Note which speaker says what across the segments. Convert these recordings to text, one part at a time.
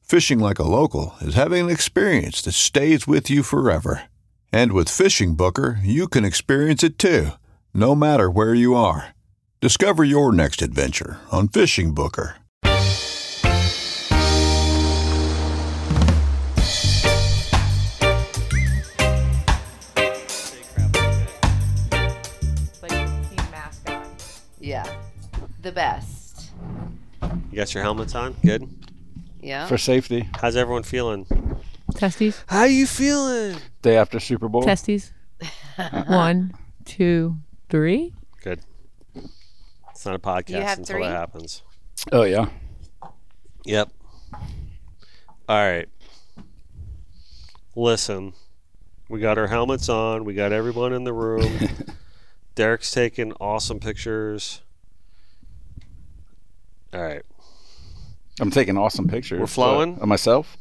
Speaker 1: Fishing like a local is having an experience that stays with you forever. And with Fishing Booker, you can experience it too, no matter where you are. Discover your next adventure on Fishing Booker.
Speaker 2: like team mascot.
Speaker 3: Yeah. The best.
Speaker 4: You got your helmets on? Good.
Speaker 3: Yeah.
Speaker 5: for safety.
Speaker 4: How's everyone feeling?
Speaker 6: Testes.
Speaker 4: How you feeling?
Speaker 5: Day after Super Bowl.
Speaker 6: Testes. One, two, three.
Speaker 4: Good. It's not a podcast
Speaker 3: have
Speaker 4: until
Speaker 3: three?
Speaker 4: that happens.
Speaker 5: Oh yeah.
Speaker 4: Yep. All right. Listen, we got our helmets on. We got everyone in the room. Derek's taking awesome pictures. All right.
Speaker 5: I'm taking awesome pictures.
Speaker 4: We're flowing?
Speaker 5: but- Of myself.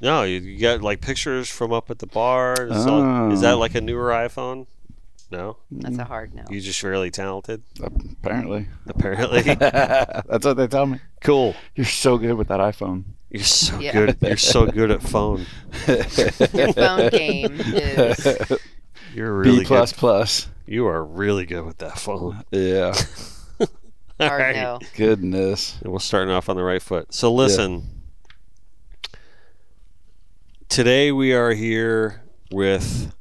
Speaker 4: No, you, you got like pictures from up at the bar. Is, all- is that
Speaker 5: Oh.
Speaker 4: like a newer iPhone? No,
Speaker 3: That's a hard no.
Speaker 4: you're just really talented,
Speaker 5: Apparently.
Speaker 4: apparently.
Speaker 5: That's what they tell me.
Speaker 4: cool.
Speaker 5: You're so good with that iPhone.
Speaker 4: You're so
Speaker 3: Yeah.
Speaker 4: good. You're so good at phone.
Speaker 3: Your phone game is
Speaker 4: You're
Speaker 5: B
Speaker 4: really
Speaker 5: plus
Speaker 4: good.
Speaker 5: plus.
Speaker 4: You are really good with that phone.
Speaker 5: Yeah.
Speaker 3: hard
Speaker 4: Alright.
Speaker 3: no.
Speaker 5: Goodness.
Speaker 4: And we're starting off on the right foot. So listen, today we are here with.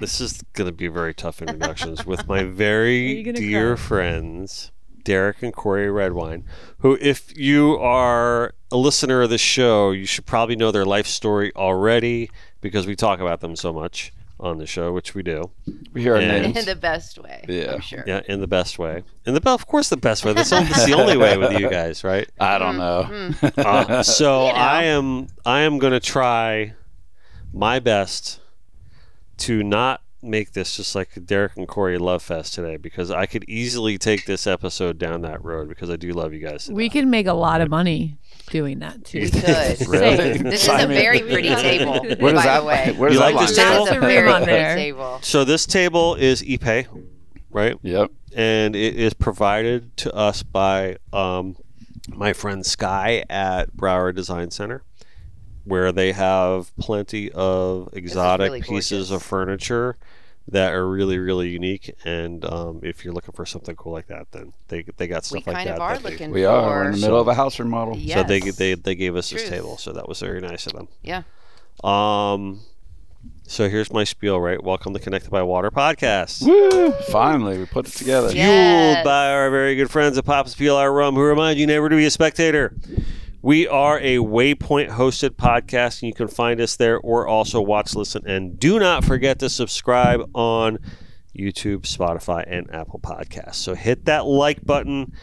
Speaker 4: This is going to be very tough introductions with my
Speaker 6: Are
Speaker 4: very
Speaker 6: you gonna
Speaker 4: dear
Speaker 6: cry?
Speaker 4: friends Derek and Corey Redwine, who, if you are a listener of the show, you should probably know their life story already because we talk about them so much on the show, which we do.
Speaker 5: We hear our
Speaker 4: Yeah.
Speaker 3: In
Speaker 5: names.
Speaker 3: the best way.
Speaker 5: Yeah.
Speaker 3: I'm sure.
Speaker 4: Yeah, in the best way. In the of course, the best way. That's, that's the only way with you guys, right?
Speaker 5: I don't
Speaker 3: Hmm,
Speaker 5: know.
Speaker 4: Uh, so
Speaker 3: You know.
Speaker 4: I am I am gonna try my best to not make this just like a Derek and Corey love fest today because I could easily take this episode down that road because I do love you guys. to
Speaker 6: We
Speaker 4: death.
Speaker 6: can make a lot of money doing that too.
Speaker 3: We could.
Speaker 5: Really?
Speaker 3: This is a
Speaker 5: Sign me up.
Speaker 3: very pretty table, by
Speaker 5: Where does that?
Speaker 3: the way.
Speaker 5: Where does
Speaker 4: You
Speaker 5: that
Speaker 4: like this
Speaker 5: line
Speaker 6: table?
Speaker 3: That's a
Speaker 5: go?
Speaker 6: There's a
Speaker 3: very
Speaker 6: rim on
Speaker 3: pretty
Speaker 6: there.
Speaker 3: table.
Speaker 4: So this table is Ipe, right?
Speaker 5: Yep.
Speaker 4: And it is provided to us by um, my friend Sky at Broward Design Center. Where they have plenty of exotic
Speaker 3: really gorgeous.
Speaker 4: pieces of furniture that are really really unique and um, if you're looking for something cool like that then they, they got stuff
Speaker 3: We
Speaker 4: like
Speaker 3: kind
Speaker 4: that,
Speaker 3: of are
Speaker 4: that they-
Speaker 3: looking
Speaker 5: We are. We're in
Speaker 3: for.
Speaker 5: the middle of a house remodel.
Speaker 3: Yeah.
Speaker 4: so they,
Speaker 3: Yes.
Speaker 4: they they gave us this
Speaker 3: Truth.
Speaker 4: table so that was very nice of them
Speaker 3: Yeah.
Speaker 4: um so here's my spiel right welcome to connected by water podcast
Speaker 5: Woo! Finally, we put it together.
Speaker 3: Yeah.
Speaker 4: fueled
Speaker 3: Yes.
Speaker 4: by our very good friends at Pops PLR Rum, who remind you never to be a spectator. We are a Waypoint hosted podcast, and you can find us there or also watch, listen, and do not forget to subscribe on YouTube, Spotify, and Apple Podcasts. So hit that like button,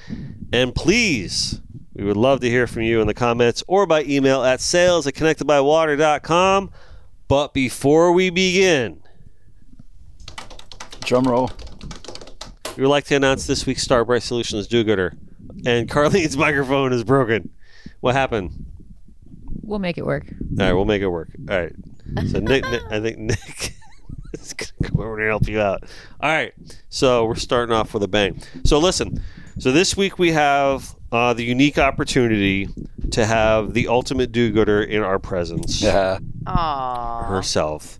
Speaker 4: and please, we would love to hear from you in the comments or by email at sales at connectedbywater.com. But before we begin,
Speaker 5: Drum roll.
Speaker 4: We would like to announce this week's Starbright Solutions do-gooder. And Carlene's microphone is broken. What happened?
Speaker 6: We'll make it work.
Speaker 4: All right, we'll make it work. All right. So Nick, Nick I think Nick, We're going to help you out. All right. So we're starting off with a bang. So listen. So this week we have uh, the unique opportunity to have the ultimate do-gooder in our presence
Speaker 5: Yeah.
Speaker 3: Aw.
Speaker 4: herself,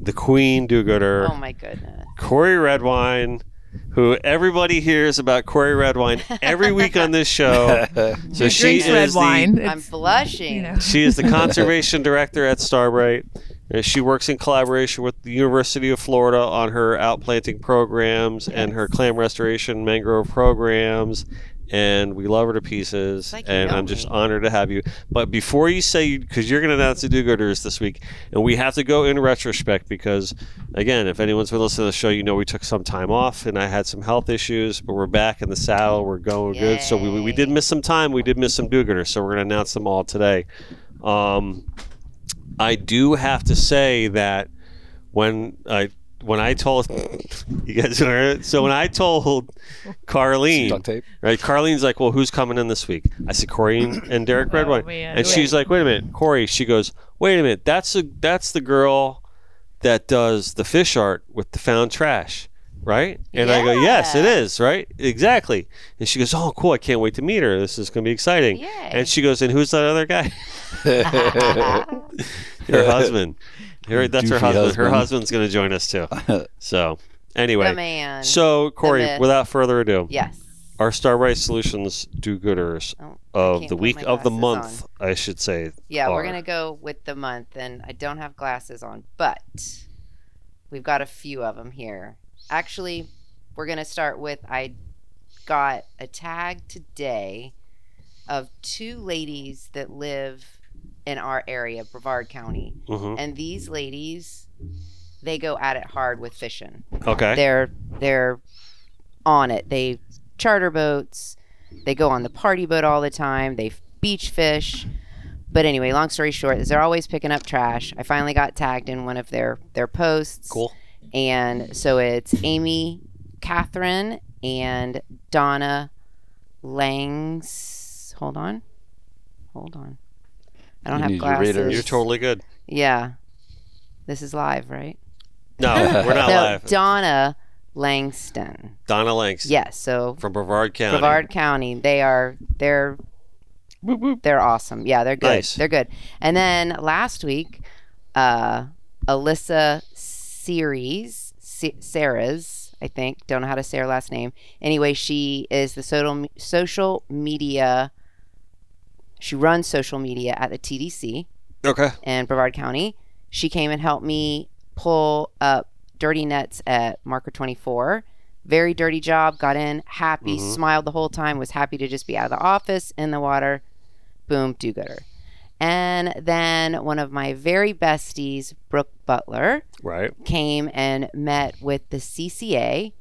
Speaker 4: the Queen do-gooder.
Speaker 3: Oh my goodness.
Speaker 4: Corey Redwine, who everybody hears about Corey Redwine every week on this show. So
Speaker 6: Who drinks red
Speaker 4: the-
Speaker 6: wine?
Speaker 3: I'm
Speaker 6: It's-
Speaker 3: blushing.
Speaker 6: you know.
Speaker 4: she is the conservation director at Starbright. Uh, She works in collaboration with the University of Florida on her outplanting programs and her clam restoration mangrove programs. And we love her to pieces.
Speaker 3: Like you
Speaker 4: and
Speaker 3: know
Speaker 4: I'm just
Speaker 3: me.
Speaker 4: honored to have you. But before you say, because you're going to announce the do gooders this week, and we have to go in retrospect because, again, if anyone's been listening to the show, you know we took some time off and I had some health issues, but we're back in the saddle. We're going good. So we, we- we did
Speaker 3: Yay.
Speaker 4: miss some time. We did miss some do gooders. So we're going to announce them all today. Um, I do have to say that when I when I told you guys heard it? so when I told
Speaker 5: Duct
Speaker 4: Carlene,
Speaker 5: tape.
Speaker 4: right? Carlene's like, "Well, who's coming in this week?" I said, "Corey and, and Derek
Speaker 3: Oh,
Speaker 4: Redwine,"
Speaker 6: man.
Speaker 4: and she's like, "Wait a minute, Corey." She goes, "Wait a minute, that's the that's the girl that does the fish art with the found trash." Right? And I go, yes, it
Speaker 3: Yeah.
Speaker 4: is, right? Exactly. And she goes, oh, cool. I can't wait to meet her. This is going to be exciting.
Speaker 3: Yay.
Speaker 4: And she goes, and who's that other guy? her husband. Her, that's her
Speaker 5: Doofy
Speaker 4: husband. Her
Speaker 5: husband.
Speaker 4: husband's going to join us too. So,
Speaker 3: the
Speaker 4: anyway.
Speaker 3: Oh, man.
Speaker 4: So, Corey,
Speaker 3: The myth.
Speaker 4: without further ado,
Speaker 3: yes.
Speaker 4: our Starbright Solutions do gooders
Speaker 3: Oh,
Speaker 4: of
Speaker 3: can't
Speaker 4: the
Speaker 3: put
Speaker 4: week
Speaker 3: my
Speaker 4: of the
Speaker 3: glasses
Speaker 4: month, I should say.
Speaker 3: Yeah,
Speaker 4: are.
Speaker 3: we're gonna go with the month, and I don't have glasses on, but we've got a few of them here. Actually, we're gonna start with I got a tag today of two ladies that live in our area, Brevard County,
Speaker 4: hmm
Speaker 3: and these ladies, they go at it hard with fishing
Speaker 4: Okay.
Speaker 3: they're they're on it. They charter boats. They go on the party boat all the time. They beach fish. But anyway, long story short, is they're always picking up trash. I finally got tagged in one of their their posts.
Speaker 4: Cool.
Speaker 3: And so it's Amy, Catherine, and Donna Langs. Hold on. Hold on. I don't
Speaker 5: You
Speaker 3: have
Speaker 5: need your readers.
Speaker 3: glasses.
Speaker 4: You're totally good.
Speaker 3: Yeah. This is live, right?
Speaker 4: No, we're not
Speaker 3: no,
Speaker 4: live.
Speaker 3: Donna Langston.
Speaker 4: Donna Langs
Speaker 3: Yes, so
Speaker 4: from Brevard County.
Speaker 3: Brevard County, they are they're they're awesome. Yeah, they're good.
Speaker 4: Nice.
Speaker 3: They're good. And then last week, uh, Alyssa Series Se- Sarah's, I think, don't know how to say her last name. Anyway, she is the social social media. She runs social media at the TDC
Speaker 4: Okay.
Speaker 3: in Brevard County. She came and helped me pull up dirty nets at marker 24. Very dirty job. Got in, happy,
Speaker 4: Mhm.
Speaker 3: smiled the whole time, was happy to just be out of the office, in the water. Boom, do gooder. And then one of my very besties, Brooke Butler,
Speaker 4: Right.
Speaker 3: came and met with the CCA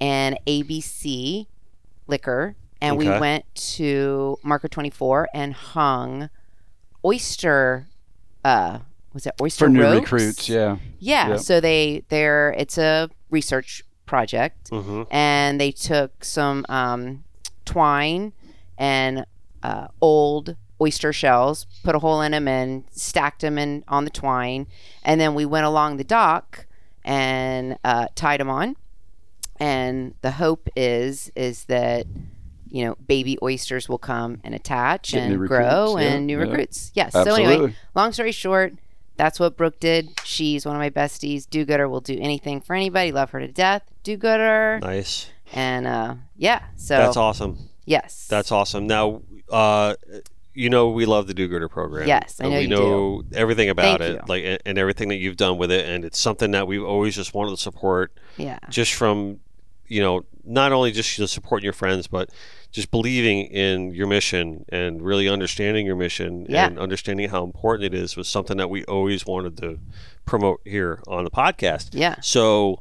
Speaker 3: and ABC Liquor, and we
Speaker 4: Okay.
Speaker 3: went to Marker 24 and hung oyster. Uh, was it oyster
Speaker 5: For new
Speaker 3: ropes?
Speaker 5: recruits, yeah.
Speaker 3: Yeah.
Speaker 5: Yeah.
Speaker 3: So they they're it's a research project,
Speaker 4: hmm
Speaker 5: Mm-hmm.
Speaker 3: and they took some um, twine and uh, old oyster shells, put a hole in them, and stacked them in on the twine. And then we went along the dock and uh, tied them on. And the hope is is that you know baby oysters will come and attach
Speaker 5: Get new
Speaker 3: and grow
Speaker 5: recruits, yeah,
Speaker 3: and new
Speaker 5: yeah.
Speaker 3: recruits. Yes.
Speaker 5: Absolutely.
Speaker 3: So anyway, long story short, that's what Brooke did. She's one of my besties. Do gooder will do anything for anybody. Love her to death. Do gooder.
Speaker 4: Nice.
Speaker 3: And uh, yeah, so
Speaker 4: That's awesome.
Speaker 3: yes,
Speaker 4: That's awesome. Now, uh, you know we love the Do Gooder program.
Speaker 3: Yes, I
Speaker 4: And
Speaker 3: know
Speaker 4: we
Speaker 3: you
Speaker 4: know everything
Speaker 3: Thank
Speaker 4: about it,
Speaker 3: you.
Speaker 4: like and- and everything that you've done with it, and it's something that we've always just wanted to support.
Speaker 3: yeah,
Speaker 4: just from you know not only just you know, supporting your friends but just believing in your mission and really understanding your mission
Speaker 3: Yeah.
Speaker 4: and understanding how important it is was something that we always wanted to promote here on the podcast
Speaker 3: yeah,
Speaker 4: so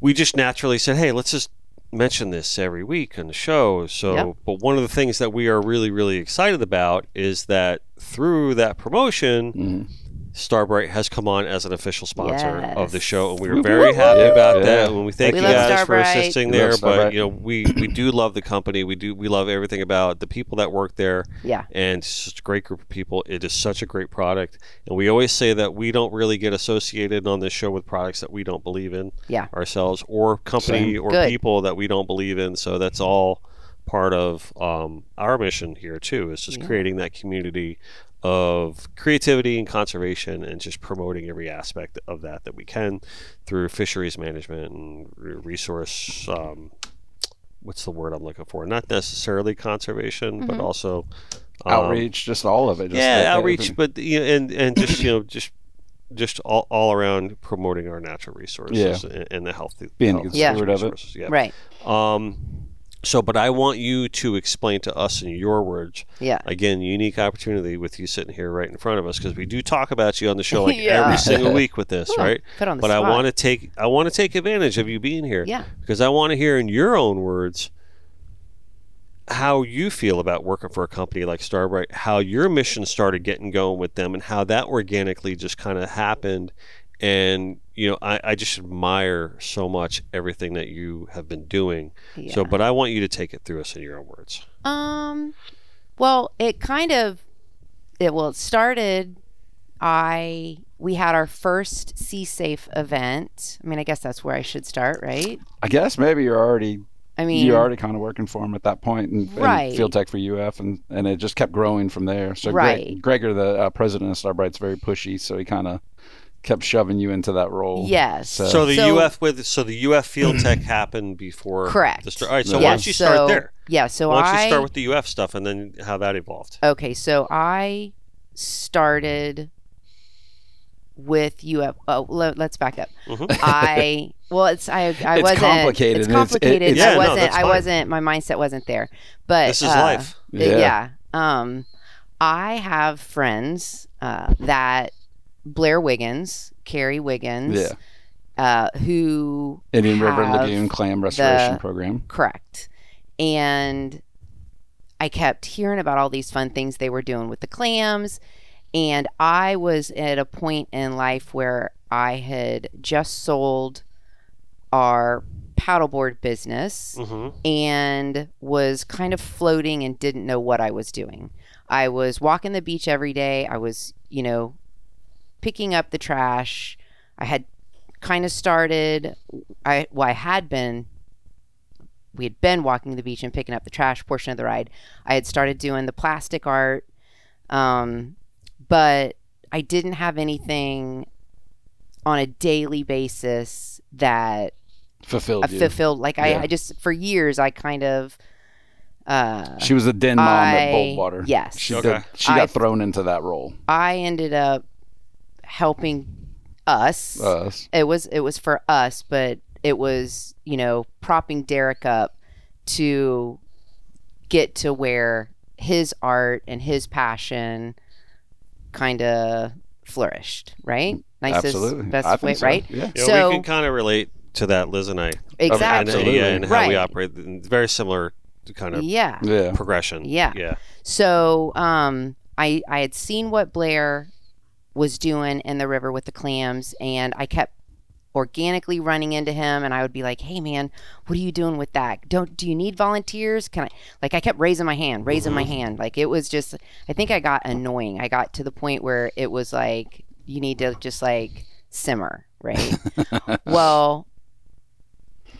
Speaker 4: we just naturally said, hey, let's just mention this every week on the show. So,
Speaker 3: Yep.
Speaker 4: but one of the things that we are really, really excited about is that through that promotion,
Speaker 5: Mhm.
Speaker 4: Starbright has come on as an official sponsor of the
Speaker 3: Yes.
Speaker 4: show, and we are
Speaker 5: Woo,
Speaker 4: very
Speaker 5: woo,
Speaker 4: happy
Speaker 5: woo.
Speaker 4: about
Speaker 5: Yeah.
Speaker 4: that. And we thank
Speaker 3: We
Speaker 4: you
Speaker 3: love
Speaker 4: guys for
Speaker 3: Starbright.
Speaker 4: assisting
Speaker 5: We
Speaker 4: there.
Speaker 5: love
Speaker 4: But
Speaker 5: Starbright.
Speaker 4: you know, we we do love the company. We do we love everything about the people that work there,
Speaker 3: Yeah.
Speaker 4: and it's just a great group of people. It is such a great product, and we always say that we don't really get associated on this show with products that we don't believe in
Speaker 3: Yeah.
Speaker 4: ourselves or company or
Speaker 3: Good.
Speaker 4: people that we don't believe in. So that's all part of um, our mission here too. Is just
Speaker 3: Yeah.
Speaker 4: creating that community of creativity and conservation, and just promoting every aspect of that that we can through fisheries management and re- resource. Um, what's the word I'm looking for? Not necessarily conservation, but also um,
Speaker 5: outreach, just all of it. Just
Speaker 4: Mm-hmm. yeah,
Speaker 5: like
Speaker 4: outreach,
Speaker 5: everything.
Speaker 4: but you know, and and just you know just just all, all around promoting our natural resources and, and the healthy
Speaker 5: Being a
Speaker 4: health
Speaker 5: good
Speaker 4: natural
Speaker 5: steward of it.
Speaker 4: resources, Yeah.
Speaker 3: Right.
Speaker 4: Um. So, but I want you to explain to us in your words
Speaker 3: Yeah.
Speaker 4: again. Unique opportunity with you sitting here right in front of us because we do talk about you on the show like
Speaker 3: Yeah.
Speaker 4: every single week with this,
Speaker 3: Huh.
Speaker 4: right?
Speaker 3: Put on the
Speaker 4: But I
Speaker 3: spot.
Speaker 4: want to take I want to take advantage of you being here
Speaker 3: Yeah.
Speaker 4: because I want to hear in your own words how you feel about working for a company like Starbright, how your mission started getting going with them, and how that organically just kind of happened. And you know, I, I just admire so much everything that you have been doing.
Speaker 3: Yeah.
Speaker 4: So, but I want you to take it through us in your own words.
Speaker 3: Um, well, it kind of it well it started. I we had our first Sea Safe event. I mean, I guess that's where I should start, right?
Speaker 5: I guess maybe you're already
Speaker 3: I mean,
Speaker 5: you're already kind of working for him at that point, and, and
Speaker 3: Right.
Speaker 5: field tech for UF, and, and it just kept growing from there. So
Speaker 3: Right.
Speaker 5: Greg, Gregor, the uh, president of Starbright's very pushy, so he kind of kept shoving you into that role.
Speaker 3: yes.
Speaker 5: So-
Speaker 4: So the
Speaker 3: So-
Speaker 4: UF with so the UF field tech happened before
Speaker 3: Correct.
Speaker 4: The start. All right. So
Speaker 3: Yeah,
Speaker 4: why don't you start
Speaker 3: so-
Speaker 4: there?
Speaker 3: Yeah. So
Speaker 4: why don't
Speaker 3: I
Speaker 4: you start with the UF stuff and then how that evolved?
Speaker 3: Okay, so I started with you. up- Oh, le- let's back up.
Speaker 4: Mhm.
Speaker 3: I well, it's I. I
Speaker 5: It's
Speaker 3: wasn't
Speaker 5: complicated.
Speaker 3: It's
Speaker 5: It's- it-
Speaker 3: complicated.
Speaker 5: it's-
Speaker 4: Yeah,
Speaker 3: I
Speaker 4: no,
Speaker 3: wasn't.
Speaker 4: that's
Speaker 3: I
Speaker 4: fine.
Speaker 3: wasn't. My mindset wasn't there. But
Speaker 4: This is
Speaker 3: uh,
Speaker 4: life.
Speaker 3: yeah. yeah. Um, I have friends uh, that Blair Wiggins, Carrie Wiggins,
Speaker 5: Yeah.
Speaker 3: uh, who
Speaker 5: Indian River
Speaker 3: have
Speaker 5: Lagoon Clam Restoration
Speaker 3: the-
Speaker 5: Program.
Speaker 3: Correct. And I kept hearing about all these fun things they were doing with the clams. And I was at a point in life where I had just sold our paddleboard business
Speaker 4: hmm
Speaker 3: and was kind of floating and didn't know what I was doing. I was walking the beach every day. I was, you know, picking up the trash. I had kind of started I well, I had been we had been walking the beach and picking up the trash portion of the ride. I had started doing the plastic art. Um, but I didn't have anything on a daily basis that
Speaker 5: Fulfilled
Speaker 3: I
Speaker 5: you.
Speaker 3: fulfilled. Like I,
Speaker 5: Yeah.
Speaker 3: I just for years I kind of uh
Speaker 5: she was the den mom
Speaker 3: I-
Speaker 5: at Boldwater.
Speaker 3: yes.
Speaker 5: She,
Speaker 4: Okay.
Speaker 5: did, she
Speaker 3: I-
Speaker 5: got thrown into that role.
Speaker 3: I ended up helping us.
Speaker 5: Us.
Speaker 3: it was it was for us, but it was, you know, propping Derek up to get to where his art and his passion kind of flourished, right? Nicest
Speaker 5: Absolutely.
Speaker 3: best
Speaker 5: I think
Speaker 3: way,
Speaker 5: so.
Speaker 3: right?
Speaker 5: Yeah.
Speaker 4: Yeah,
Speaker 3: So-
Speaker 4: we can kind of relate to that, Liz and I.
Speaker 3: Exactly.
Speaker 4: And, yeah, and how
Speaker 3: Right.
Speaker 4: we operate. It's very similar to kind of
Speaker 3: Yeah.
Speaker 5: Yeah.
Speaker 4: progression.
Speaker 3: Yeah.
Speaker 4: Yeah.
Speaker 3: So um, I I had seen what Blair was doing in the river with the clams, and I kept organically running into him, and I would be like, "Hey, man, what are you doing with that? Don't do you need volunteers? Can I?" Like I kept raising my hand, raising my hand. Like it was just, I think I got annoying. I got to the point where it was like, you need to just like simmer, right? well,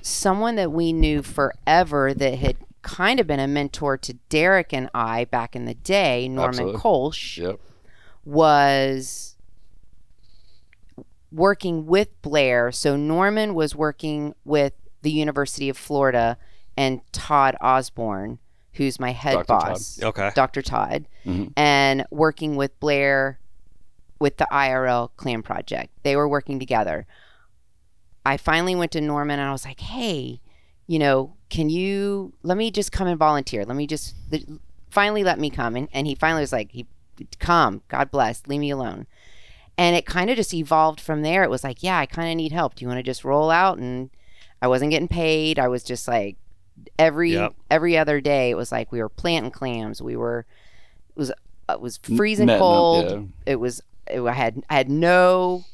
Speaker 3: someone that we knew forever that had kind of been a mentor to Derek and I back in the day, Norman
Speaker 5: Absolutely.
Speaker 3: Kolsch,
Speaker 5: Yep.
Speaker 3: was working with Blair. So Norman was working with the University of Florida and Todd Osborne, who's my head
Speaker 5: Dr. Todd.
Speaker 3: boss.
Speaker 4: Okay.
Speaker 3: Dr. Todd,
Speaker 5: Mhm.
Speaker 3: and working with Blair with the IRL Clan Project. They were working together. I finally went to Norman and I was like, hey, you know, can you let me just come and volunteer? Let me just th- finally let me come. And, and he finally was like, he, come, God bless, leave me alone. And it kind of just evolved from there. It was like, yeah, I kind of need help. Do you want to just roll out? And I wasn't getting paid. I was just like, every
Speaker 4: Yep.
Speaker 3: every other day it was like we were planting clams we were uh, it was it was freezing
Speaker 5: Net- no,
Speaker 3: cold
Speaker 5: yeah.
Speaker 3: it was I had I had no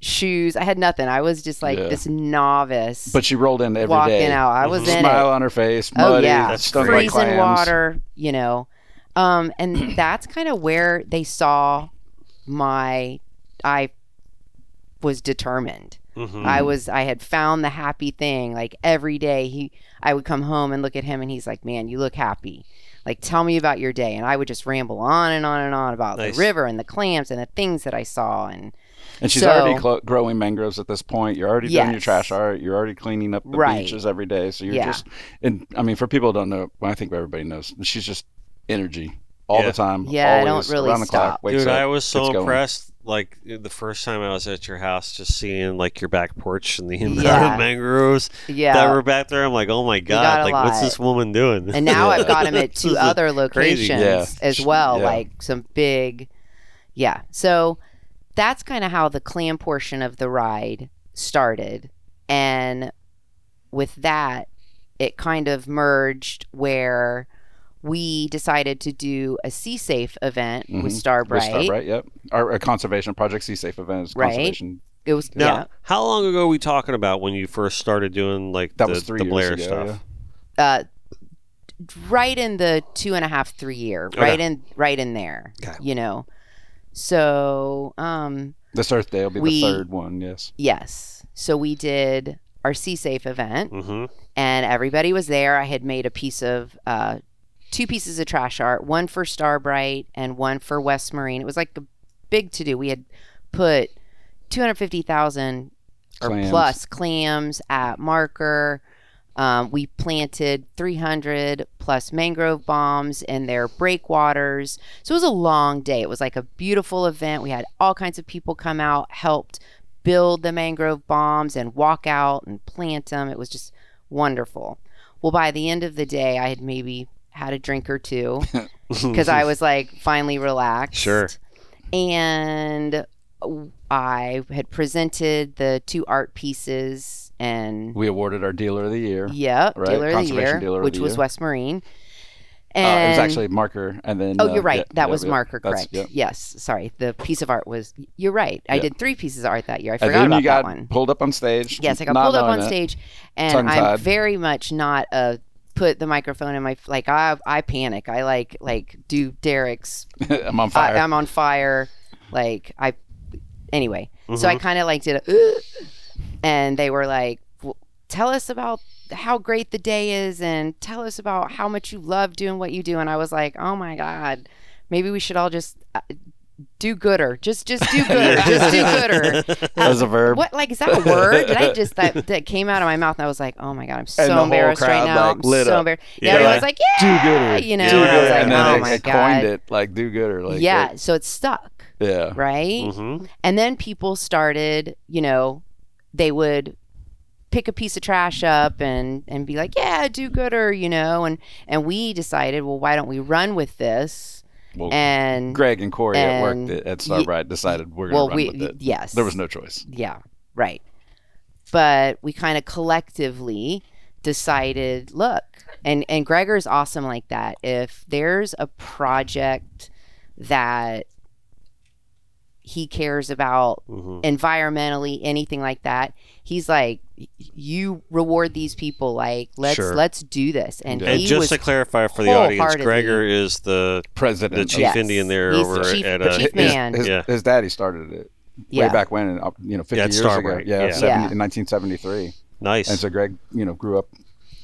Speaker 3: shoes. I had nothing. I was just like
Speaker 5: Yeah.
Speaker 3: this novice
Speaker 5: But she rolled in every day. Mm-hmm.
Speaker 3: walking out. I was in it.
Speaker 5: Smile on her face.
Speaker 3: Oh
Speaker 5: Muddy,
Speaker 3: yeah,
Speaker 4: That's
Speaker 5: stung by
Speaker 4: great.
Speaker 3: freezing
Speaker 5: clams.
Speaker 3: water. You know, um, and that's kind of where they saw my. I was determined.
Speaker 4: Mhm.
Speaker 3: I was. I had found the happy thing. Like every day, he. I would come home and look at him, and he's like, "Man, you look happy." Like, tell me about your day. And I would just ramble on and on and on about
Speaker 4: Nice.
Speaker 3: the river and the clams and the things that I saw. And
Speaker 5: And she's
Speaker 3: So-
Speaker 5: already clo- growing mangroves at this point. You're already doing your
Speaker 3: Yes.
Speaker 5: trash art. You're already cleaning up the
Speaker 3: Right.
Speaker 5: beaches every day. So you're
Speaker 3: Yeah.
Speaker 5: just, and I mean, for people who don't know, well, I think everybody knows, she's just energy all
Speaker 4: Yeah.
Speaker 5: the time.
Speaker 3: Yeah, I don't
Speaker 5: always,
Speaker 3: really
Speaker 5: around the
Speaker 3: stop.
Speaker 5: clock. wakes
Speaker 4: Dude,
Speaker 5: up,
Speaker 4: I was
Speaker 5: gets
Speaker 4: so
Speaker 5: going.
Speaker 4: impressed. Like the first time I was at your house, just seeing like your back porch and the amount
Speaker 3: Yeah.
Speaker 4: of mangroves that
Speaker 3: yeah.
Speaker 4: were back there. I'm like, oh my
Speaker 3: got a
Speaker 4: god, like what's
Speaker 3: lot.
Speaker 4: this woman doing?
Speaker 3: And now I've got him at
Speaker 4: This
Speaker 3: two
Speaker 4: is a-
Speaker 3: other
Speaker 4: crazy.
Speaker 3: locations
Speaker 5: Yeah.
Speaker 3: as well.
Speaker 5: Yeah.
Speaker 3: Like some big, yeah. So that's kind of how the clam portion of the ride started, and with that, it kind of merged where we decided to do a sea safe event
Speaker 4: Mm-hmm.
Speaker 3: with
Speaker 5: Mhm.
Speaker 3: Starbright.
Speaker 5: With Starbright, yep. Our, our conservation project, Sea Safe event is
Speaker 3: Right.
Speaker 5: conservation.
Speaker 3: It was
Speaker 4: Now,
Speaker 3: yeah.
Speaker 4: how long ago were we talking about when you first started doing like
Speaker 5: That
Speaker 4: the,
Speaker 5: was three
Speaker 4: the
Speaker 5: years
Speaker 4: Blair
Speaker 5: ago,
Speaker 4: stuff?
Speaker 5: yeah.
Speaker 3: uh, right in the two and a half three year right in right in there
Speaker 4: Okay.
Speaker 3: you know so um
Speaker 5: This Earth Day will be
Speaker 3: We-
Speaker 5: the third one, yes.
Speaker 3: yes so we did our sea safe event
Speaker 4: hmm
Speaker 3: and everybody was there i had made a piece of uh two pieces of trash art one for starbright and one for west marine it was like a big to do we had put 250000 or
Speaker 5: Clams.
Speaker 3: plus clams at marker. Um, we planted 300 plus mangrove bombs in their breakwaters. So it was a long day. It was like a beautiful event. We had all kinds of people come out, helped build the mangrove bombs and walk out and plant them. It was just wonderful. Well, by the end of the day, I had maybe had a drink or two because I was like finally relaxed.
Speaker 4: Sure.
Speaker 3: And I had presented the two art pieces and
Speaker 5: We awarded our dealer of the year. Uh,
Speaker 3: yep,
Speaker 5: Right,
Speaker 3: dealer of the
Speaker 5: conservation
Speaker 3: year,
Speaker 5: dealer of
Speaker 3: which
Speaker 5: the
Speaker 3: was
Speaker 5: year.
Speaker 3: West Marine.
Speaker 5: Uh,
Speaker 3: And
Speaker 5: it was actually marker, and then.
Speaker 3: Oh,
Speaker 5: uh,
Speaker 3: you're right.
Speaker 5: yeah,
Speaker 3: that
Speaker 5: yeah,
Speaker 3: was
Speaker 5: yeah.
Speaker 3: marker,
Speaker 5: That's-
Speaker 3: correct?
Speaker 5: yep.
Speaker 3: Yes. Sorry, the piece of art was. You're right. I
Speaker 5: Yeah.
Speaker 3: did three pieces of art that year. I
Speaker 5: And
Speaker 3: forgot
Speaker 5: then
Speaker 3: about
Speaker 5: you got
Speaker 3: that one.
Speaker 5: pulled up on stage.
Speaker 3: Yes, I got
Speaker 5: not
Speaker 3: pulled up
Speaker 5: knowing
Speaker 3: on
Speaker 5: it.
Speaker 3: stage, and I'm
Speaker 5: Tongue-tied.
Speaker 3: very much not a put the microphone in my like I I panic. I like like do Derek's
Speaker 5: I'm on
Speaker 3: I,
Speaker 5: fire.
Speaker 3: I'm on fire. Like I, anyway. So
Speaker 5: Mm-hmm.
Speaker 3: I kind of like did a, "Ugh," and they were like, "Well, "Tell us about how great the day is, and tell us about how much you love doing what you do." And I was like, "Oh my god, maybe we should all just uh, do gooder. Just just do
Speaker 4: Mm-hmm.
Speaker 3: gooder. just do gooder."
Speaker 5: that was a verb.
Speaker 3: What like is that a word? Did I just that that came out of my mouth? And I was like, "Oh my god, I'm
Speaker 5: the
Speaker 3: so
Speaker 5: whole
Speaker 3: embarrassed right
Speaker 5: crowd,
Speaker 3: now.
Speaker 5: like,
Speaker 3: I'm
Speaker 5: lit
Speaker 3: so
Speaker 5: up.
Speaker 3: embarrassed." And
Speaker 4: Yeah,
Speaker 3: everyone's
Speaker 4: like,
Speaker 3: like, "Yeah,"
Speaker 5: do-gooder.
Speaker 3: you know.
Speaker 4: Do
Speaker 3: and I was
Speaker 4: gooder.
Speaker 3: like,
Speaker 5: and then
Speaker 3: "Oh
Speaker 5: they,
Speaker 3: my
Speaker 5: they
Speaker 3: god."
Speaker 5: coined it like do gooder. Like
Speaker 3: yeah,
Speaker 5: they-
Speaker 3: so it stuck,
Speaker 5: yeah.
Speaker 3: right?
Speaker 5: Mm.
Speaker 4: hmm
Speaker 3: And then people started, you know, they would pick a piece of trash up and and be like, "Yeah, do gooder," you know, and and we decided, well, why don't we run with this?
Speaker 5: Well,
Speaker 3: And
Speaker 5: Greg and Corey at
Speaker 3: and
Speaker 5: work at, at
Speaker 3: ye-
Speaker 5: Starbright decided we're gonna
Speaker 3: well,
Speaker 5: run
Speaker 3: we
Speaker 5: with it.
Speaker 3: yes,
Speaker 5: There was no choice.
Speaker 3: yeah, right. But we kind of collectively decided, look, and and Gregor's awesome like that. If there's a project that he cares about
Speaker 4: hmm
Speaker 3: environmentally anything like that he's like y- you reward these people like let's
Speaker 4: Sure.
Speaker 3: let's do this and,
Speaker 5: Yeah.
Speaker 4: And
Speaker 3: he
Speaker 4: just
Speaker 3: was
Speaker 4: to clarify for the audience,
Speaker 3: wholeheartedly-
Speaker 4: Gregor is the
Speaker 5: President.
Speaker 4: the
Speaker 5: of-
Speaker 4: chief
Speaker 3: Yes.
Speaker 4: Indian there
Speaker 3: He's the
Speaker 4: over
Speaker 3: chief-
Speaker 4: at
Speaker 3: the
Speaker 4: uh,
Speaker 3: chief
Speaker 5: his,
Speaker 3: man.
Speaker 5: His,
Speaker 4: Yeah.
Speaker 5: his daddy started it
Speaker 3: yeah
Speaker 5: way back when, in, uh, you know, 50
Speaker 4: Yeah, at
Speaker 5: years ago.
Speaker 4: Starbright,
Speaker 5: Yeah,
Speaker 4: yeah.
Speaker 5: 70
Speaker 3: Yeah.
Speaker 5: in 1973.
Speaker 4: nice.
Speaker 5: And so Greg, you know, grew up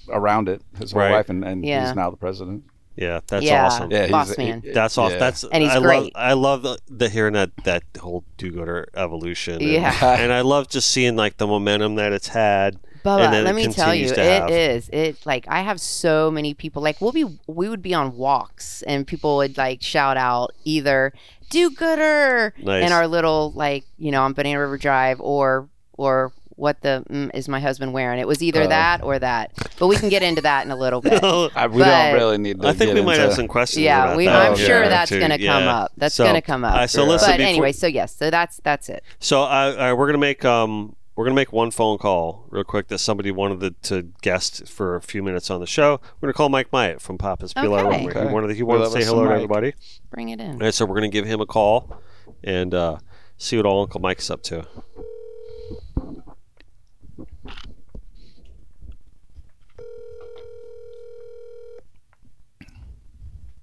Speaker 5: around it his whole
Speaker 4: Right.
Speaker 5: life, and, and
Speaker 3: Yeah.
Speaker 5: he's now the president.
Speaker 4: yeah, that's
Speaker 3: Yeah.
Speaker 4: awesome.
Speaker 5: Yeah, he's
Speaker 3: Boss
Speaker 5: he-
Speaker 3: man.
Speaker 4: That's awesome.
Speaker 5: yeah.
Speaker 4: That's
Speaker 3: And he's
Speaker 4: I
Speaker 3: great.
Speaker 4: Love, I love the, the hearing that that whole do-gooder evolution. and-
Speaker 3: Yeah.
Speaker 4: and I love just seeing like the momentum that it's had. and
Speaker 3: Bubba,
Speaker 4: then
Speaker 3: let
Speaker 4: it
Speaker 3: me tell you
Speaker 4: continues
Speaker 3: it
Speaker 4: to have.
Speaker 3: is it like i have so many people like we'll be we would be on walks and people would like shout out either do gooder
Speaker 4: Nice.
Speaker 3: in our little like you know on banana river drive or or what the mm, is my husband wearing it was either
Speaker 5: Uh.
Speaker 3: that or that but we can get into that in a little bit
Speaker 5: I, we
Speaker 3: But-
Speaker 5: don't really need to
Speaker 4: I think
Speaker 5: get
Speaker 4: we might have
Speaker 5: into- Oh,
Speaker 4: some questions.
Speaker 3: yeah
Speaker 4: about
Speaker 3: we,
Speaker 4: that
Speaker 3: i'm
Speaker 4: on
Speaker 5: Yeah.
Speaker 3: sure
Speaker 4: there,
Speaker 3: that's
Speaker 4: Oh, too.
Speaker 3: gonna come
Speaker 4: Yeah.
Speaker 3: up that's
Speaker 4: So,
Speaker 3: gonna come up
Speaker 4: uh, so listen,
Speaker 3: but
Speaker 4: before-
Speaker 3: anyway so yes so that's that's it
Speaker 4: So I, I we're gonna make um we're gonna make one phone call real quick that somebody wanted to, to guest for a few minutes on the show. We're gonna call Mike Myatt from Papa's Pilar.
Speaker 3: Okay.
Speaker 4: He wanted he
Speaker 5: We
Speaker 4: wanted to
Speaker 5: love
Speaker 4: say
Speaker 5: us some
Speaker 4: hello to
Speaker 5: Mike.
Speaker 4: everybody,
Speaker 3: bring it in
Speaker 4: and so we're gonna give him a call and uh, see what all Uncle Mike's up to.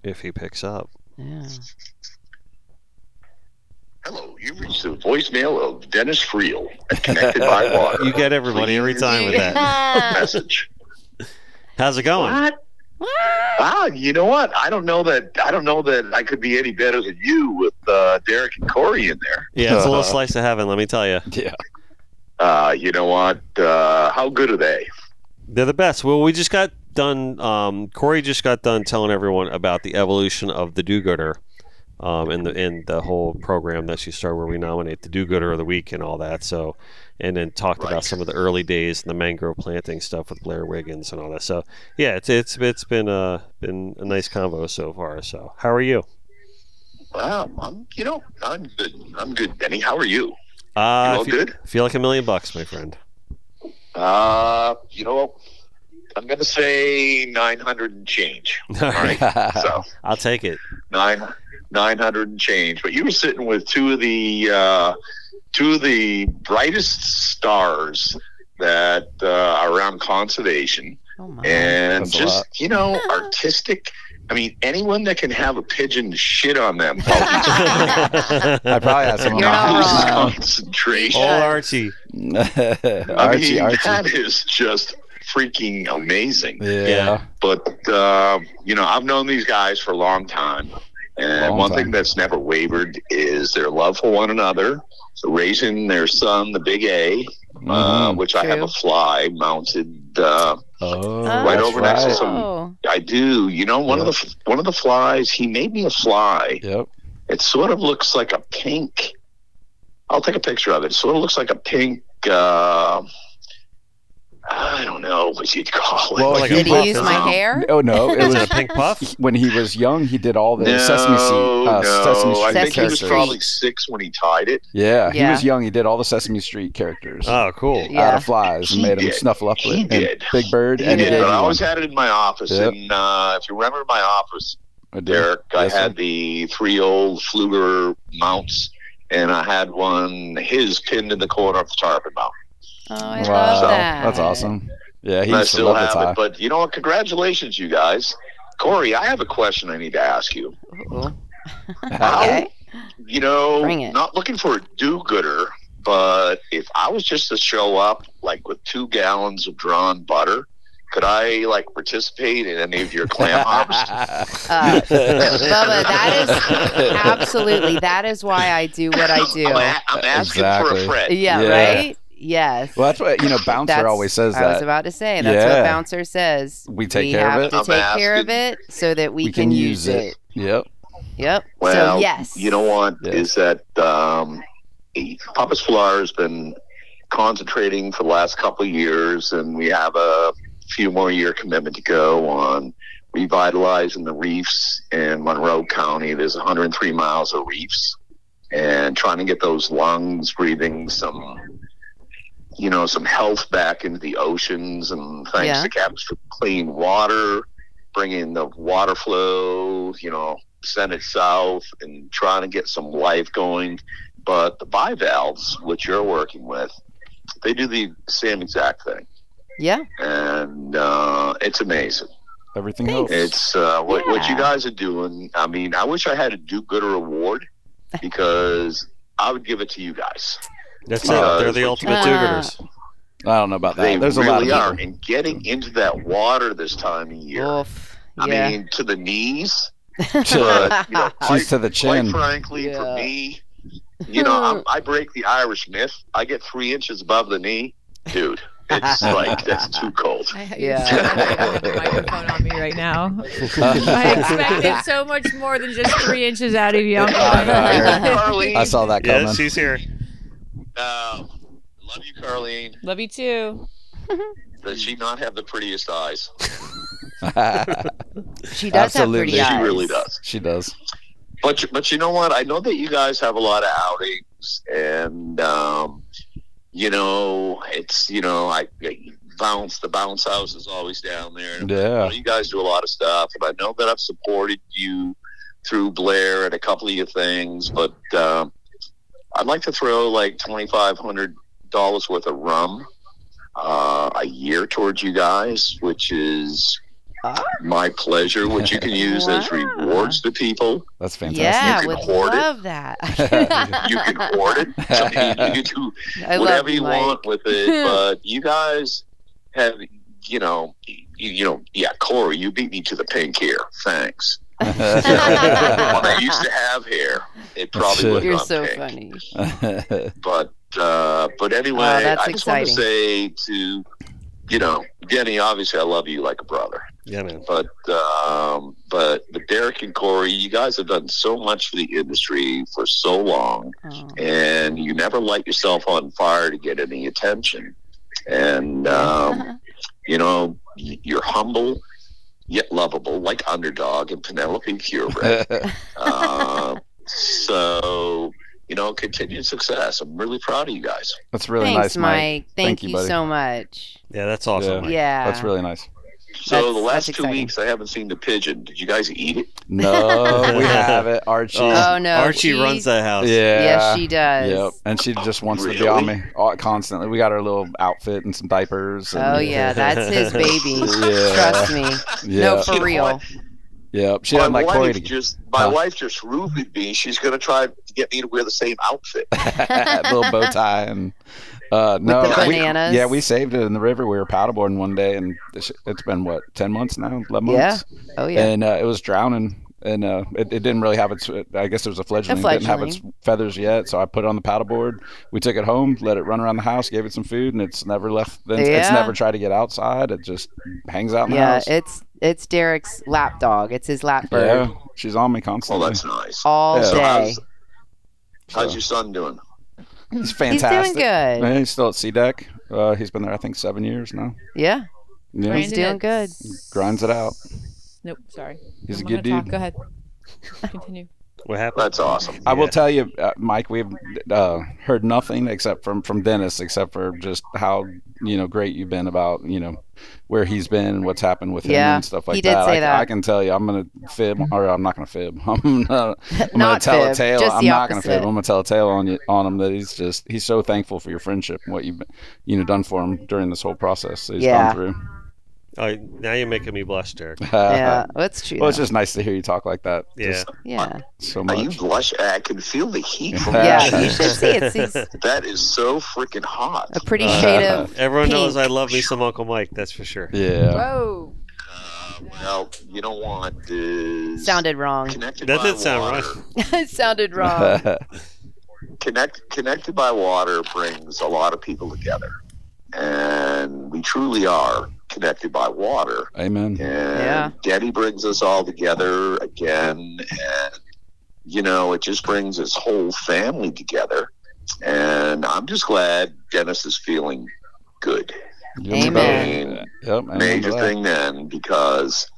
Speaker 4: If he picks up.
Speaker 3: Yeah.
Speaker 7: Hello, you reached the voicemail of Dennis Friel at Connected by Water.
Speaker 4: You get everybody every time with that.
Speaker 3: Ah.
Speaker 7: message.
Speaker 4: How's it going?
Speaker 7: What? Ah, you know what? I don't know that. I don't know that I could be any better than you with uh, Derek and Corey in there.
Speaker 4: Yeah, it's a little
Speaker 7: Uh-huh.
Speaker 4: slice of heaven, let me tell you.
Speaker 5: Yeah.
Speaker 7: Uh, you know what? Uh, how good are they?
Speaker 4: They're the best. Well, we just got done. Um, Corey just got done telling everyone about the evolution of the do-gooder, um, and the and the whole program that she started, where we nominate the do-gooder of the week and all that. So, and then talked about
Speaker 7: Right.
Speaker 4: some of the early days and the mangrove planting stuff with Blair Wiggins and all that. So, yeah, it's it's it's been uh been a nice convo so far. So, how are you?
Speaker 7: Wow, I'm, you know, I'm good. I'm good, Denny. How are you? You
Speaker 4: Uh,
Speaker 7: all
Speaker 4: I fe-
Speaker 7: good?
Speaker 4: feel like a million bucks, my friend.
Speaker 7: Uh, you know, I'm gonna say 900 and change.
Speaker 4: all
Speaker 7: All
Speaker 4: right,
Speaker 7: right, so
Speaker 4: I'll take it.
Speaker 7: nine 900 and change. But you were sitting with two of the uh, two of the brightest stars that uh, are around conservation
Speaker 3: Oh my.
Speaker 7: and
Speaker 5: That's a
Speaker 7: just
Speaker 5: lot.
Speaker 7: you know artistic. I mean, anyone that can have a pigeon shit on them. puppies.
Speaker 5: I probably have some.
Speaker 3: You're not
Speaker 7: Lose
Speaker 3: wrong.
Speaker 7: concentration.
Speaker 4: Old Archie.
Speaker 7: I
Speaker 5: Archie,
Speaker 7: mean,
Speaker 5: Archie.
Speaker 7: that is just freaking amazing.
Speaker 5: yeah.
Speaker 4: Yeah.
Speaker 7: But um, you know, I've known these guys for a long time, and
Speaker 5: Long
Speaker 7: one
Speaker 5: time.
Speaker 7: thing that's never wavered is their love for one another. So raising their son, the Big A, uh,
Speaker 5: Mhm.
Speaker 7: which I have
Speaker 3: True.
Speaker 7: a fly mounted. Uh,
Speaker 5: Oh,
Speaker 7: right
Speaker 5: that's
Speaker 7: over next to
Speaker 5: right.
Speaker 7: some-
Speaker 3: Oh.
Speaker 7: I do. You know, one of the one of the flies. He made me a fly.
Speaker 5: Yep.
Speaker 7: It sort of looks like a pink. I'll take a picture of it. It sort of looks like a pink. Uh, I don't know what you'd call it.
Speaker 5: Well,
Speaker 4: like
Speaker 5: he
Speaker 4: a
Speaker 3: Did
Speaker 5: did-
Speaker 3: he use my hair?
Speaker 5: Oh no, it
Speaker 4: Is
Speaker 5: was
Speaker 4: it a pink puff?
Speaker 5: when he was young. He did all the
Speaker 7: no,
Speaker 5: sesame seed, uh,
Speaker 7: no.
Speaker 5: sesame
Speaker 7: I
Speaker 5: street
Speaker 7: think he was
Speaker 5: characters.
Speaker 7: probably six when he tied it.
Speaker 5: yeah, he
Speaker 3: Yeah. Uh,
Speaker 5: was young. He did all the sesame street characters
Speaker 4: Oh, cool.
Speaker 5: out
Speaker 3: Yeah.
Speaker 5: of flies and
Speaker 7: He
Speaker 5: made him
Speaker 7: did.
Speaker 5: snuffle up
Speaker 7: He
Speaker 5: with
Speaker 7: did.
Speaker 5: Big Bird.
Speaker 7: He
Speaker 5: and
Speaker 7: did,
Speaker 5: Baby
Speaker 7: but I
Speaker 5: One.
Speaker 7: always had it in my office.
Speaker 5: Yep.
Speaker 7: And uh, if you remember my office,
Speaker 5: I did.
Speaker 7: Derek,
Speaker 5: Yes,
Speaker 7: I
Speaker 5: sir.
Speaker 7: had the three old Fluger mounts, and I had one his pinned in the corner of the tarpon mount.
Speaker 3: Oh, I
Speaker 5: wow,
Speaker 3: love that.
Speaker 5: that's awesome. Yeah, he
Speaker 7: And I
Speaker 5: used to
Speaker 7: still
Speaker 5: love the
Speaker 7: have
Speaker 5: tie.
Speaker 7: it. But you know what? Congratulations, you guys. Corey, I have a question I need to ask you.
Speaker 3: Ooh.
Speaker 7: How-
Speaker 3: Okay.
Speaker 7: you know,
Speaker 3: Bring it.
Speaker 7: not looking for a do-gooder, but if I was just to show up like with two gallons of drawn butter, could I like participate in any of your clam hops?
Speaker 3: Uh, Bubba, that is absolutely. That is why I do what I do.
Speaker 7: I'm, a- I'm asking for
Speaker 5: Exactly.
Speaker 7: a friend.
Speaker 3: Yeah,
Speaker 5: Yeah.
Speaker 3: right? Yes.
Speaker 5: well, that's what you know. Bouncer
Speaker 3: That's-
Speaker 5: always says
Speaker 3: I was
Speaker 5: that
Speaker 3: about to say. That's
Speaker 5: Yeah.
Speaker 3: what Bouncer says.
Speaker 5: we take
Speaker 3: we
Speaker 5: care
Speaker 3: have
Speaker 5: of it.
Speaker 3: to
Speaker 7: I'm
Speaker 3: take care of
Speaker 7: asking.
Speaker 3: it so that we, can, use it.
Speaker 5: Yep.
Speaker 3: Yep.
Speaker 7: Well,
Speaker 3: so yes.
Speaker 7: You know what
Speaker 5: Yeah.
Speaker 7: is that um, Papa's Flower has been concentrating for the last couple of years, and we have a few more year commitment to go on revitalizing the reefs in Monroe County. There's 103 miles of reefs, and trying to get those lungs breathing some, you know, some health back into the oceans, and thanks
Speaker 3: Yeah.
Speaker 7: to Captain's for clean water, bringing the water flow, you know, send it south, and trying to get some life going. But the bivalves, which you're working with, they do the same exact thing,
Speaker 3: Yeah.
Speaker 7: and uh, it's amazing.
Speaker 5: Everything
Speaker 3: Thanks.
Speaker 5: else.
Speaker 7: It's uh, what, what you
Speaker 3: Yeah.
Speaker 7: guys are doing. I mean, I wish I had a do gooder award because I would give it to you guys.
Speaker 4: That's
Speaker 7: Uh,
Speaker 4: it. They're the
Speaker 7: uh,
Speaker 4: ultimate do-gooders.
Speaker 5: I don't know about that.
Speaker 7: They
Speaker 5: Uh, There's
Speaker 7: really
Speaker 5: a lot of
Speaker 7: are.
Speaker 5: people.
Speaker 7: And getting into that water this time of year,
Speaker 3: Oof.
Speaker 7: I
Speaker 3: Oh, yeah.
Speaker 7: mean, to the knees.
Speaker 5: To-
Speaker 7: But, you know, quite,
Speaker 5: She's to the
Speaker 7: quite
Speaker 5: chin.
Speaker 7: frankly,
Speaker 3: Yeah.
Speaker 7: for me, you know, I'm, I break the Irish myth. I get three inches above the knee. Dude, it's like, that's too cold.
Speaker 6: I have
Speaker 3: Yeah.
Speaker 6: the microphone on me right now. I expected so much more than just three inches out of you.
Speaker 7: Uh,
Speaker 5: I
Speaker 3: know,
Speaker 7: Carly,
Speaker 5: I saw that coming.
Speaker 4: she's here.
Speaker 7: uh, love you, Carlene.
Speaker 6: Love you too.
Speaker 7: Does she not have the prettiest eyes?
Speaker 3: she does
Speaker 5: Absolutely.
Speaker 3: have pretty eyes.
Speaker 7: She really does.
Speaker 5: she does.
Speaker 7: But you- but you know what? I know that you guys have a lot of outings, and um, you know it's you know I, I bounce the bounce house is always down there. And
Speaker 5: Yeah.
Speaker 7: You guys do a lot of stuff, and I know that I've supported you through Blair and a couple of your things, but um, I'd like to throw like twenty five hundred dollars worth of rum uh, a year towards you guys, which is
Speaker 3: Ah.
Speaker 7: my pleasure, which you can use as
Speaker 3: Wow.
Speaker 7: rewards to people.
Speaker 5: That's
Speaker 3: Yeah,
Speaker 5: fantastic.
Speaker 7: You
Speaker 3: would
Speaker 7: can hoard it.
Speaker 3: love that.
Speaker 7: You can hoard it. So you, you do
Speaker 3: I love
Speaker 7: whatever
Speaker 3: you,
Speaker 7: you
Speaker 3: Mike.
Speaker 7: want with it. but you guys have, you know, you, you know, yeah, Corey, you beat me to the pink here. Thanks. When I used to have hair, it probably
Speaker 5: You're
Speaker 7: would
Speaker 3: You're
Speaker 7: not
Speaker 3: so
Speaker 7: pink.
Speaker 3: funny.
Speaker 7: But uh, but anyway,
Speaker 3: Oh, that's
Speaker 7: I just want to
Speaker 3: exciting.
Speaker 7: say to you know, Denny, obviously I love you like a brother.
Speaker 4: Yeah, man.
Speaker 7: But um, but but Derek and Corey, you guys have done so much for the industry for so long
Speaker 3: Oh.
Speaker 7: and you never light yourself on fire to get any attention. And um, you know, you're humble yet lovable, like underdog and Penelope Curie. uh, so you know, continued success. I'm really proud of you guys.
Speaker 5: That's really
Speaker 3: Thanks,
Speaker 5: nice, Mike.
Speaker 3: Thank,
Speaker 5: Thank you,
Speaker 3: you,
Speaker 5: buddy.
Speaker 3: so much.
Speaker 4: Yeah, that's awesome.
Speaker 5: Yeah.
Speaker 4: Mike.
Speaker 3: Yeah.
Speaker 5: That's really nice.
Speaker 7: So
Speaker 3: That's-
Speaker 7: the last
Speaker 3: that's
Speaker 7: two
Speaker 3: exciting.
Speaker 7: weeks, I haven't seen the pigeon. Did you guys eat it?
Speaker 5: No, we have it, Archie.
Speaker 3: Oh, no,
Speaker 4: Archie
Speaker 3: she-
Speaker 4: runs that house.
Speaker 5: yeah.
Speaker 3: Yes, she does.
Speaker 5: Yep, and she just wants to be on me all, constantly. We got her little outfit and some diapers. And,
Speaker 3: Oh yeah, that's his baby.
Speaker 5: Yeah.
Speaker 3: Trust me.
Speaker 5: yeah,
Speaker 3: No,
Speaker 7: You
Speaker 3: for
Speaker 7: know
Speaker 3: real.
Speaker 7: what?
Speaker 5: yep. She had
Speaker 7: my
Speaker 5: my Corey
Speaker 7: wife
Speaker 5: to
Speaker 7: just my
Speaker 5: Huh?
Speaker 7: wife just rooted me. She's gonna try to get me to wear the same outfit.
Speaker 5: little bow tie and uh, no,
Speaker 3: the
Speaker 5: we-
Speaker 3: bananas.
Speaker 5: yeah, we saved it in the river. We were paddleboarding one day, and it's it's been what ten months now, eleven
Speaker 3: Yeah.
Speaker 5: months,
Speaker 3: Oh yeah.
Speaker 5: and uh, it was drowning. And uh, it, it didn't really have its. I guess it was a fledgling. It didn't have its feathers yet, so I put it on the paddleboard. We took it home, let it run around the house, gave it some food, and it's never left. Then It's
Speaker 3: Yeah.
Speaker 5: never tried to get outside. It just hangs out in the
Speaker 3: Yeah,
Speaker 5: house.
Speaker 3: it's it's Derek's lap dog. It's his lap bird
Speaker 5: Yeah, she's on me
Speaker 7: Well,
Speaker 5: constantly.
Speaker 7: Oh, that's nice.
Speaker 3: all
Speaker 5: Yeah.
Speaker 7: So
Speaker 3: day.
Speaker 7: how's,
Speaker 5: So,
Speaker 7: how's your son doing?
Speaker 5: he's
Speaker 3: He's doing
Speaker 5: fantastic.
Speaker 3: good.
Speaker 5: Yeah, he's still at CDEC. Uh, he's been there, I think, seven years now.
Speaker 3: Yeah.
Speaker 5: Yeah,
Speaker 3: He's doing
Speaker 6: it.
Speaker 3: good.
Speaker 5: grinds it out.
Speaker 6: Nope, sorry.
Speaker 5: He's a
Speaker 6: I'm
Speaker 5: good
Speaker 6: gonna
Speaker 5: dude.
Speaker 6: Talk. Go ahead. Continue.
Speaker 4: What happened?
Speaker 7: That's awesome.
Speaker 5: I will
Speaker 4: Yeah.
Speaker 5: tell you, uh, Mike, we've uh, heard nothing except from from Dennis, except for just how you know great you've been about you know where he's been and what's happened with him
Speaker 3: Yeah,
Speaker 5: and stuff like
Speaker 3: he did
Speaker 5: that.
Speaker 3: say
Speaker 5: I,
Speaker 3: that.
Speaker 5: I can tell you, I'm gonna fib, or I'm not gonna fib. I'm gonna, I'm gonna
Speaker 3: Not
Speaker 5: tell a
Speaker 3: fib,
Speaker 5: tale.
Speaker 3: just
Speaker 5: I'm
Speaker 3: the
Speaker 5: not gonna fib.
Speaker 3: opposite.
Speaker 5: I'm gonna tell a tale on you on him that he's just he's so thankful for your friendship and what you've been, you know done for him during this whole process that he's
Speaker 3: Yeah.
Speaker 5: gone through.
Speaker 4: All right, Oh, now you're making me blush, Derek.
Speaker 3: Yeah. That's true.
Speaker 5: Well, it's just nice to hear you talk like that.
Speaker 4: Yeah.
Speaker 5: Just
Speaker 3: yeah.
Speaker 5: so
Speaker 7: Are you
Speaker 5: much.
Speaker 7: blush? I can feel the heat from
Speaker 3: Yeah.
Speaker 7: your
Speaker 3: You
Speaker 7: cheeks.
Speaker 3: should see it's he's a
Speaker 7: That is so freaking hot.
Speaker 3: pretty
Speaker 5: Uh,
Speaker 3: shade of
Speaker 4: Everyone knows
Speaker 3: pink.
Speaker 4: I love me some Uncle Mike. That's for sure.
Speaker 5: Yeah.
Speaker 6: Whoa.
Speaker 7: Uh, well, you don't want is
Speaker 3: sounded wrong.
Speaker 7: connected
Speaker 4: That
Speaker 7: by
Speaker 4: did sound
Speaker 7: water.
Speaker 4: right.
Speaker 3: It sounded wrong.
Speaker 7: Connect connected by water brings a lot of people together, and we truly are connected by water.
Speaker 5: Amen.
Speaker 7: And
Speaker 3: Yeah.
Speaker 7: Daddy brings us all together again. And, you know, it just brings his whole family together. And I'm just glad Dennis is feeling good.
Speaker 5: You're
Speaker 3: Amen.
Speaker 5: right. Yep. amen to
Speaker 7: Major
Speaker 5: that.
Speaker 7: thing then because,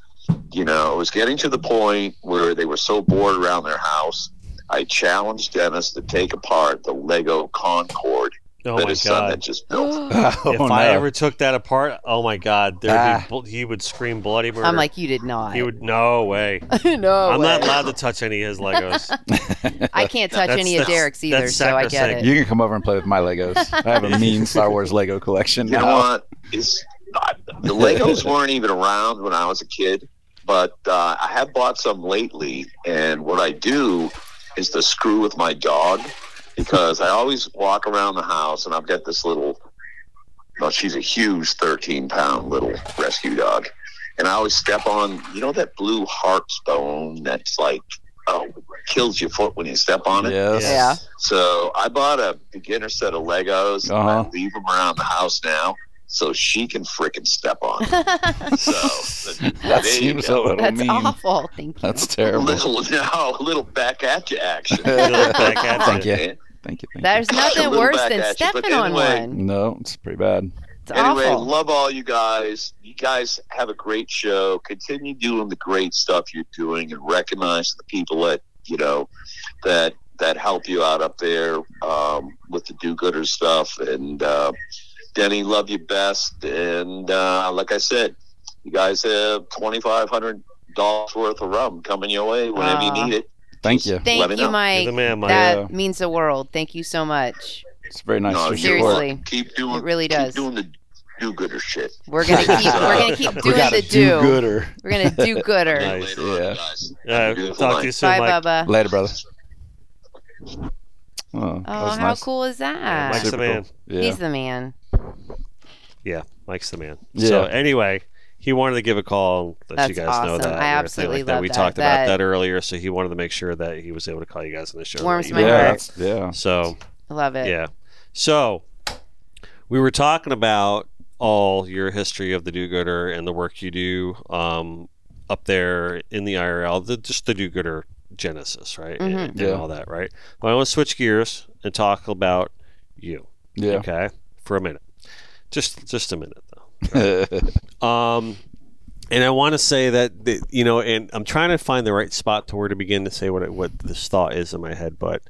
Speaker 7: you know, it was getting to the point where they were so bored around their house. I challenged Dennis to take apart the Lego Concord
Speaker 4: Oh
Speaker 7: that
Speaker 4: my
Speaker 7: his son had
Speaker 4: god!
Speaker 7: just built.
Speaker 5: Oh,
Speaker 4: if I
Speaker 5: no.
Speaker 4: ever took that apart, oh my god, there'd
Speaker 5: Ah.
Speaker 4: be, bl- he would scream bloody murder.
Speaker 3: I'm like, you did not.
Speaker 4: he would. No way.
Speaker 3: no.
Speaker 4: I'm not
Speaker 3: way.
Speaker 4: allowed to touch any of his Legos.
Speaker 3: I can't touch
Speaker 4: That's-
Speaker 3: any of
Speaker 4: that's-
Speaker 3: Derek's either,
Speaker 4: that's
Speaker 3: so I get it.
Speaker 4: sacrosanct.
Speaker 5: you can come over and play with my Legos. I have a mean Star Wars Lego collection
Speaker 7: You know
Speaker 5: now.
Speaker 7: what? It's I, the Legos weren't even around when I was a kid, but uh, I have bought some lately. And what I do is to screw with my dog because I always walk around the house and I've got this little. Well, she's a huge thirteen-pound little rescue dog, and I always step on. You know that blue heart stone that's like oh kills your foot when you step on it.
Speaker 5: Yes.
Speaker 3: Yeah.
Speaker 7: So I bought a beginner set of Legos.
Speaker 5: Uh-huh.
Speaker 7: And I leave them around the house now, so she can freaking step on. 'em. so
Speaker 5: That
Speaker 7: There you
Speaker 5: seems a
Speaker 7: go.
Speaker 5: little
Speaker 3: That's
Speaker 5: mean.
Speaker 3: awful. Thank you.
Speaker 5: That's terrible.
Speaker 7: little now, a little back at you action.
Speaker 4: Little back at
Speaker 5: Thank
Speaker 4: ya.
Speaker 5: you.
Speaker 7: Eh,
Speaker 5: Thank you. Thank
Speaker 3: There's nothing
Speaker 7: Little
Speaker 3: worse
Speaker 7: back
Speaker 3: than
Speaker 7: at you, but
Speaker 3: stepping on
Speaker 7: anyway.
Speaker 5: you.
Speaker 3: one.
Speaker 5: No, it's pretty bad.
Speaker 3: It's
Speaker 7: Anyway,
Speaker 3: awful.
Speaker 7: love all you guys. You guys have a great show. Continue doing the great stuff you're doing, and recognize the people that you know that that help you out up there um, with the do-gooder stuff. And uh, Denny, love you best. And uh, like I said, you guys have twenty-five hundred dollars worth of rum coming your way whenever
Speaker 3: Aw.
Speaker 7: you need it.
Speaker 5: Thank you.
Speaker 3: Thank
Speaker 7: Let me
Speaker 3: you,
Speaker 7: know.
Speaker 3: Mike.
Speaker 4: You're the man, Mike.
Speaker 3: That
Speaker 5: Yeah.
Speaker 3: means the world. Thank you so much.
Speaker 5: It's very nice.
Speaker 7: No,
Speaker 5: to
Speaker 7: you're
Speaker 5: support.
Speaker 3: Seriously.
Speaker 7: welcome. Keep doing.
Speaker 3: It really
Speaker 7: keep
Speaker 3: does.
Speaker 7: doing the do-gooder shit.
Speaker 3: We're gonna keep. We're gonna keep
Speaker 5: We
Speaker 3: doing
Speaker 5: got
Speaker 3: the
Speaker 5: to
Speaker 3: do.
Speaker 5: do gooder.
Speaker 3: We're gonna do gooder.
Speaker 4: Nice.
Speaker 7: Later on,
Speaker 5: yeah.
Speaker 7: guys.
Speaker 4: Uh,
Speaker 7: Beautiful
Speaker 4: talk
Speaker 7: night.
Speaker 4: to you soon,
Speaker 3: Bye,
Speaker 4: Mike.
Speaker 3: Bubba.
Speaker 5: Later, brother. Oh, that
Speaker 3: Oh,
Speaker 5: was
Speaker 3: how
Speaker 5: nice.
Speaker 3: cool is that?
Speaker 4: Mike's the
Speaker 5: Super
Speaker 4: man.
Speaker 5: cool. Yeah.
Speaker 3: He's the man.
Speaker 4: Yeah, Mike's the man.
Speaker 5: Yeah.
Speaker 4: So anyway, he wanted to give a call and let you
Speaker 3: That's
Speaker 4: guys know
Speaker 3: awesome. I
Speaker 4: that. and everything
Speaker 3: absolutely
Speaker 4: like that.
Speaker 3: love
Speaker 4: We
Speaker 3: that.
Speaker 4: talked about
Speaker 3: That-
Speaker 4: that earlier, so he wanted to make sure that he was able to call you guys on the show. and
Speaker 3: Warms
Speaker 4: let you
Speaker 3: my
Speaker 5: yeah,
Speaker 4: know.
Speaker 3: heart.
Speaker 5: that's- yeah.
Speaker 4: So
Speaker 3: I love it.
Speaker 4: yeah, so we were talking about all your history of the do-gooder and the work you do um, up there in the IRL, the, just the do-gooder genesis, right, and,
Speaker 3: Mhm.
Speaker 4: and
Speaker 5: Yeah.
Speaker 4: all that, right? But I want to switch gears and talk about you,
Speaker 5: Yeah.
Speaker 4: okay, for a minute, just just a minute though. Um, and I want to say that, that you know, and I'm trying to find the right spot to where to begin to say what it, what this thought is in my head, but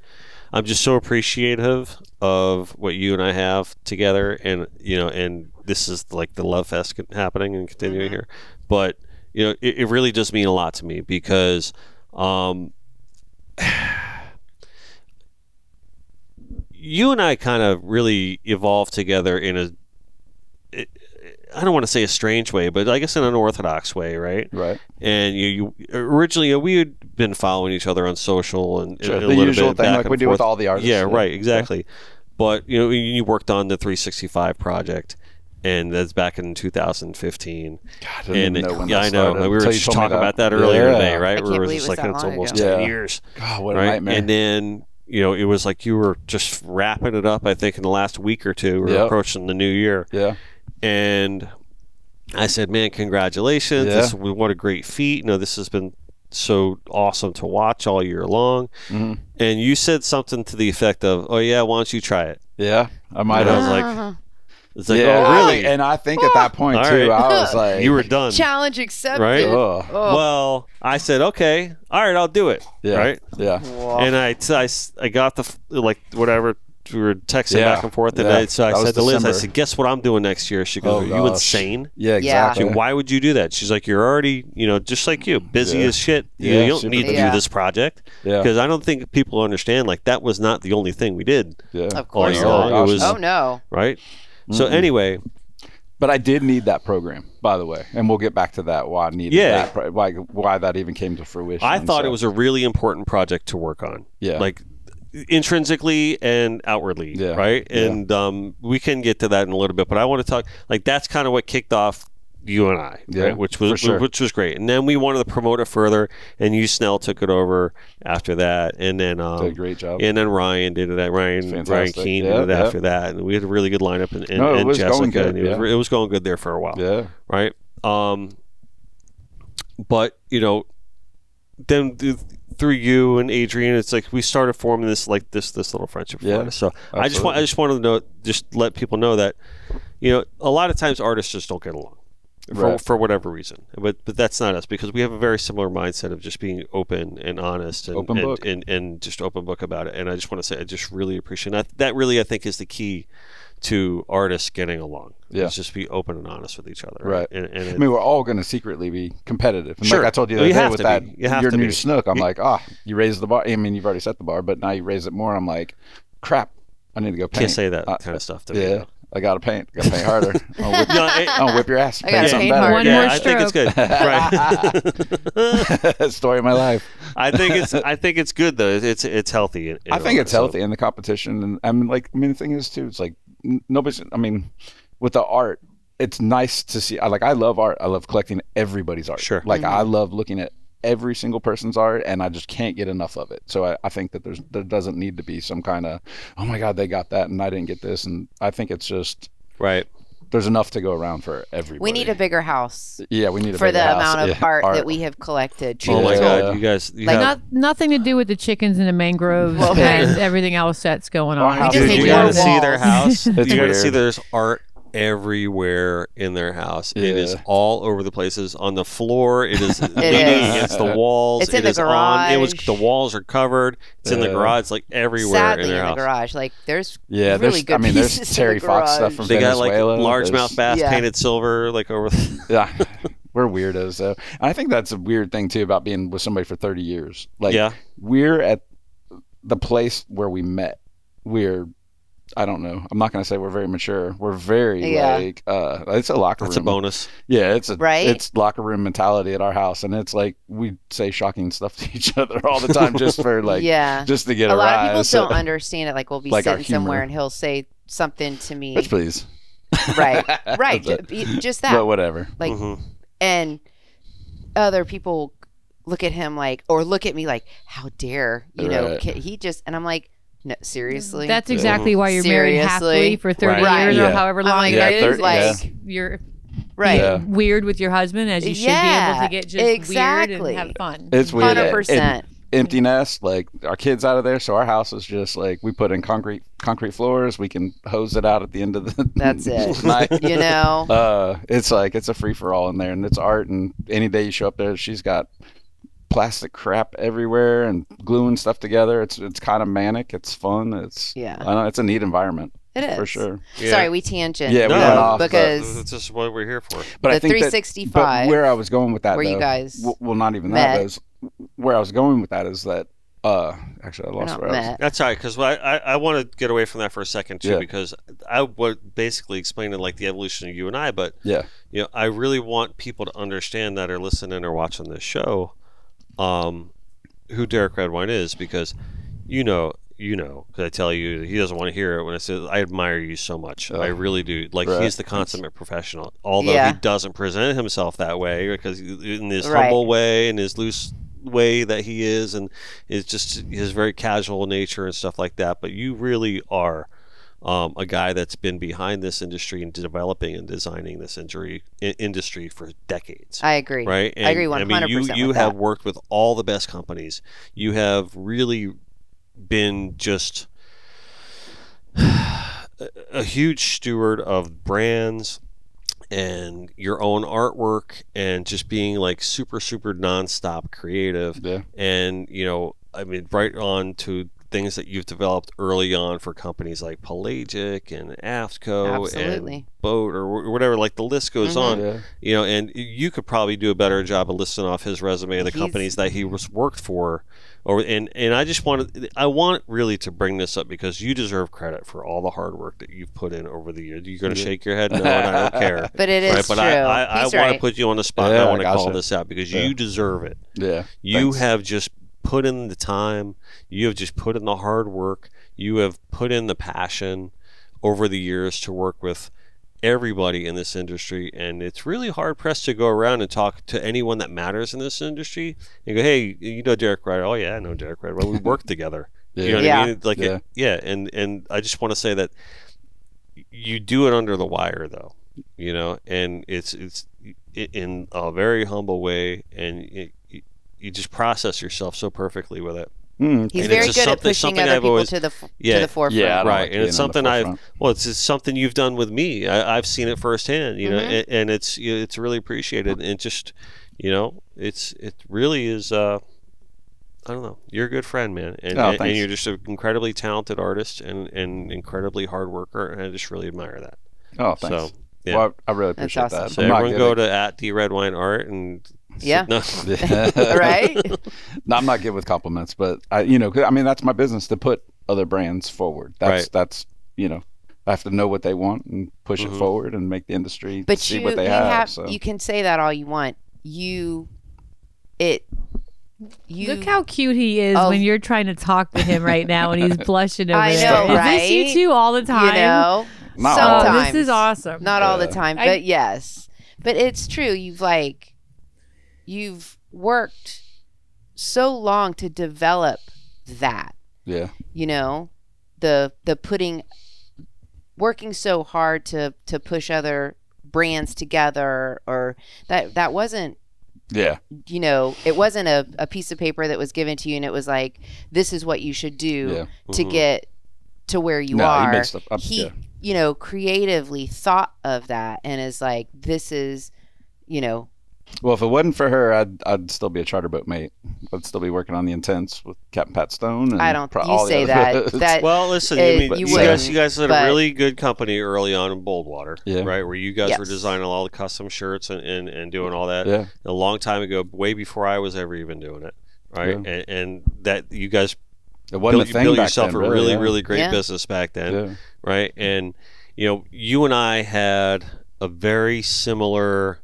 Speaker 4: I'm just so appreciative of what you and I have together, and you know, and this is like the love fest con- happening and continuing here, but you know, it, it really does mean a lot to me because, um. You and I kind of really evolved together in a I don't want to say a strange way, but I guess in an orthodox way, right?
Speaker 5: right.
Speaker 4: And you, you originally uh, we had been following each other on social and,
Speaker 5: Sure.
Speaker 4: and a
Speaker 5: The
Speaker 4: little
Speaker 5: usual
Speaker 4: bit
Speaker 5: thing
Speaker 4: back
Speaker 5: like
Speaker 4: and
Speaker 5: we do with
Speaker 4: forth.
Speaker 5: all the artists.
Speaker 4: Yeah, right, exactly. But you know, you worked on the 365 project, and that's back in 2015.
Speaker 5: God, I didn't
Speaker 4: And
Speaker 5: even know
Speaker 4: it-
Speaker 5: when
Speaker 4: yeah,
Speaker 5: that
Speaker 4: I know.
Speaker 5: started
Speaker 4: We were
Speaker 5: until you
Speaker 4: just
Speaker 5: told me
Speaker 4: talking about that earlier
Speaker 5: Yeah.
Speaker 4: today, right?
Speaker 3: I
Speaker 4: we
Speaker 3: can't
Speaker 4: were
Speaker 3: believe
Speaker 4: just
Speaker 3: it was
Speaker 4: like,
Speaker 3: that
Speaker 4: it's
Speaker 3: long
Speaker 4: almost
Speaker 5: ago.
Speaker 4: ten
Speaker 5: Yeah.
Speaker 4: years
Speaker 5: God, what a
Speaker 4: right?
Speaker 5: nightmare.
Speaker 4: And then you know it was like you were just wrapping it up. I think in the last week or two, we are
Speaker 5: Yep.
Speaker 4: approaching the new year,
Speaker 5: yeah.
Speaker 4: and I said, "Man, congratulations!
Speaker 5: Yeah.
Speaker 4: This, what a great feat! You know, this has been so awesome to watch all year long."
Speaker 5: Mhm.
Speaker 4: And you said something to the effect of, "Oh yeah, why don't you try it?"
Speaker 5: Yeah. I might
Speaker 4: And I
Speaker 5: have.
Speaker 4: was
Speaker 3: Uh-huh.
Speaker 4: like, "It's like,
Speaker 5: yeah.
Speaker 4: oh really?"
Speaker 5: And I think at that point
Speaker 4: All right.
Speaker 5: too, I was like,
Speaker 4: you were done,
Speaker 3: Challenge accepted.
Speaker 4: right?
Speaker 5: Ugh.
Speaker 3: Oh,
Speaker 4: Well, I said, "Okay, all right, I'll do it."
Speaker 5: Yeah.
Speaker 4: Right?
Speaker 5: Yeah.
Speaker 4: And uh, I, so I s- I got the f- like whatever we were texting
Speaker 5: Yeah.
Speaker 4: back and forth, and
Speaker 5: Yeah.
Speaker 4: I, so I
Speaker 5: That was
Speaker 4: said to Liz, "I
Speaker 5: December.
Speaker 4: said, guess what I'm doing next year?" She goes,
Speaker 5: Oh,
Speaker 4: "Are you
Speaker 5: gosh.
Speaker 4: insane?"
Speaker 5: Yeah. Exactly.
Speaker 4: Like, why would you do that? She's like, you're already, you know, just like you, busy
Speaker 5: Yeah.
Speaker 4: as shit. You,
Speaker 5: Yeah,
Speaker 4: you don't
Speaker 5: super
Speaker 4: need to
Speaker 3: busy.
Speaker 4: do this project
Speaker 5: Yeah.
Speaker 4: because I don't think people understand. Like that was not the only thing we did,
Speaker 5: Yeah.
Speaker 3: of course.
Speaker 4: year
Speaker 3: not.
Speaker 4: long, it was-
Speaker 3: Oh no.
Speaker 4: right? So
Speaker 5: Mm-mm.
Speaker 4: anyway,
Speaker 5: But I did need that program, by the way, and we'll get back to that. Why I needed
Speaker 4: Yeah.
Speaker 5: that? Pro- why why that even came to fruition?
Speaker 4: I thought
Speaker 5: so-
Speaker 4: it was a really important project to work on,
Speaker 5: yeah.
Speaker 4: like intrinsically and outwardly,
Speaker 5: Yeah.
Speaker 4: right?
Speaker 5: Yeah.
Speaker 4: And um, we can get to that in a little bit, but I want to talk. Like that's kind of what kicked off you and I,
Speaker 5: Yeah,
Speaker 4: right? Which
Speaker 5: for
Speaker 4: was
Speaker 5: sure.
Speaker 4: which was great. And then we wanted to promote it further, and you Snell took it over after that, and then um,
Speaker 5: did a great job.
Speaker 4: And then Ryan did it. Ryan Ryan
Speaker 5: Fantastic.
Speaker 4: Keane
Speaker 5: Yeah,
Speaker 4: did it
Speaker 5: yeah.
Speaker 4: after that, and we had a really good lineup. And, and,
Speaker 5: No, it
Speaker 4: and
Speaker 5: was
Speaker 4: Jessica,
Speaker 5: going good,
Speaker 4: and it, was,
Speaker 5: yeah.
Speaker 4: it was going good there for a while,
Speaker 5: yeah.
Speaker 4: right? Um, but you know, then th- through you and Adrian, it's like we started forming this like this this little friendship.
Speaker 5: Yeah,
Speaker 4: for us. So I just want I
Speaker 5: absolutely.
Speaker 4: just wanted to know, just let people know that you know a lot of times artists just don't get along. For,
Speaker 5: Right.
Speaker 4: for whatever reason, but but that's not us because we have a very similar mindset of just being open and honest and
Speaker 5: Open
Speaker 4: and,
Speaker 5: book.
Speaker 4: and and just open book about it. And I just want to say I just really appreciate that. That really I think is the key to artists getting along.
Speaker 5: Yeah.
Speaker 4: is just be open and honest with each other.
Speaker 5: Right.
Speaker 4: And, and
Speaker 5: I
Speaker 4: it,
Speaker 5: mean, we're all going to secretly be competitive. And
Speaker 4: Sure.
Speaker 5: Like I told you the
Speaker 4: Well,
Speaker 5: other
Speaker 4: you
Speaker 5: day
Speaker 4: have
Speaker 5: with
Speaker 4: to
Speaker 5: that,
Speaker 4: be. You have
Speaker 5: your
Speaker 4: to
Speaker 5: new
Speaker 4: be.
Speaker 5: snook, I'm
Speaker 4: You-
Speaker 5: like, ah, you raised the bar. I mean, you've already set the bar, but now you raise it more. I'm like, crap, I need to go paint.
Speaker 4: can't say that
Speaker 5: Uh,
Speaker 4: kind of stuff. To me,
Speaker 5: Yeah,
Speaker 4: though.
Speaker 5: I got to paint. Got to paint harder. I'll whip,
Speaker 4: No, it-
Speaker 5: I'll whip your ass.
Speaker 3: I gotta
Speaker 5: something
Speaker 3: paint
Speaker 5: better.
Speaker 6: One
Speaker 4: yeah,
Speaker 6: more
Speaker 4: I think it's good. Right.
Speaker 5: Story of my life.
Speaker 4: I think it's I think it's good though. It's it's healthy. in- in
Speaker 5: I
Speaker 4: a
Speaker 5: think
Speaker 4: way,
Speaker 5: it's
Speaker 4: so-
Speaker 5: healthy in the competition, and I mean, like, I mean, the thing is too, it's like n- nobody's. I mean, with the art, it's nice to see. I like, I love art. I love collecting everybody's art.
Speaker 4: Sure.
Speaker 5: Like, I
Speaker 3: Mm-hmm.
Speaker 5: love looking at every single person's art, and I just can't get enough of it. So I, I think that there's there doesn't need to be some kind of, oh my god, they got that, and I didn't get this, and I think it's just
Speaker 4: Right.
Speaker 5: there's enough to go around for everybody.
Speaker 3: We need a bigger house
Speaker 5: yeah, we need a
Speaker 3: for
Speaker 5: bigger
Speaker 3: the
Speaker 5: house.
Speaker 3: amount of
Speaker 5: Yeah.
Speaker 3: art, that we have collected.
Speaker 4: Oh
Speaker 3: Truly.
Speaker 4: my
Speaker 5: Yeah.
Speaker 4: God, you guys. You
Speaker 3: Like,
Speaker 4: have,
Speaker 6: Not, nothing to do with the chickens and the mangroves
Speaker 3: Well,
Speaker 6: and everything else that's going
Speaker 5: Our
Speaker 6: on.
Speaker 5: house
Speaker 3: just
Speaker 4: Dude,
Speaker 3: need
Speaker 4: you
Speaker 3: more
Speaker 4: gotta see their
Speaker 3: walls.
Speaker 4: house. you
Speaker 5: It's
Speaker 4: gotta
Speaker 5: weird.
Speaker 4: see there's art everywhere in their house. It is
Speaker 5: Yeah.
Speaker 4: all over the places. On the floor, it is leaning
Speaker 3: is.
Speaker 4: against the walls.
Speaker 3: It's in
Speaker 4: It
Speaker 3: the
Speaker 4: is on- It was
Speaker 3: garage.
Speaker 4: the walls are covered. It's in the
Speaker 5: Yeah.
Speaker 4: garage. It's like everywhere
Speaker 3: Sadly,
Speaker 4: in
Speaker 3: in,
Speaker 4: their
Speaker 3: the
Speaker 4: house.
Speaker 3: garage, like there's
Speaker 5: Yeah,
Speaker 3: really
Speaker 5: there's.
Speaker 3: good
Speaker 5: I mean, there's
Speaker 3: pieces in the
Speaker 5: Terry Fox stuff
Speaker 3: garage.
Speaker 5: from
Speaker 4: They got like
Speaker 5: Venezuela. There's-
Speaker 4: largemouth bass
Speaker 3: Yeah.
Speaker 4: painted silver, like over. The,
Speaker 5: Yeah, we're weirdos though. And I think that's a weird thing too about being with somebody for 30 years. Like
Speaker 4: Yeah.
Speaker 5: we're at the place where we met. We're I don't know. I'm not going to say we're very mature. We're very
Speaker 3: Yeah.
Speaker 5: like uh it's a locker
Speaker 4: That's a
Speaker 5: room.
Speaker 4: bonus.
Speaker 5: Yeah, it's a
Speaker 3: Right?
Speaker 5: it's locker room mentality at our house and it's like we say shocking stuff to each other all the time just for like
Speaker 3: yeah.
Speaker 5: just to get
Speaker 3: A
Speaker 5: a,
Speaker 3: lot of people
Speaker 5: rise. So-
Speaker 3: don't understand it. Like we'll be
Speaker 5: Like our
Speaker 3: sitting somewhere
Speaker 5: humor.
Speaker 3: and he'll say something to me.
Speaker 5: Bitch, please.
Speaker 3: right. Right. ju-
Speaker 5: But-
Speaker 3: be- Just that.
Speaker 5: But Mm-hmm. whatever.
Speaker 3: like
Speaker 4: Mhm.
Speaker 3: and other people look at him like or look at me like how dare you know
Speaker 5: Right.
Speaker 3: can, he just and i'm like no seriously
Speaker 6: That's exactly why you're married
Speaker 3: Seriously?
Speaker 6: happily for 30
Speaker 4: Right.
Speaker 6: years
Speaker 5: Yeah.
Speaker 6: or however
Speaker 3: I'm
Speaker 6: long
Speaker 3: like,
Speaker 6: it
Speaker 5: Yeah,
Speaker 3: it
Speaker 5: thir-
Speaker 3: is like
Speaker 6: You're
Speaker 3: right
Speaker 5: Yeah.
Speaker 6: weird with your husband as you should be able
Speaker 3: Yeah,
Speaker 6: to get just weird
Speaker 3: exactly.
Speaker 6: and have fun.
Speaker 5: It's weird.
Speaker 3: 100%
Speaker 5: And empty nest, like our kids out of there, so our house is just like we put in concrete concrete floors. We can hose it out at the end of the
Speaker 3: That's it.
Speaker 5: night.
Speaker 3: you know
Speaker 5: Uh, it's like it's a free for all in there, and it's art. And any day you show up there, she's got plastic crap everywhere and gluing stuff together. It's it's kind of manic. It's fun. It's
Speaker 3: Yeah.
Speaker 5: I don't know, it's a neat environment
Speaker 3: it is
Speaker 5: uh, for sure.
Speaker 4: Yeah.
Speaker 3: sorry we tangent
Speaker 5: Yeah, we
Speaker 4: No, went
Speaker 5: off, but- mm-hmm.
Speaker 3: because
Speaker 4: That's just what we're here for.
Speaker 5: But I
Speaker 3: the
Speaker 5: think that-
Speaker 3: 365
Speaker 5: But where I was going with that,
Speaker 3: where you
Speaker 5: though-
Speaker 3: guys
Speaker 5: w- well, not even
Speaker 3: met.
Speaker 5: that. Is where I was going with that is that uh, actually I
Speaker 3: we're
Speaker 5: lost
Speaker 3: not
Speaker 5: where I was.
Speaker 3: met.
Speaker 4: That's all right, because I, I, I want to get away from that for a second too,
Speaker 5: Yeah.
Speaker 4: because I was basically explaining like the evolution of you and I, but
Speaker 5: Yeah.
Speaker 4: you know, I really want people to understand that are listening or watching this show, um, who Derek Redwine is, because you know, you know, 'cause I tell you, he doesn't want to hear it when I say I admire you so much.
Speaker 5: Oh.
Speaker 4: I really do. Like
Speaker 5: Right.
Speaker 4: he's the consummate professional, although
Speaker 3: Yeah.
Speaker 4: he doesn't present himself that way because he- in his
Speaker 3: Right.
Speaker 4: humble way and his loose way that he is, and is just his very casual nature and stuff like that. But you really are um, a guy that's been behind this industry and developing and designing this injury i- industry for decades.
Speaker 3: i agree
Speaker 4: Right, and,
Speaker 3: I agree
Speaker 4: I mean, you
Speaker 3: 100%
Speaker 4: you
Speaker 3: with
Speaker 4: have
Speaker 3: that.
Speaker 4: worked with all the best companies. You have really been just a- a huge steward of brands and your own artwork, and just being like super super nonstop creative
Speaker 5: Yeah.
Speaker 4: and you know i mean right on to things that you've developed early on for companies like pelagic and aftco Oh, and
Speaker 3: absolutely
Speaker 4: boat or wh- whatever like the list goes
Speaker 3: Mhm.
Speaker 4: on
Speaker 5: Yeah.
Speaker 4: you know and you could probably do a better job of listing off his resume of the
Speaker 3: He's-
Speaker 4: companies that he was worked for or and and i just wanted i want really to bring this up because you deserve credit for all the hard work that you've put in over the years you're going to
Speaker 5: Yeah.
Speaker 4: shake your head no and i don't care
Speaker 3: but it is
Speaker 4: right but
Speaker 3: true
Speaker 4: i i, I
Speaker 3: He's
Speaker 4: want to
Speaker 3: right.
Speaker 4: put you on the spot and i
Speaker 5: Yeah, I
Speaker 4: want to call
Speaker 5: gotcha.
Speaker 4: this out because
Speaker 5: Yeah.
Speaker 4: you deserve it
Speaker 5: Yeah.
Speaker 4: you
Speaker 5: Thanks.
Speaker 4: have just put in the time. You have just put in the hard work. You have put in the passion over the years to work with everybody in this industry. And it's really hard pressed to go around and talk to anyone that matters in this industry and go, hey, you know Derek Ryder. Oh, yeah, I know Derek Ryder. Well, we worked together.
Speaker 5: Yeah.
Speaker 4: You know what
Speaker 3: Yeah.
Speaker 4: I mean? Like, yeah.
Speaker 5: Yeah.
Speaker 4: yeah, and and I just want to say that you do it under the wire, though. You know, and it's it's i- in a very humble way, and it, you- you just process yourself so perfectly with it.
Speaker 5: Hmm.
Speaker 3: he's
Speaker 4: and
Speaker 3: very
Speaker 4: it's just
Speaker 3: good at
Speaker 4: something-
Speaker 3: pushing
Speaker 4: something
Speaker 3: other
Speaker 4: I've
Speaker 3: people
Speaker 4: always-
Speaker 3: to the f-
Speaker 4: Yeah.
Speaker 3: to the forefront
Speaker 5: Yeah, I don't
Speaker 4: Right,
Speaker 5: like
Speaker 4: and
Speaker 5: being
Speaker 4: it's
Speaker 5: on the
Speaker 4: something I've-
Speaker 5: forefront.
Speaker 4: Well, it's, it's something you've done with me. I, I've seen it firsthand. You know,
Speaker 3: Mhm.
Speaker 4: and, and it's you know, it's really appreciated, and just you know, it's it really is. Uh, I don't know. You're a good friend, man, and,
Speaker 5: Oh,
Speaker 4: and, and
Speaker 5: thanks.
Speaker 4: you're just an incredibly talented artist and and incredibly hard worker, and I just really admire that.
Speaker 5: Oh, thanks.
Speaker 4: So yeah.
Speaker 5: Well, I, I really
Speaker 3: That's
Speaker 5: appreciate
Speaker 3: awesome.
Speaker 5: that.
Speaker 4: So
Speaker 5: I'm not
Speaker 4: everyone go
Speaker 5: good
Speaker 4: to at the red wine art and
Speaker 3: Yeah.
Speaker 4: No.
Speaker 5: at-
Speaker 3: right
Speaker 5: No, I'm not good with compliments, but I, you know, 'cause, I mean, that's my business to put other brands forward. That's
Speaker 4: Right.
Speaker 5: that's you know, I have to know what they want and push
Speaker 4: Mhm.
Speaker 5: it forward and make the industry
Speaker 3: but
Speaker 5: see
Speaker 3: you,
Speaker 5: what they
Speaker 3: you
Speaker 5: have.
Speaker 3: have,
Speaker 5: so
Speaker 3: you can say that all you want you it you
Speaker 6: Look how cute he is
Speaker 3: Oh.
Speaker 6: when you're trying to talk to him right now, and he's blushing over
Speaker 3: I
Speaker 6: there.
Speaker 3: know,
Speaker 6: Is this
Speaker 3: right?
Speaker 6: you two all the time?
Speaker 3: you know
Speaker 5: Not
Speaker 6: Oh,
Speaker 5: all.
Speaker 3: sometimes
Speaker 6: this is awesome.
Speaker 3: not all the
Speaker 5: Yeah.
Speaker 3: time
Speaker 6: I-
Speaker 3: but yes but it's true you've like you've worked so long to develop that
Speaker 5: yeah,
Speaker 3: you know the the putting working so hard to to push other brands together or that that wasn't
Speaker 5: yeah,
Speaker 3: you know, it wasn't a, a piece of paper that was given to you and it was like, this is what you should do
Speaker 5: yeah.
Speaker 3: to
Speaker 4: Mhm.
Speaker 3: get to where you
Speaker 5: no,
Speaker 3: are.
Speaker 5: he mixed up. up-
Speaker 3: He,
Speaker 5: yeah.
Speaker 3: you know, creatively thought of that and is like, this is, you know,
Speaker 5: Well, if it wasn't for her, I'd I'd still be a charter boat mate. I'd still be working on the Intense with Captain Pat Stone. And
Speaker 3: I don't.
Speaker 5: pro- all
Speaker 3: you
Speaker 5: the
Speaker 3: say
Speaker 5: other-
Speaker 3: that. That
Speaker 4: Well, listen,
Speaker 3: uh,
Speaker 4: I mean,
Speaker 3: you
Speaker 4: you, guys,
Speaker 3: wouldn't,
Speaker 4: you guys had a
Speaker 3: but-
Speaker 4: really good company early on in Boldwater,
Speaker 5: Yeah.
Speaker 4: right? Where you guys were
Speaker 3: Yes.
Speaker 4: designing all the custom shirts and, and, and doing all that
Speaker 5: yeah,
Speaker 4: a long time ago, way before I was ever even doing it, right?
Speaker 5: Yeah.
Speaker 4: And, and that you guys
Speaker 5: it wasn't
Speaker 4: built,
Speaker 5: a
Speaker 4: you
Speaker 5: thing
Speaker 4: built
Speaker 5: back
Speaker 4: yourself
Speaker 5: then,
Speaker 4: a really,
Speaker 5: yeah.
Speaker 4: really great
Speaker 3: Yeah.
Speaker 4: business back then,
Speaker 5: Yeah.
Speaker 4: right? And you know, you and I had a very similar.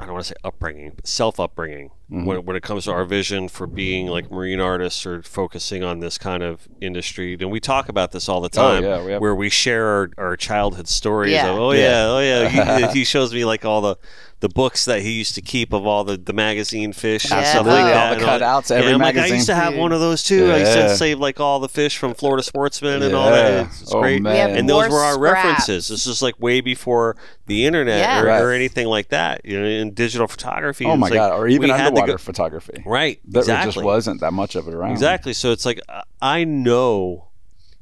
Speaker 4: I don't want to say upbringing, but self upbringing
Speaker 5: Mhm.
Speaker 4: when, when it comes to our vision for being like marine artists or focusing on this kind of industry. And we talk about this all the
Speaker 5: Oh,
Speaker 4: time
Speaker 5: yeah, we have,
Speaker 4: where we share our, our childhood stories
Speaker 3: Yeah.
Speaker 4: of oh
Speaker 5: Yeah.
Speaker 4: yeah, oh yeah. He, he shows me like all the the books that he used to keep of all the, the magazine fish and
Speaker 3: Yeah.
Speaker 4: stuff like
Speaker 3: Absolutely.
Speaker 4: that.
Speaker 5: all
Speaker 4: and
Speaker 5: oh, the
Speaker 4: all-
Speaker 5: cutouts,
Speaker 4: yeah,
Speaker 5: every
Speaker 4: I'm like,
Speaker 5: magazine.
Speaker 4: I used to have one of those too. I used
Speaker 5: Yeah.
Speaker 4: to save like all the fish from Florida Sportsman and all that. It's, it's
Speaker 5: oh,
Speaker 4: great.
Speaker 5: Man.
Speaker 3: We have
Speaker 4: And those
Speaker 3: More
Speaker 4: were our
Speaker 3: scraps.
Speaker 4: references. This is like way before the internet
Speaker 3: Yeah.
Speaker 4: or,
Speaker 5: Right.
Speaker 4: or anything like that. You know, in digital photography.
Speaker 5: oh
Speaker 4: it's
Speaker 5: my
Speaker 4: like,
Speaker 5: god, or
Speaker 4: we
Speaker 5: even
Speaker 4: had to
Speaker 5: underwater
Speaker 4: go-
Speaker 5: photography.
Speaker 4: Right.
Speaker 5: There
Speaker 4: exactly.
Speaker 5: just wasn't that much of it around.
Speaker 4: Exactly. So it's like uh, I know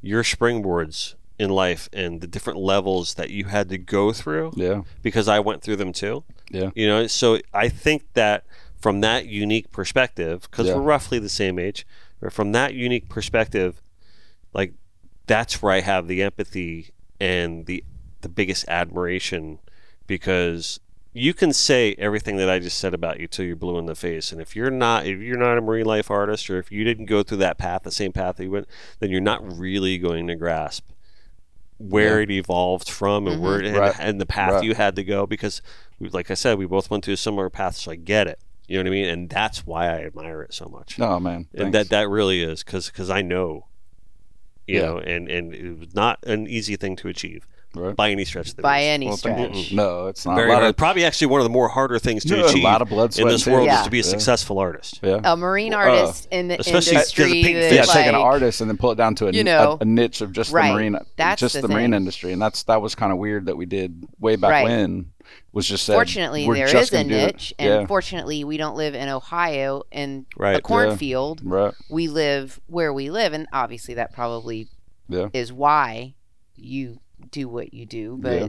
Speaker 4: your springboards in life and the different levels that you had to go through
Speaker 5: Yeah.
Speaker 4: because I went through them too.
Speaker 5: Yeah.
Speaker 4: You know, so I think that from that unique perspective, because
Speaker 5: Yeah.
Speaker 4: we're roughly the same age, or from that unique perspective, like that's where I have the empathy and the the biggest admiration because you can say everything that I just said about you till you're blue in the face, and if you're not if you're not a marine life artist or if you didn't go through that path, the same path that you went, then you're not really going to grasp where it evolved from and
Speaker 3: Mhm.
Speaker 4: where it, and-
Speaker 5: Right.
Speaker 4: and, the path
Speaker 5: Right.
Speaker 4: you had to go because we, like I said, we both went through a similar path, so I get it. You know what I mean? And that's why I admire it so much.
Speaker 5: No man.
Speaker 4: and that
Speaker 5: thanks.
Speaker 4: that really is because I know, you
Speaker 5: Yeah.
Speaker 4: know, and and it was not an easy thing to achieve
Speaker 5: Right.
Speaker 4: by any stretch of the
Speaker 3: by
Speaker 4: means.
Speaker 3: any
Speaker 5: Well, thank
Speaker 3: stretch.
Speaker 5: you. No, it's not.
Speaker 4: Very
Speaker 5: a lot
Speaker 4: hard.
Speaker 5: of
Speaker 4: Probably actually one of the more harder things to
Speaker 5: Yeah,
Speaker 4: achieve
Speaker 5: a lot of blood,
Speaker 4: in
Speaker 5: sweat,
Speaker 4: this
Speaker 5: and
Speaker 4: world
Speaker 5: tears.
Speaker 4: is to be a
Speaker 5: Yeah.
Speaker 4: successful artist.
Speaker 5: Yeah.
Speaker 3: A
Speaker 5: Uh,
Speaker 3: marine artist in the
Speaker 4: especially as a
Speaker 3: industry.
Speaker 4: pink
Speaker 3: that,
Speaker 4: fish.
Speaker 5: yeah,
Speaker 4: It's
Speaker 5: take an
Speaker 3: like-
Speaker 5: artist and then pull it down to a,
Speaker 3: you
Speaker 5: a-
Speaker 3: know,
Speaker 5: a, niche of just
Speaker 3: right.
Speaker 5: the marine,
Speaker 3: That's
Speaker 5: just
Speaker 3: the
Speaker 5: the, marine
Speaker 3: thing.
Speaker 5: industry, and that's that was kind of weird that we did way back
Speaker 3: Right.
Speaker 5: when. Was just said,
Speaker 3: Fortunately,
Speaker 5: we're
Speaker 3: there
Speaker 5: just
Speaker 3: is a
Speaker 5: gonna do it.
Speaker 3: niche,
Speaker 5: Yeah,
Speaker 3: and fortunately, we don't live in Ohio in
Speaker 4: Right.
Speaker 3: a cornfield.
Speaker 5: right.
Speaker 3: We live where we live, and obviously, that probably
Speaker 5: Yeah.
Speaker 3: is why you do what you do. But
Speaker 5: Yeah.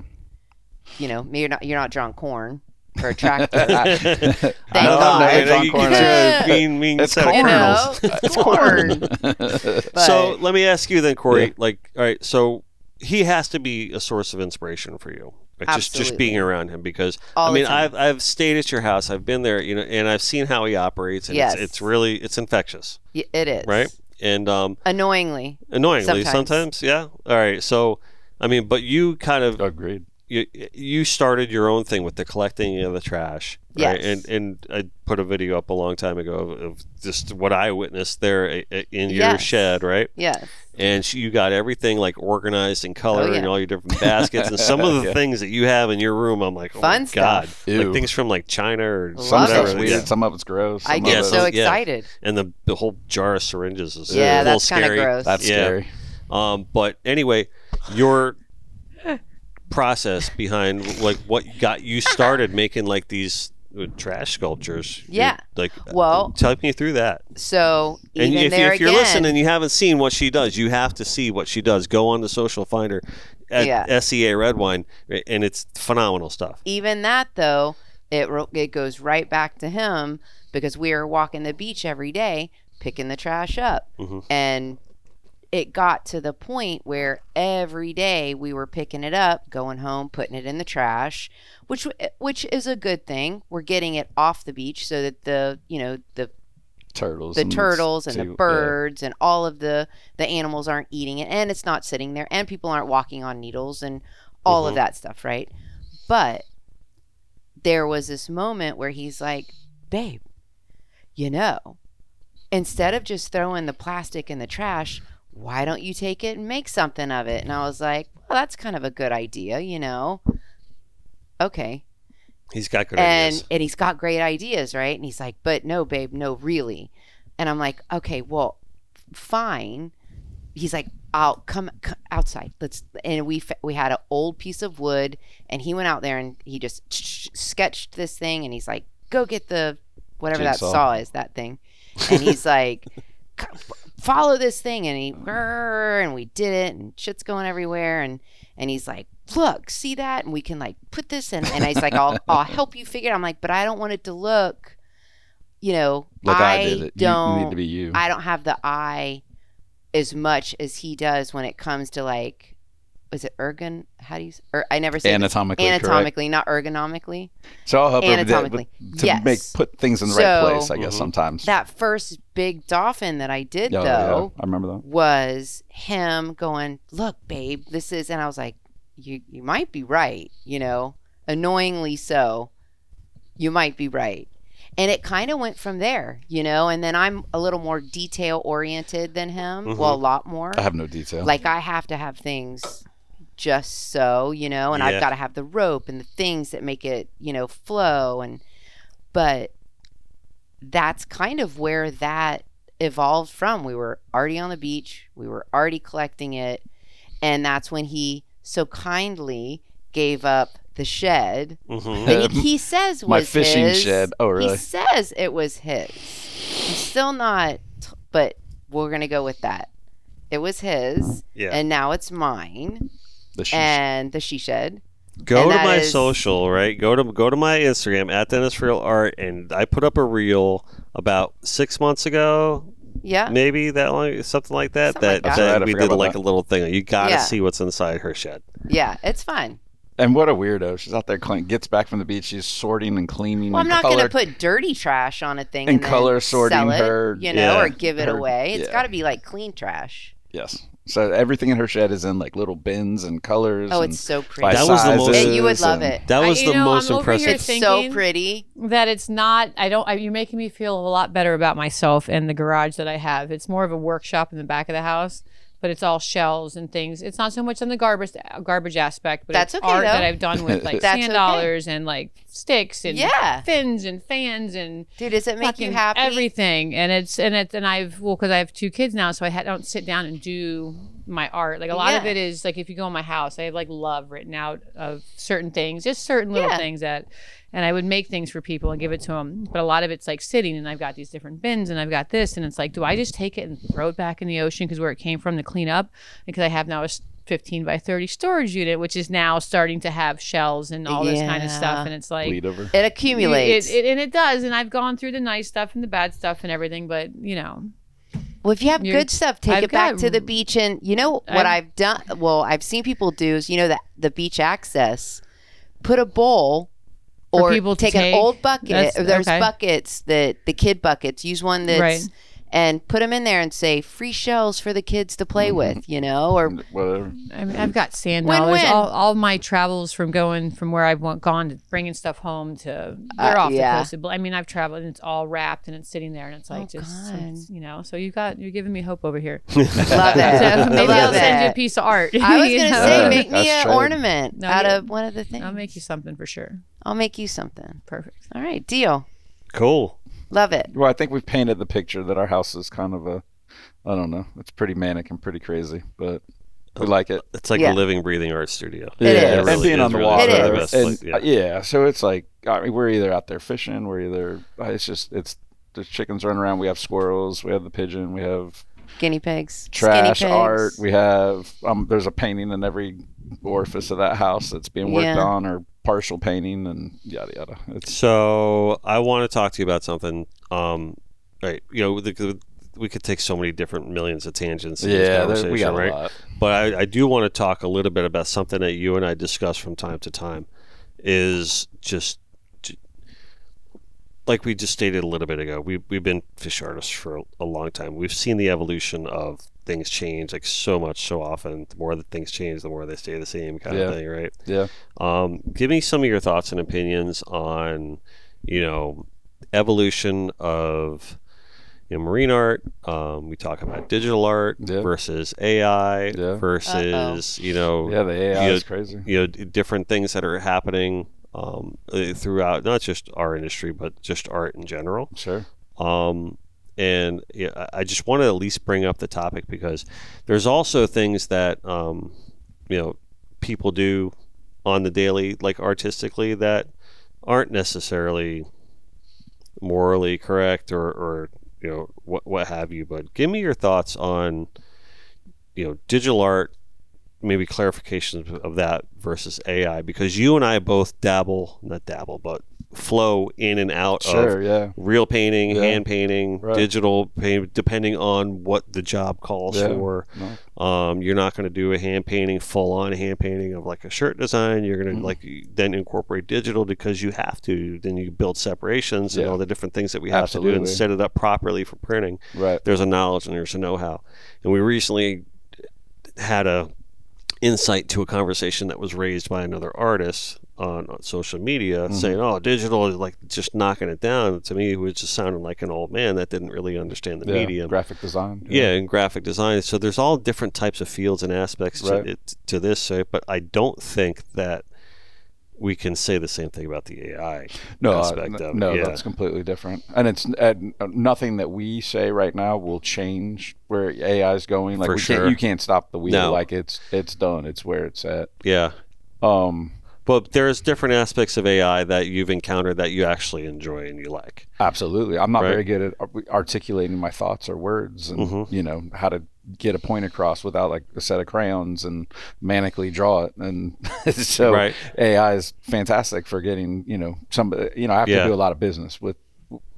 Speaker 3: you know, you're not you're not John Corn or a tractor.
Speaker 5: I don't
Speaker 3: God.
Speaker 5: know,
Speaker 3: I
Speaker 4: I know
Speaker 5: John
Speaker 4: you
Speaker 5: Corn.
Speaker 4: get to a mean, mean
Speaker 5: It's
Speaker 4: set of
Speaker 5: corn.
Speaker 3: you know,
Speaker 4: criminals.
Speaker 3: it's corn. But
Speaker 4: so let me ask you then, Corey.
Speaker 5: Yeah.
Speaker 4: Like, all right, so he has to be a source of inspiration for you. Like, Just just
Speaker 3: Absolutely.
Speaker 4: being around him because
Speaker 3: all
Speaker 4: I mean
Speaker 3: the time.
Speaker 4: I've I've stayed at your house. I've been there, you know, and I've seen how he operates. And
Speaker 3: Yes.
Speaker 4: it's, it's really it's infectious,
Speaker 3: Y- it is
Speaker 4: right? And um,
Speaker 3: Annoyingly,
Speaker 4: annoyingly
Speaker 3: Sometimes.
Speaker 4: sometimes. yeah. All right, so I mean, but you kind of
Speaker 5: Agreed.
Speaker 4: you you started your own thing with the collecting of the trash, right?
Speaker 3: Yes.
Speaker 4: And and I put a video up a long time ago of, of just what I witnessed there i- i- in your
Speaker 3: Yes.
Speaker 4: shed, right?
Speaker 3: yes.
Speaker 4: And she, you got everything like organized and color
Speaker 3: Oh, yeah.
Speaker 4: and all your different baskets and some of the
Speaker 5: Yeah.
Speaker 4: things that you have in your room. I'm like, oh
Speaker 3: Fun
Speaker 4: my god,
Speaker 3: stuff.
Speaker 4: like
Speaker 5: Ew.
Speaker 4: things from like China or
Speaker 3: Love
Speaker 5: some
Speaker 3: it.
Speaker 4: whatever,
Speaker 5: stuff's weird.
Speaker 4: yeah.
Speaker 5: Some of it's gross.
Speaker 3: I
Speaker 5: some
Speaker 3: get
Speaker 5: of
Speaker 3: so
Speaker 5: it's-
Speaker 4: yeah.
Speaker 3: excited.
Speaker 4: And the, the whole jar of syringes is
Speaker 3: Yeah,
Speaker 4: a little
Speaker 3: that's kind of
Speaker 4: scary.
Speaker 3: gross.
Speaker 5: That's
Speaker 4: Yeah.
Speaker 5: scary.
Speaker 4: Um, but anyway, your process behind like what got you started making like these uh, trash sculptures. You-
Speaker 3: Yeah.
Speaker 4: like
Speaker 3: Well-
Speaker 4: talk me through that.
Speaker 3: So even
Speaker 4: and if,
Speaker 3: there
Speaker 4: if you're
Speaker 3: again,
Speaker 4: listening and you haven't seen what she does, you have to see what she does. Go on to social finder at
Speaker 3: Yeah.
Speaker 4: SEA Red Wine, and it's phenomenal stuff.
Speaker 3: even that though, it ro- it goes right back to him because we are walking the beach every day picking the trash up,
Speaker 4: Mhm.
Speaker 3: and it got to the point where every day we were picking it up, going home, putting it in the trash, which w- which is a good thing. We're getting it off the beach so that the you know the
Speaker 5: Turtles.
Speaker 3: the
Speaker 5: and
Speaker 3: turtles and the
Speaker 5: sea- yeah.
Speaker 3: birds and all of the the animals aren't eating it and it's not sitting there and people aren't walking on needles and all of
Speaker 5: Mm-hmm.
Speaker 4: Mhm.
Speaker 3: that stuff right but there was this moment where he's like babe you know instead of just throwing the plastic in the trash why don't you take it and make something of it and i was like well that's kind of a good idea you know okay
Speaker 4: He's got good
Speaker 3: and
Speaker 4: ideas.
Speaker 3: and he's got great ideas, right? And he's like, "But no, babe, no, really." And I'm like, "Okay, well, f- fine." He's like, "I'll come, c outside. Let's." And we f- we had an old piece of wood, and he went out there and he just sketched this thing, and he's like, "Go get the whatever that
Speaker 5: Jigsaw.
Speaker 3: saw is, that thing," and he's like. "C- Follow this thing, and he and we did it, and shit's going everywhere, and and he's like, look, see that? And we can like put this in. And I was like, I'll, I'll help you figure it out. I'm like, but I don't want it to look, you know,
Speaker 5: Look,
Speaker 3: I,
Speaker 5: I, did it. You-
Speaker 3: don't.
Speaker 5: You, need to be you.
Speaker 3: I don't have the eye as much as he does when it comes to like, was it ergon? How do you? s- Er, I never say
Speaker 5: anatomically, correct.
Speaker 3: anatomically, not ergonomically.
Speaker 5: So I'll help
Speaker 3: Anatomically,
Speaker 5: her with that, but to
Speaker 3: yes.
Speaker 5: make put things in the right
Speaker 3: So-
Speaker 5: place. I guess
Speaker 4: Mhm.
Speaker 5: sometimes.
Speaker 3: That first big dolphin that I did
Speaker 5: Oh, Yeah,
Speaker 3: though
Speaker 5: yeah, I remember that.
Speaker 3: was him going, "Look, babe, this is," and I was like, "You you might be right," you know, annoyingly so. You might be right. And it kind of went from there, you know. And then I'm a little more detail oriented than him.
Speaker 4: Mhm.
Speaker 3: Well, a lot more.
Speaker 5: I have no detail.
Speaker 3: like I have to have things just so you know, and
Speaker 4: Yeah.
Speaker 3: I've got to have the rope and the things that make it you know flow and but that's kind of where that evolved from. We were already on the beach, we were already collecting it, and that's when he so kindly gave up the shed
Speaker 4: hmm
Speaker 3: that he, he says was
Speaker 5: Uh, my fishing
Speaker 3: his.
Speaker 5: shed. Oh, really?
Speaker 3: He says it was his. I'm still not, t- but we're gonna go with that. It was his
Speaker 4: Yeah.
Speaker 3: and now it's mine
Speaker 5: The sheesh.
Speaker 3: and the she shed
Speaker 4: go
Speaker 3: and
Speaker 4: to
Speaker 3: that
Speaker 4: my
Speaker 3: is-
Speaker 4: social right go to go to my instagram at dennis real art and i put up a reel about six months ago
Speaker 3: yeah
Speaker 5: Mm.
Speaker 4: maybe that long something like that
Speaker 3: Something like that.
Speaker 4: that, that
Speaker 5: That's right, I
Speaker 4: we
Speaker 5: forgot
Speaker 4: did
Speaker 5: about
Speaker 4: like
Speaker 5: that.
Speaker 4: a little thing you gotta
Speaker 3: Yeah.
Speaker 4: see what's inside her shed
Speaker 3: yeah it's fun
Speaker 5: and what a weirdo! She's out there clean, gets back from the beach. She's sorting and cleaning.
Speaker 3: well i'm
Speaker 5: and
Speaker 3: not
Speaker 5: color.
Speaker 3: gonna put dirty trash on a thing
Speaker 5: And
Speaker 3: and, then
Speaker 5: color sorting
Speaker 3: sell it,
Speaker 5: her-
Speaker 3: you know
Speaker 4: yeah,
Speaker 3: or give it
Speaker 5: her-
Speaker 3: away It's
Speaker 5: yeah.
Speaker 3: got to be like clean trash
Speaker 5: Yes. So everything in her shed is in like little bins and colors.
Speaker 3: oh
Speaker 5: and
Speaker 3: it's so
Speaker 5: by
Speaker 3: pretty
Speaker 4: That was the most-
Speaker 5: sizes
Speaker 3: and you would love
Speaker 5: and-
Speaker 3: it
Speaker 4: that
Speaker 6: I-
Speaker 4: was
Speaker 6: you
Speaker 4: the
Speaker 6: know,
Speaker 4: most
Speaker 6: I'm over here
Speaker 4: impressive
Speaker 3: it's so
Speaker 6: thinking-
Speaker 3: pretty
Speaker 6: that it's not i don't I, you're making me feel a lot better about myself and the garage that i have it's more of a workshop in the back of the house but it's all shells and things it's not so much on the garbage garbage aspect but
Speaker 3: That's
Speaker 6: it's
Speaker 3: okay,
Speaker 6: art that
Speaker 3: though.
Speaker 6: i've done with like
Speaker 3: That's
Speaker 6: sand
Speaker 3: okay.
Speaker 6: dollars and like sticks and
Speaker 3: Yeah.
Speaker 6: fins and fans and
Speaker 3: dude does it make you
Speaker 6: fucking
Speaker 3: happy
Speaker 6: Everything, and it's and it's and I've well because I have two kids now, so I ha- don't sit down and do my art. Like a lot of
Speaker 3: Yeah.
Speaker 6: it is like if you go in my house, I have like love written out of certain things, just certain little
Speaker 3: Yeah.
Speaker 6: things that, and I would make things for people and give it to them. But a lot of it's like sitting, and I've got these different bins, and I've got this, and it's like, do I just take it and throw it back in the ocean because where it came from to clean up? Because I have now a s- 15 by 30 storage unit, which is now starting to have shells and all this kind of
Speaker 3: Yeah.
Speaker 6: stuff, and it's like
Speaker 5: bleed over.
Speaker 3: it
Speaker 6: you-
Speaker 3: accumulates
Speaker 6: It, it, and it does. And I've gone through the nice stuff and the bad stuff and everything, but you know,
Speaker 3: well if you have
Speaker 6: you're-
Speaker 3: good stuff take
Speaker 6: I've
Speaker 3: it back
Speaker 6: got-
Speaker 3: to the beach and you know what
Speaker 6: I've-
Speaker 3: I've done well I've seen people do is you know that the beach access put a bowl
Speaker 6: For
Speaker 3: or
Speaker 6: people to
Speaker 3: take, an
Speaker 6: take?
Speaker 3: old bucket.
Speaker 6: That's-
Speaker 3: or There's
Speaker 6: okay.
Speaker 3: buckets that the kid buckets. Use one that's
Speaker 6: Right.
Speaker 3: and put them in there and say free shells for the kids to
Speaker 5: Mm-hmm.
Speaker 3: play with. You know, or
Speaker 5: Whatever.
Speaker 6: I mean, I've got sand
Speaker 3: Win-win.
Speaker 6: dollars. All, all my travels from going from where I've went, gone to bringing stuff home to they're
Speaker 3: Uh,
Speaker 6: off
Speaker 3: yeah.
Speaker 6: the coast. Of, Bl- I mean, I've traveled and it's all wrapped and it's sitting there and it's like
Speaker 3: Oh,
Speaker 6: just
Speaker 3: God.
Speaker 6: it's- you know. So you've got you're giving me hope over here.
Speaker 3: love it.
Speaker 6: So maybe
Speaker 3: love
Speaker 6: I'll send you a
Speaker 3: it.
Speaker 6: piece of art.
Speaker 3: I was
Speaker 6: you
Speaker 3: gonna
Speaker 6: know?
Speaker 3: say
Speaker 5: Yeah,
Speaker 3: make me
Speaker 5: that's
Speaker 3: an
Speaker 5: true.
Speaker 3: ornament
Speaker 6: No,
Speaker 3: out
Speaker 6: you-
Speaker 3: of one of the things.
Speaker 6: I'll make you something for sure.
Speaker 3: I'll make you something.
Speaker 6: Perfect.
Speaker 3: All right, deal.
Speaker 4: cool
Speaker 3: Love it.
Speaker 5: Well, I think we've painted the picture that our house is kind of a, I don't know, it's pretty manic and pretty crazy, but we like it.
Speaker 4: it's like
Speaker 3: Yeah.
Speaker 4: a living breathing art studio
Speaker 3: It is.
Speaker 4: really
Speaker 5: and being
Speaker 4: is
Speaker 5: on the
Speaker 4: really
Speaker 5: water.
Speaker 4: one of
Speaker 3: It
Speaker 4: the
Speaker 3: is.
Speaker 4: best
Speaker 5: and, uh,
Speaker 4: place-
Speaker 5: yeah. so it's like I mean, we're either out there fishing, we're either uh, it's just it's the chickens running around. We have squirrels, we have the pigeon, we have
Speaker 3: Guinea pigs.
Speaker 5: trash
Speaker 3: Skinny pigs.
Speaker 5: art, we have um. There's a painting in every orifice of that house that's being worked
Speaker 3: Yeah.
Speaker 5: on or partial painting and yada yada. It's
Speaker 4: So I want to talk to you about something. Um, right, you know, the, we could take so many different millions of tangents. In this
Speaker 5: yeah, there,
Speaker 4: conversation,
Speaker 5: we got
Speaker 4: right.
Speaker 5: a lot.
Speaker 4: But I, I do want to talk a little bit about something that you and I discuss from time to time. Is just t- like we just stated a little bit ago. We we've been fish artists for a, a long time. We've seen the evolution of things change like so much so often. The more that things change, the more they stay the same kind
Speaker 5: Yeah.
Speaker 4: of thing, right?
Speaker 5: Yeah.
Speaker 4: Um, give me some of your thoughts and opinions on, you know, evolution of you know, marine art. Um, we talk about digital art
Speaker 5: Yeah.
Speaker 4: versus AI
Speaker 5: Yeah.
Speaker 4: versus you know
Speaker 5: Yeah, the AI
Speaker 4: Yeah.
Speaker 5: is crazy.
Speaker 4: you know d- different things that are happening um, uh, throughout not just our industry but just art in general.
Speaker 5: Sure.
Speaker 4: Um, and yeah, I- I just want to at least bring up the topic because there's also things that um, you know people do on the daily, like artistically, that aren't necessarily morally correct or, or you know what what have you. But give me your thoughts on you know digital art maybe clarifications of that versus AI because you and I both dabble, not dabble, but flow in and out
Speaker 5: Sure,
Speaker 4: of
Speaker 5: yeah.
Speaker 4: real painting,
Speaker 5: Yeah.
Speaker 4: hand painting,
Speaker 5: Right.
Speaker 4: digital paint, depending on what the job calls
Speaker 5: Yeah.
Speaker 4: for.
Speaker 5: No.
Speaker 4: Um, you're not going to do a hand painting, full on hand painting of like a shirt design. You're going to
Speaker 5: Mhm.
Speaker 4: like then incorporate digital because you have to. Then you build separations and
Speaker 5: Yeah.
Speaker 4: all the different things that we have to do and
Speaker 5: Absolutely.
Speaker 4: set it up properly for printing
Speaker 5: Right.
Speaker 4: there's a knowledge and there's a know-how and we recently had a insight to a conversation that was raised by another artist on, on social media
Speaker 5: Mhm.
Speaker 4: saying oh digital is like just knocking it down to me it was just sounding like an old man that didn't really understand the
Speaker 5: Yeah.
Speaker 4: medium
Speaker 5: Graphic design.
Speaker 4: yeah and graphic design so there's all different types of fields and aspects
Speaker 5: Right.
Speaker 4: to, it, to this so, but i don't think that we can say the same thing about the ai
Speaker 5: no,
Speaker 4: aspect
Speaker 5: uh,
Speaker 4: of it.
Speaker 5: no,
Speaker 4: Yeah.
Speaker 5: that's completely different. And it's and uh, nothing that we say right now will change where AI is going. Like
Speaker 4: For
Speaker 5: we
Speaker 4: sure.
Speaker 5: can't, you can't stop the wheel.
Speaker 4: No.
Speaker 5: Like it's it's done. It's where it's at.
Speaker 4: yeah
Speaker 5: Um,
Speaker 4: but there's different aspects of ai that you've encountered that you actually enjoy and you like
Speaker 5: absolutely. I'm not
Speaker 4: Right.
Speaker 5: very good at ar- articulating my thoughts or words, and
Speaker 4: Mhm.
Speaker 5: you know how to get a point across without like a set of crayons and manically draw it. And so
Speaker 4: right
Speaker 5: AI is fantastic for getting you know some you know I have
Speaker 4: Yeah.
Speaker 5: to do a lot of business with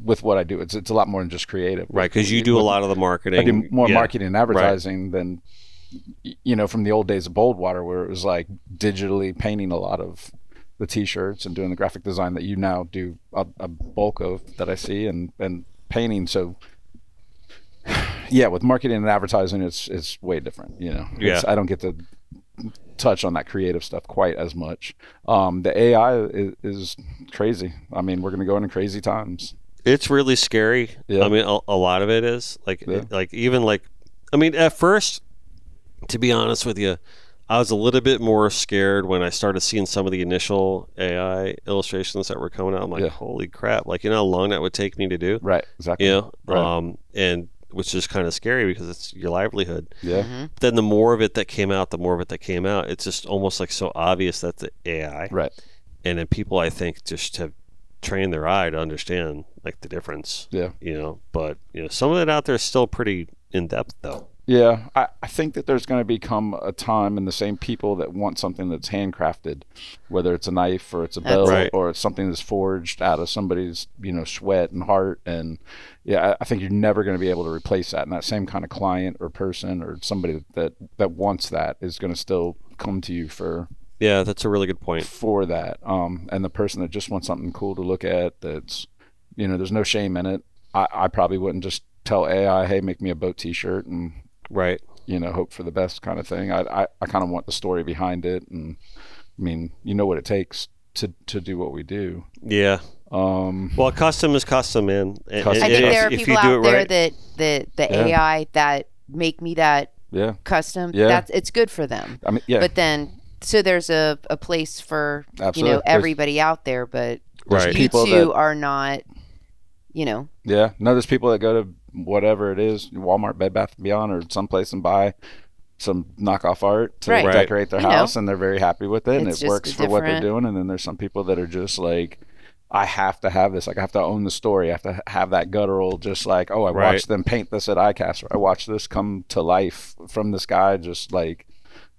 Speaker 5: with what I do. It's it's a lot more than just creative.
Speaker 4: Right, because you do a
Speaker 5: With-
Speaker 4: lot of the marketing.
Speaker 5: I do more
Speaker 4: yeah,
Speaker 5: marketing and advertising than y- you know from the old days of Boldwater, where it was like digitally painting a lot of the T-shirts and doing the graphic design that you now do a, a bulk of that I see and and painting. So yeah, with marketing and advertising, it's it's way different. You know, It's- I don't get to touch on that creative stuff quite as much. Um, the AI is, is crazy. I mean, we're gonna go into crazy times.
Speaker 4: It's really scary.
Speaker 5: Yeah.
Speaker 4: I mean, a, a lot of it is like,
Speaker 5: Yeah.
Speaker 4: like even like, I mean, at first, to be honest with you, I was a little bit more scared when I started seeing some of the initial AI illustrations that were coming out. I'm like,
Speaker 5: Yeah.
Speaker 4: holy crap! Like, you know how long that would take me to do?
Speaker 5: Right. Exactly.
Speaker 4: You know,
Speaker 5: Right.
Speaker 4: um, and which is kind of scary because it's your livelihood.
Speaker 5: Yeah.
Speaker 3: Mhm.
Speaker 4: Then the more of it that came out, the more of it that came out. It's just almost like so obvious that the AI.
Speaker 5: Right.
Speaker 4: and then people I think just have trained their eye to understand like the difference.
Speaker 5: Yeah.
Speaker 4: You know, but you know, some of it out there is still pretty in depth though.
Speaker 5: Yeah, I, I think that there's going to become a time and the same people that want something that's handcrafted, whether it's a knife or it's a
Speaker 3: That's
Speaker 5: belt
Speaker 4: right.
Speaker 5: or it's something that's forged out of somebody's you know sweat and heart. And yeah, I, I think you're never going to be able to replace that. And that same kind of client or person or somebody that that wants that is going to still come to you for
Speaker 4: Yeah, that's a really good point.
Speaker 5: for that. Um, and the person that just wants something cool to look at, that's, you know, there's no shame in it. I, I probably wouldn't just tell AI, hey, make me a boat T-shirt and
Speaker 4: Right.
Speaker 5: you know, hope for the best kind of thing. I, I, I kind of want the story behind it, and I mean, you know what it takes to to do what we do.
Speaker 4: Yeah.
Speaker 5: Um,
Speaker 4: Well, custom is custom, man. And-
Speaker 5: Custom.
Speaker 3: I
Speaker 4: and
Speaker 3: think
Speaker 4: if-
Speaker 3: there are
Speaker 4: if
Speaker 3: people
Speaker 4: you do
Speaker 3: out
Speaker 4: it
Speaker 3: there
Speaker 4: right-
Speaker 3: that the the
Speaker 5: Yeah.
Speaker 3: AI that make me that
Speaker 5: yeah,
Speaker 3: custom.
Speaker 5: Yeah.
Speaker 3: That's it's good for them.
Speaker 5: I mean, yeah,
Speaker 3: But then so there's a, a place for
Speaker 5: Absolutely.
Speaker 3: you know
Speaker 5: There's-
Speaker 3: everybody out there, but
Speaker 4: Right.
Speaker 3: you
Speaker 5: people
Speaker 3: two
Speaker 5: that-
Speaker 3: are not you know
Speaker 5: yeah. No, there's people that go to whatever it is, Walmart, Bed Bath and Beyond, or someplace and buy some knockoff art to
Speaker 3: Right.
Speaker 4: Right.
Speaker 5: decorate their
Speaker 3: You know.
Speaker 5: house, and they're very happy with it, and
Speaker 3: It's
Speaker 5: it
Speaker 3: just
Speaker 5: works for what they're
Speaker 3: different.
Speaker 5: doing. And then there's some people that are just like. I have to have this. Like I have to own the story. I have to have that guttural, just like, oh, I
Speaker 4: Right.
Speaker 5: watched them paint this at ICAST, or I watched this come to life from this guy, just like,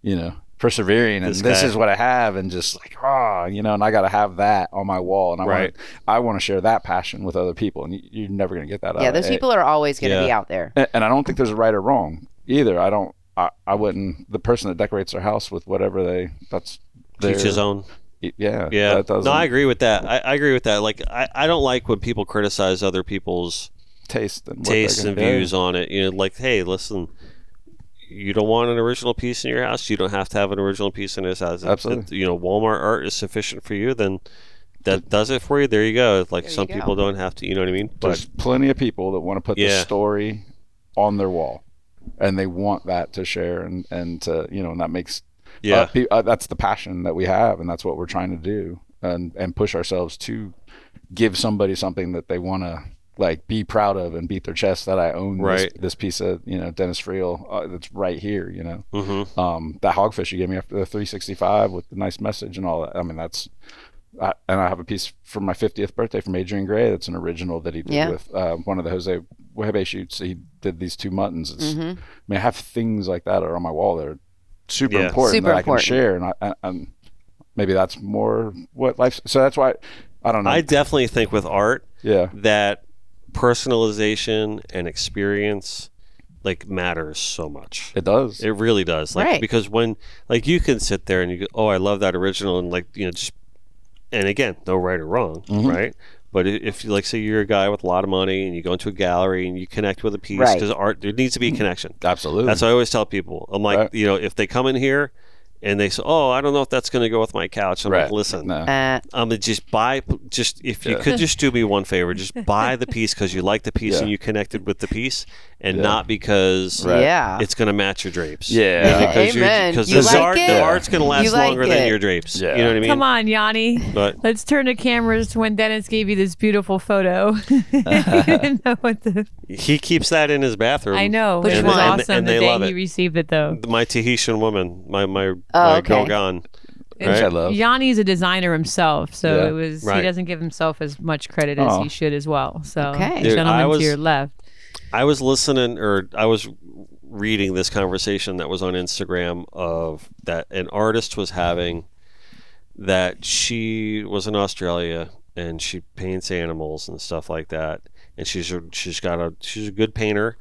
Speaker 5: you know, persevering, and
Speaker 4: This
Speaker 5: this,
Speaker 4: guy.
Speaker 5: is what I have, and just like, ah, you know, and I got to have that on my wall, and I
Speaker 4: Right.
Speaker 5: want, I want to share that passion with other people, and you, you're never gonna get that. out
Speaker 3: yeah
Speaker 5: of
Speaker 3: those
Speaker 5: it.
Speaker 3: people are always going to be
Speaker 4: Yeah.
Speaker 3: out there
Speaker 5: And, and I don't think there's a right or wrong either. I don't. I, I wouldn't. The person that decorates their house with whatever they that's their,
Speaker 4: Each his own.
Speaker 5: Yeah,
Speaker 4: Yeah.
Speaker 5: That doesn't
Speaker 4: No, I agree with that. I, I agree with that. Like, I, I don't like when people criticize other people's
Speaker 5: taste and what they're
Speaker 4: tastes
Speaker 5: gonna-
Speaker 4: and
Speaker 5: yeah.
Speaker 4: views on it. You know, like, hey, listen, you don't want an original piece in your house. You don't have to have an original piece in this house. If-
Speaker 5: Absolutely.
Speaker 4: you know, Walmart art is sufficient for you. Then that does it for you. There you go. It's Like
Speaker 3: There you
Speaker 4: some
Speaker 3: go.
Speaker 4: people don't have to. You know what I mean? But
Speaker 5: There's uh, plenty of people that want to put
Speaker 4: Yeah.
Speaker 5: the story on their wall, and they want that to share, and and to you know, and that makes
Speaker 4: yeah,
Speaker 5: uh, pe- uh, that's the passion that we have, and that's what we're trying to do, and and push ourselves to give somebody something that they want to like be proud of and beat their chest that I own
Speaker 4: Right.
Speaker 5: this, this piece of you know Dennis Friel uh, that's right here, you know.
Speaker 4: hmm
Speaker 5: Um, that hogfish you gave me after the 365 with the nice message and all that. I mean, that's. I, and I have a piece for my 50th birthday from Adrian Gray. That's an original that he did
Speaker 3: Yeah.
Speaker 5: with uh, one of the Jose Webe shoots. He did these two muttons. It's,
Speaker 3: Mhm.
Speaker 5: I mean, I have things like that are on my wall. They're super
Speaker 4: Yeah.
Speaker 5: important
Speaker 3: Super
Speaker 5: that
Speaker 3: important.
Speaker 5: I can share, and I, I, I'm, maybe that's more what life. So that's why I don't know.
Speaker 4: I definitely think with art
Speaker 5: yeah,
Speaker 4: that personalization and experience like matters so much.
Speaker 5: it does.
Speaker 4: It really does. Like
Speaker 3: Right.
Speaker 4: because when like you can sit there and you go, "Oh, I love that original," and like you know, just and again, no right or wrong,
Speaker 5: Mhm.
Speaker 4: right? But i- if you like, say you're a guy with a lot of money and you go into a gallery and you connect with a piece
Speaker 3: Right.
Speaker 4: because art there needs to be a connection.
Speaker 5: Absolutely.
Speaker 4: That's what I always tell people. I'm like,
Speaker 5: Mm-hmm. Right.
Speaker 4: you know, if they come in here and they say, "Oh, I don't know if that's going to go with my couch," I'm like,
Speaker 5: Right.
Speaker 4: "Listen,
Speaker 5: no.
Speaker 3: Uh,
Speaker 4: um, just buy, just if you
Speaker 5: Yeah.
Speaker 4: could just do me one favor, just buy the piece because you like the piece
Speaker 5: Yeah.
Speaker 4: and you connected with the piece, and
Speaker 5: Yeah.
Speaker 4: not because
Speaker 5: Right.
Speaker 3: Yeah.
Speaker 4: it's going to match your drapes.
Speaker 5: Yeah.
Speaker 4: because you're-
Speaker 3: Amen.
Speaker 4: Because
Speaker 3: You
Speaker 4: the,
Speaker 3: like
Speaker 4: art,
Speaker 3: it?
Speaker 4: the art's going to last
Speaker 3: You like
Speaker 4: longer than
Speaker 3: it.
Speaker 4: your drapes.
Speaker 5: Yeah.
Speaker 4: You know what I mean?
Speaker 6: Come on, Yanni.
Speaker 4: But
Speaker 6: Let's turn the cameras to when Dennis gave you this beautiful photo. you didn't know what the,
Speaker 4: he keeps that in his bathroom.
Speaker 6: I know, which
Speaker 3: And-
Speaker 6: was
Speaker 3: and-
Speaker 6: awesome
Speaker 4: and
Speaker 6: the
Speaker 4: they love
Speaker 6: day
Speaker 4: it.
Speaker 6: he received it, though.
Speaker 4: My Tahitian woman, my my,
Speaker 3: Oh,
Speaker 4: my girl
Speaker 3: okay.
Speaker 4: gone.
Speaker 5: Which I
Speaker 4: Right.
Speaker 5: love.
Speaker 6: Yanni's a designer himself, so
Speaker 5: Yeah.
Speaker 6: it was
Speaker 4: Right.
Speaker 6: he doesn't give himself as much credit as
Speaker 5: Oh.
Speaker 6: he should as well. So,
Speaker 3: Okay.
Speaker 4: Dude, I
Speaker 6: gentleman
Speaker 4: was-
Speaker 6: to your left.
Speaker 4: I was listening or I was reading this conversation that was on Instagram of that an artist was having that she was in Australia and she paints animals and stuff like that and she's a, she's got a she's a good painter,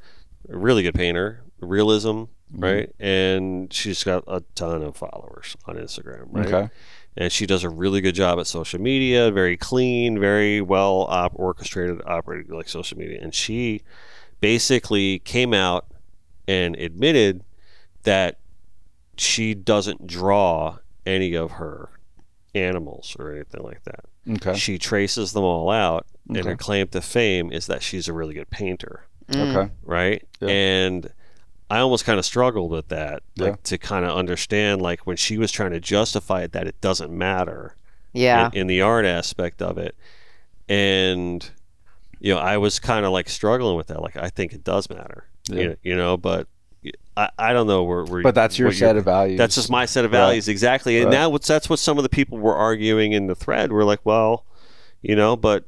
Speaker 4: a really good painter, realism, right? And she's got a ton of followers on Instagram, right?
Speaker 5: Okay.
Speaker 4: and she does a really good job at social media very clean very well op- orchestrated operated like social media and she basically came out and admitted that she doesn't draw any of her animals or anything like that
Speaker 5: Okay.
Speaker 4: she traces them all out and
Speaker 5: Okay.
Speaker 4: her claim to fame is that she's a really good painter
Speaker 3: mm.
Speaker 5: Okay.
Speaker 4: right?
Speaker 5: Yeah.
Speaker 4: And I almost kind of struggled with that, like
Speaker 5: Yeah.
Speaker 4: to kind of understand, like when she was trying to justify it, that it doesn't matter
Speaker 3: Yeah.
Speaker 4: in, in the art aspect of it. And you know, I was kind of like struggling with that. Like, I think it does matter,
Speaker 5: Yeah.
Speaker 4: you, you know, but I, I don't know where. where
Speaker 5: But that's your
Speaker 4: what
Speaker 5: set of values.
Speaker 4: That's just my set of
Speaker 5: Right.
Speaker 4: values, exactly. And
Speaker 5: Right.
Speaker 4: that was that's what some of the people were arguing in the thread. We're like, well, you know, but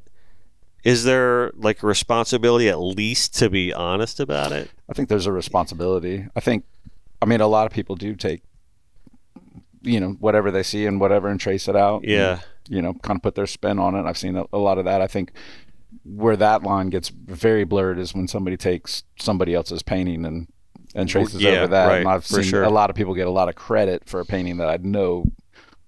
Speaker 4: is there like a responsibility at least to be honest about it?
Speaker 5: I think there's a responsibility. I think, I mean, a lot of people do take, you know, whatever they see and whatever and trace it out. and,
Speaker 4: Yeah.
Speaker 5: you know, kind of put their spin on it. I've seen a, a lot of that. I think where that line gets very blurred is when somebody takes somebody else's painting and and traces
Speaker 4: yeah,
Speaker 5: over that.
Speaker 4: right,
Speaker 5: and I've
Speaker 4: for
Speaker 5: seen
Speaker 4: sure.
Speaker 5: a lot of people get a lot of credit for a painting that I know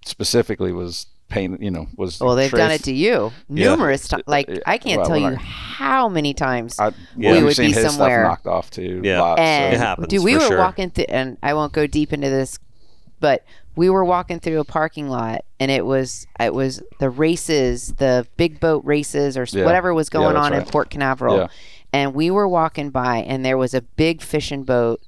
Speaker 5: specifically was painted. You know, was
Speaker 3: Well, they've done it
Speaker 5: traced-
Speaker 3: to you
Speaker 5: Yeah.
Speaker 3: numerous times. Like
Speaker 5: Yeah.
Speaker 3: I can't
Speaker 5: Well,
Speaker 3: tell
Speaker 5: when
Speaker 3: you
Speaker 5: I-
Speaker 3: how many times.
Speaker 5: I,
Speaker 4: Yeah.
Speaker 5: we've
Speaker 4: We
Speaker 3: would
Speaker 5: seen
Speaker 3: be
Speaker 5: his
Speaker 3: somewhere.
Speaker 5: stuff knocked off too.
Speaker 4: Yeah.
Speaker 5: lots, so-
Speaker 3: and
Speaker 4: It happens,
Speaker 3: dude, we
Speaker 4: for
Speaker 3: were
Speaker 4: sure.
Speaker 3: walking through, and I won't go deep into this, but we were walking through a parking lot, and it was it was the races, the big boat races, or s-
Speaker 5: Yeah.
Speaker 3: whatever was
Speaker 5: Yeah,
Speaker 3: going
Speaker 5: that's
Speaker 3: on in
Speaker 5: right.
Speaker 3: Port Canaveral,
Speaker 5: Yeah.
Speaker 3: and we were walking by, and there was a big fishing boat,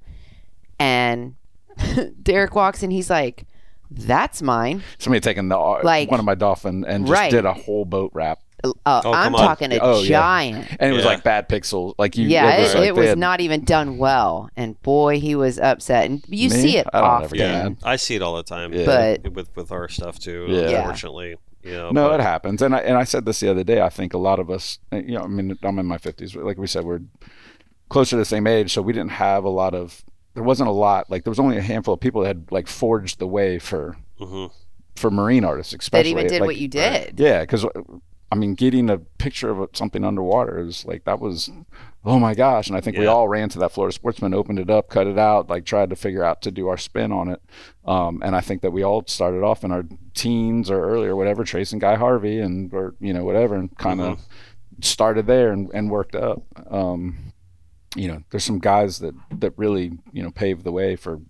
Speaker 3: and Derek walks, and he's like, "That's mine."
Speaker 5: somebody taking the
Speaker 3: Like-
Speaker 5: one of my dolphin and just
Speaker 3: Right.
Speaker 5: did a whole boat wrap,
Speaker 3: Uh,
Speaker 4: come
Speaker 3: I'm
Speaker 4: on.
Speaker 3: talking a
Speaker 5: Oh, yeah.
Speaker 3: giant.
Speaker 5: and it was
Speaker 4: Yeah.
Speaker 5: like bad pixels. Like you,
Speaker 3: Yeah, it,
Speaker 5: was, like
Speaker 3: it
Speaker 5: they
Speaker 3: was
Speaker 5: had-
Speaker 3: not even done well, and boy, he was upset. And you
Speaker 5: Me?
Speaker 3: see it
Speaker 5: I don't ever
Speaker 3: often.
Speaker 5: get mad.
Speaker 4: I see it all the time.
Speaker 5: Yeah.
Speaker 3: But-
Speaker 4: with with our stuff too,
Speaker 5: Yeah.
Speaker 3: Yeah.
Speaker 4: unfortunately, you know.
Speaker 5: No,
Speaker 4: but-
Speaker 5: it happens, and I and I said this the other day. I think a lot of us, eh, you know, I mean, I'm in my 50s. Like we said, we're closer to the same age, so we didn't have a lot of. There wasn't a lot. Like there was only a handful of people that had like forged the way for
Speaker 4: Mhm.
Speaker 5: for marine artists,
Speaker 3: that
Speaker 5: especially.
Speaker 3: even did
Speaker 5: Like, uh,
Speaker 3: what you did.
Speaker 5: Yeah, because I mean, getting a picture of something underwater is like that was, oh my gosh! And I think we
Speaker 4: Yeah.
Speaker 5: all ran to that Florida Sportsman, opened it up, cut it out, like tried to figure out to do our spin on it. Um, and I think that we all started off in our teens or earlier, whatever, tracing Guy Harvey and or you know whatever, and kind of
Speaker 4: Mm-hmm.
Speaker 5: started there and, and worked up. Um, you know, there's some guys that that really you know paved the way for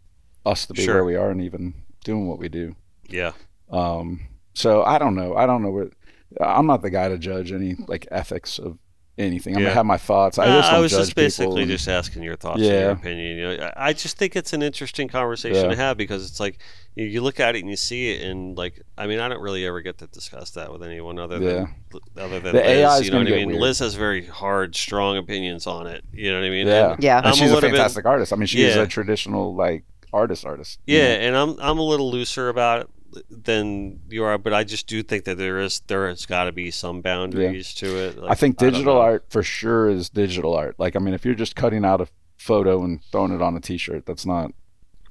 Speaker 5: us to be
Speaker 4: Sure.
Speaker 5: where we are and even doing what we do.
Speaker 4: Yeah.
Speaker 5: Um, so I don't know. I don't know where. I'm not the guy to judge any like ethics of anything. I'm
Speaker 4: Yeah.
Speaker 5: gonna have my thoughts. I
Speaker 4: Uh,
Speaker 5: just don't
Speaker 4: I was
Speaker 5: judge
Speaker 4: just basically
Speaker 5: people.
Speaker 4: just asking your thoughts and your
Speaker 5: Yeah.
Speaker 4: opinion. You know, I I just think it's an interesting conversation
Speaker 5: Yeah.
Speaker 4: to have because it's like you, you look at it and you see it, and like I mean, I don't really ever get to discuss that with anyone other
Speaker 5: Yeah.
Speaker 4: than other than
Speaker 5: The
Speaker 4: Liz.
Speaker 5: AI is
Speaker 4: you know
Speaker 5: gonna
Speaker 4: what I
Speaker 5: get
Speaker 4: mean?
Speaker 5: weird.
Speaker 4: Liz has very hard, strong opinions on it. You know what I mean?
Speaker 5: yeah,
Speaker 4: And-
Speaker 3: Yeah.
Speaker 5: And
Speaker 4: I'm a
Speaker 5: she's a,
Speaker 4: little bit-
Speaker 5: fantastic artist. I mean, she's
Speaker 4: Yeah.
Speaker 5: a traditional like artist artist. you
Speaker 4: Yeah, and I'm I'm a little looser about it than you are, but I just do think that there is there has got to be some boundaries to it.
Speaker 5: I
Speaker 4: Like,
Speaker 5: think
Speaker 4: don't
Speaker 5: digital
Speaker 4: know.
Speaker 5: art for sure is digital art. Like, I mean, if you're just cutting out a photo and throwing it on a T-shirt, that's not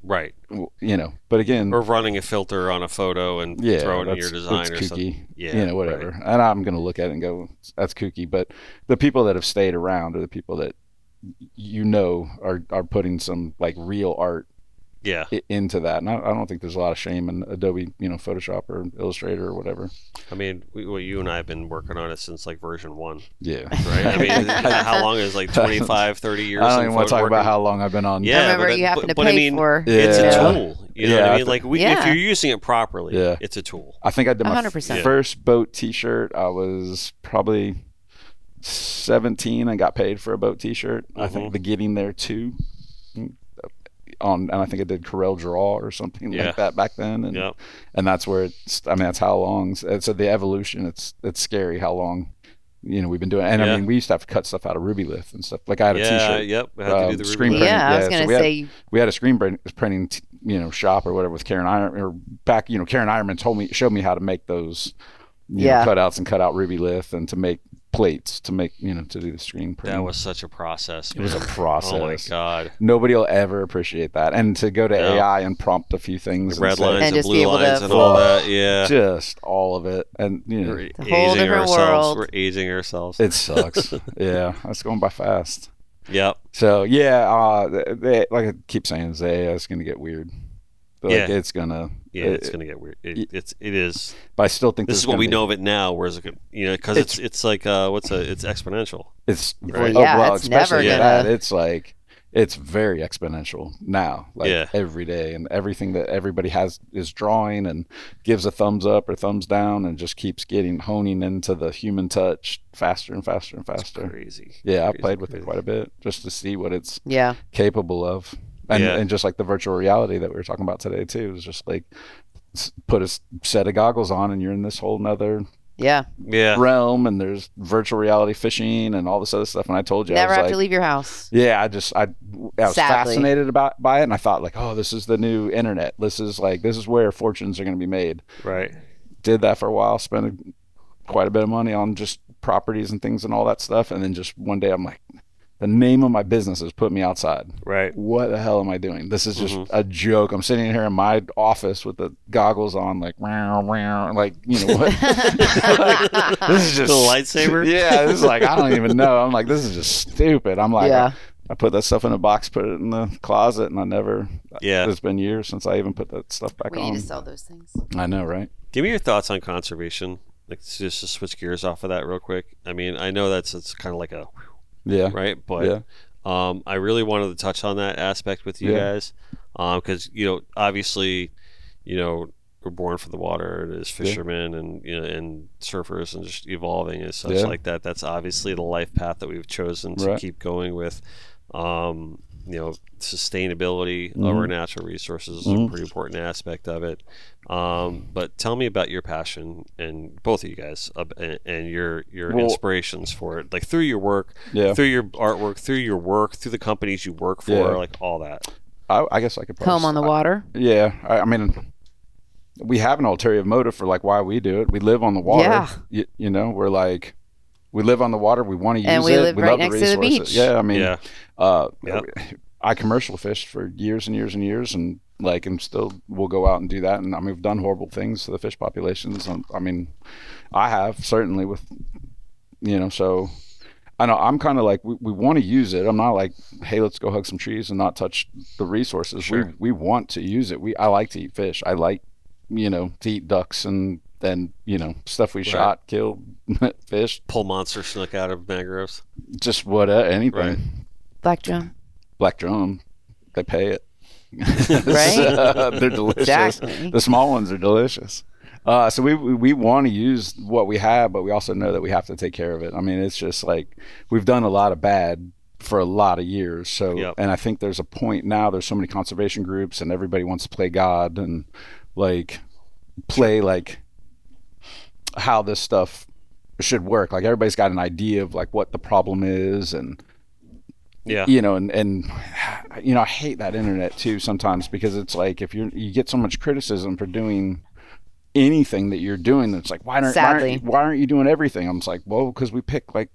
Speaker 4: right.
Speaker 5: w- you know. But again,
Speaker 4: Or running a filter on a photo and
Speaker 5: yeah,
Speaker 4: throwing it in your
Speaker 5: that's-
Speaker 4: design
Speaker 5: that's
Speaker 4: or
Speaker 5: kooky.
Speaker 4: something. Yeah,
Speaker 5: you know, whatever. And I'm going to look at it and go, that's kooky. But the people that have stayed around are the people that you know are are putting some like real art
Speaker 4: Yeah.
Speaker 5: i- into that. And I, I don't think there's a lot of shame in Adobe, you know, Photoshop or Illustrator or whatever.
Speaker 4: I mean, we, well, you and I have been working on it since like version one,
Speaker 5: Yeah.
Speaker 4: right? I mean, how long is it, like 25, 30 years?
Speaker 5: I don't
Speaker 4: in
Speaker 5: even want to
Speaker 4: photo
Speaker 5: talk
Speaker 4: working?
Speaker 5: about how long I've been on.
Speaker 4: Yeah,
Speaker 3: I remember
Speaker 4: but
Speaker 3: you
Speaker 4: that-
Speaker 3: happen to
Speaker 4: but- but I
Speaker 3: pay
Speaker 4: mean,
Speaker 3: for.
Speaker 4: It's
Speaker 5: Yeah.
Speaker 4: a tool. You know
Speaker 5: Yeah,
Speaker 4: what I
Speaker 5: I
Speaker 4: mean?
Speaker 5: thi-
Speaker 4: Like, we, if
Speaker 3: Yeah.
Speaker 4: you're using it properly,
Speaker 5: Yeah.
Speaker 4: it's a tool.
Speaker 5: I think I did my
Speaker 3: 100%.
Speaker 5: first boat T-shirt. I was probably 17 and got paid for a boat T-shirt. I
Speaker 4: Mm-hmm.
Speaker 5: think the getting there too. On and I think I did Corel Draw or something
Speaker 4: Yeah.
Speaker 5: like that back then. And,
Speaker 4: Yep.
Speaker 5: and that's where it's. I mean, that's how long. and So the evolution. It's it's scary how long. You know, we've been doing, and
Speaker 4: Yeah.
Speaker 5: I mean, we used to have to cut stuff out of RubyLith and stuff. Like I had a
Speaker 4: Yeah,
Speaker 5: shirt
Speaker 4: yep. I had to do
Speaker 5: um,
Speaker 4: the
Speaker 5: screen
Speaker 4: Ruby
Speaker 5: print.
Speaker 4: Lab.
Speaker 3: Yeah, I was
Speaker 5: Yeah, so
Speaker 3: gonna
Speaker 5: we had-
Speaker 3: say.
Speaker 5: we had a screen print, printing, t- you know, shop or whatever with Karen Iron or back, you know, Karen Ironman told me, showed me how to make those, you
Speaker 3: Yeah.
Speaker 5: know, cutouts and cut out ruby lith and to make plates to make, you know, to do the screen print.
Speaker 4: That was such a process.
Speaker 5: it was a
Speaker 4: man.
Speaker 5: process.
Speaker 4: Oh my god!
Speaker 5: Nobody will ever appreciate that. And to go to
Speaker 4: Yeah.
Speaker 5: AI and prompt a few things,
Speaker 4: The red
Speaker 5: and say,
Speaker 4: lines
Speaker 3: And
Speaker 4: and,
Speaker 3: just be
Speaker 4: blue
Speaker 3: able to-
Speaker 4: lines and all
Speaker 5: Oh.
Speaker 4: that. Yeah.
Speaker 5: just all of it. And, you know,
Speaker 4: We're
Speaker 3: a whole
Speaker 4: aging
Speaker 3: different
Speaker 4: ourselves.
Speaker 3: world.
Speaker 4: We're aging ourselves.
Speaker 5: it sucks. yeah. That's going by fast.
Speaker 4: yep.
Speaker 5: So yeah, uh, th- they, like I keep saying, is AI is going to get weird. Like
Speaker 4: Yeah.
Speaker 5: it's gonna.
Speaker 4: Yeah,
Speaker 5: it-
Speaker 4: it's gonna get weird. It, it's it is.
Speaker 5: But I still think
Speaker 4: This
Speaker 5: there's
Speaker 4: is what
Speaker 5: gonna
Speaker 4: we
Speaker 5: be-
Speaker 4: know of it now. Whereas it could, you know, because it's, it's like uh, what's a it's exponential.
Speaker 5: It's
Speaker 4: Right.
Speaker 3: Well, Oh, yeah, it's
Speaker 5: especially
Speaker 4: never
Speaker 5: that,
Speaker 3: gonna-
Speaker 5: It's like it's very exponential now, like
Speaker 4: Yeah.
Speaker 5: every day, and everything that everybody has is drawing and gives a thumbs up or thumbs down, and just keeps getting honing into the human touch faster and faster and
Speaker 4: It's
Speaker 5: faster.
Speaker 4: crazy.
Speaker 5: Yeah, I
Speaker 4: Crazy,
Speaker 5: played with it
Speaker 4: crazy.
Speaker 5: quite a bit just to see what it's
Speaker 3: Yeah,
Speaker 5: capable of and,
Speaker 4: Yeah.
Speaker 5: and just like the virtual reality that we were talking about today too is just like s- put a s- set of goggles on and you're in this whole nother
Speaker 3: yeah.
Speaker 4: Yeah.
Speaker 5: realm and there's virtual reality fishing and all this other stuff and i told you
Speaker 3: Never
Speaker 5: i was
Speaker 3: have
Speaker 5: like
Speaker 3: to leave your house.
Speaker 5: yeah i just i, I was
Speaker 3: Sadly.
Speaker 5: fascinated about by it and i thought like oh this is the new internet this is like this is where fortunes are going to be made
Speaker 4: Right.
Speaker 5: did that for a while spent a- quite a bit of money on just properties and things and all that stuff and then just one day i'm like the name of my business has put me outside
Speaker 4: Right. Mm-hmm.
Speaker 5: what the hell am I doing? This is just a joke. I'm sitting here in my office with the goggles on, like, meow, meow, like you know what? Like, this is just
Speaker 4: The lightsaber?
Speaker 5: Yeah, this is like I don't even know. I'm like, this is just stupid. I'm like,
Speaker 3: Yeah.
Speaker 5: I, I put that stuff in a box, put it in the closet, and I never.
Speaker 4: Yeah.
Speaker 5: It's been years since I even put that stuff back
Speaker 3: We
Speaker 5: on.
Speaker 3: need to sell those things.
Speaker 5: I know, right?
Speaker 4: Give me your thoughts on conservation. Like s- just to switch gears off of that real quick. I mean, I know that's it's kind of like a
Speaker 5: Yeah,
Speaker 4: right? But
Speaker 5: Yeah.
Speaker 4: um, I really wanted to touch on that aspect with you
Speaker 5: Yeah.
Speaker 4: guys because you know obviously you know we're born from the water and as fishermen and you know and surfers and just evolving and such
Speaker 5: Yeah.
Speaker 4: like that. That's obviously the life path that we've chosen to
Speaker 5: Right.
Speaker 4: keep going with. Um, you know, sustainability of
Speaker 5: Mm-hmm.
Speaker 4: our natural resources is a
Speaker 5: Mhm.
Speaker 4: pretty important aspect of it. Um, but tell me about your passion and both of you guys uh, and, and your your
Speaker 5: Well-
Speaker 4: inspirations for it, like through your work,
Speaker 5: yeah.
Speaker 4: through your artwork, through your work, through the companies you work for,
Speaker 5: Yeah.
Speaker 4: like all that.
Speaker 5: I, I guess I could probably
Speaker 3: Home on the
Speaker 5: I-
Speaker 3: water.
Speaker 5: Yeah, I, I mean, we have an ulterior motive for like why we do it. We live on the water.
Speaker 3: Yeah.
Speaker 5: You, you know, we're like, we live on the water. We want to use
Speaker 3: And we
Speaker 5: it.
Speaker 3: live
Speaker 5: we
Speaker 3: right
Speaker 5: love
Speaker 3: next to
Speaker 5: the
Speaker 3: the
Speaker 5: resources.
Speaker 3: beach.
Speaker 5: Yeah, I mean,
Speaker 4: yeah,
Speaker 5: uh,
Speaker 4: Yep.
Speaker 5: I commercial fished for years and years and years, and like, I'm still will go out and do that. And I mean, we've done horrible things to the fish populations. Um, I mean, I have certainly with, you know, so. I know I'm kind of like we, we want to use it. I'm not like, hey, let's go hug some trees and not touch the resources.
Speaker 4: Sure.
Speaker 5: We we want to use it. We I like to eat fish. I like, you know, to eat ducks and and you know stuff we shot, killed, fish,
Speaker 4: pull monster snook out of mangroves.
Speaker 5: just what uh, anything.
Speaker 4: Right.
Speaker 3: Black drum.
Speaker 5: Black Drum, they pay it.
Speaker 3: Right?
Speaker 5: They're delicious.
Speaker 3: Exactly.
Speaker 5: The small ones are delicious. Uh, so we we, we want to use what we have, but we also know that we have to take care of it. I mean, it's just like we've done a lot of bad for a lot of years. So,
Speaker 4: Yep.
Speaker 5: and I think there's a point now. There's so many conservation groups, and everybody wants to play God and like play like how this stuff should work. Like everybody's got an idea of like what the problem is and
Speaker 4: Yeah,
Speaker 5: you know, and and you know, I hate that internet too sometimes because it's like if you are you get so much criticism for doing anything that you're doing, it's like why aren't why aren't,
Speaker 3: Sadly.
Speaker 5: you- why aren't you doing everything? I'm just like, well, because we pick like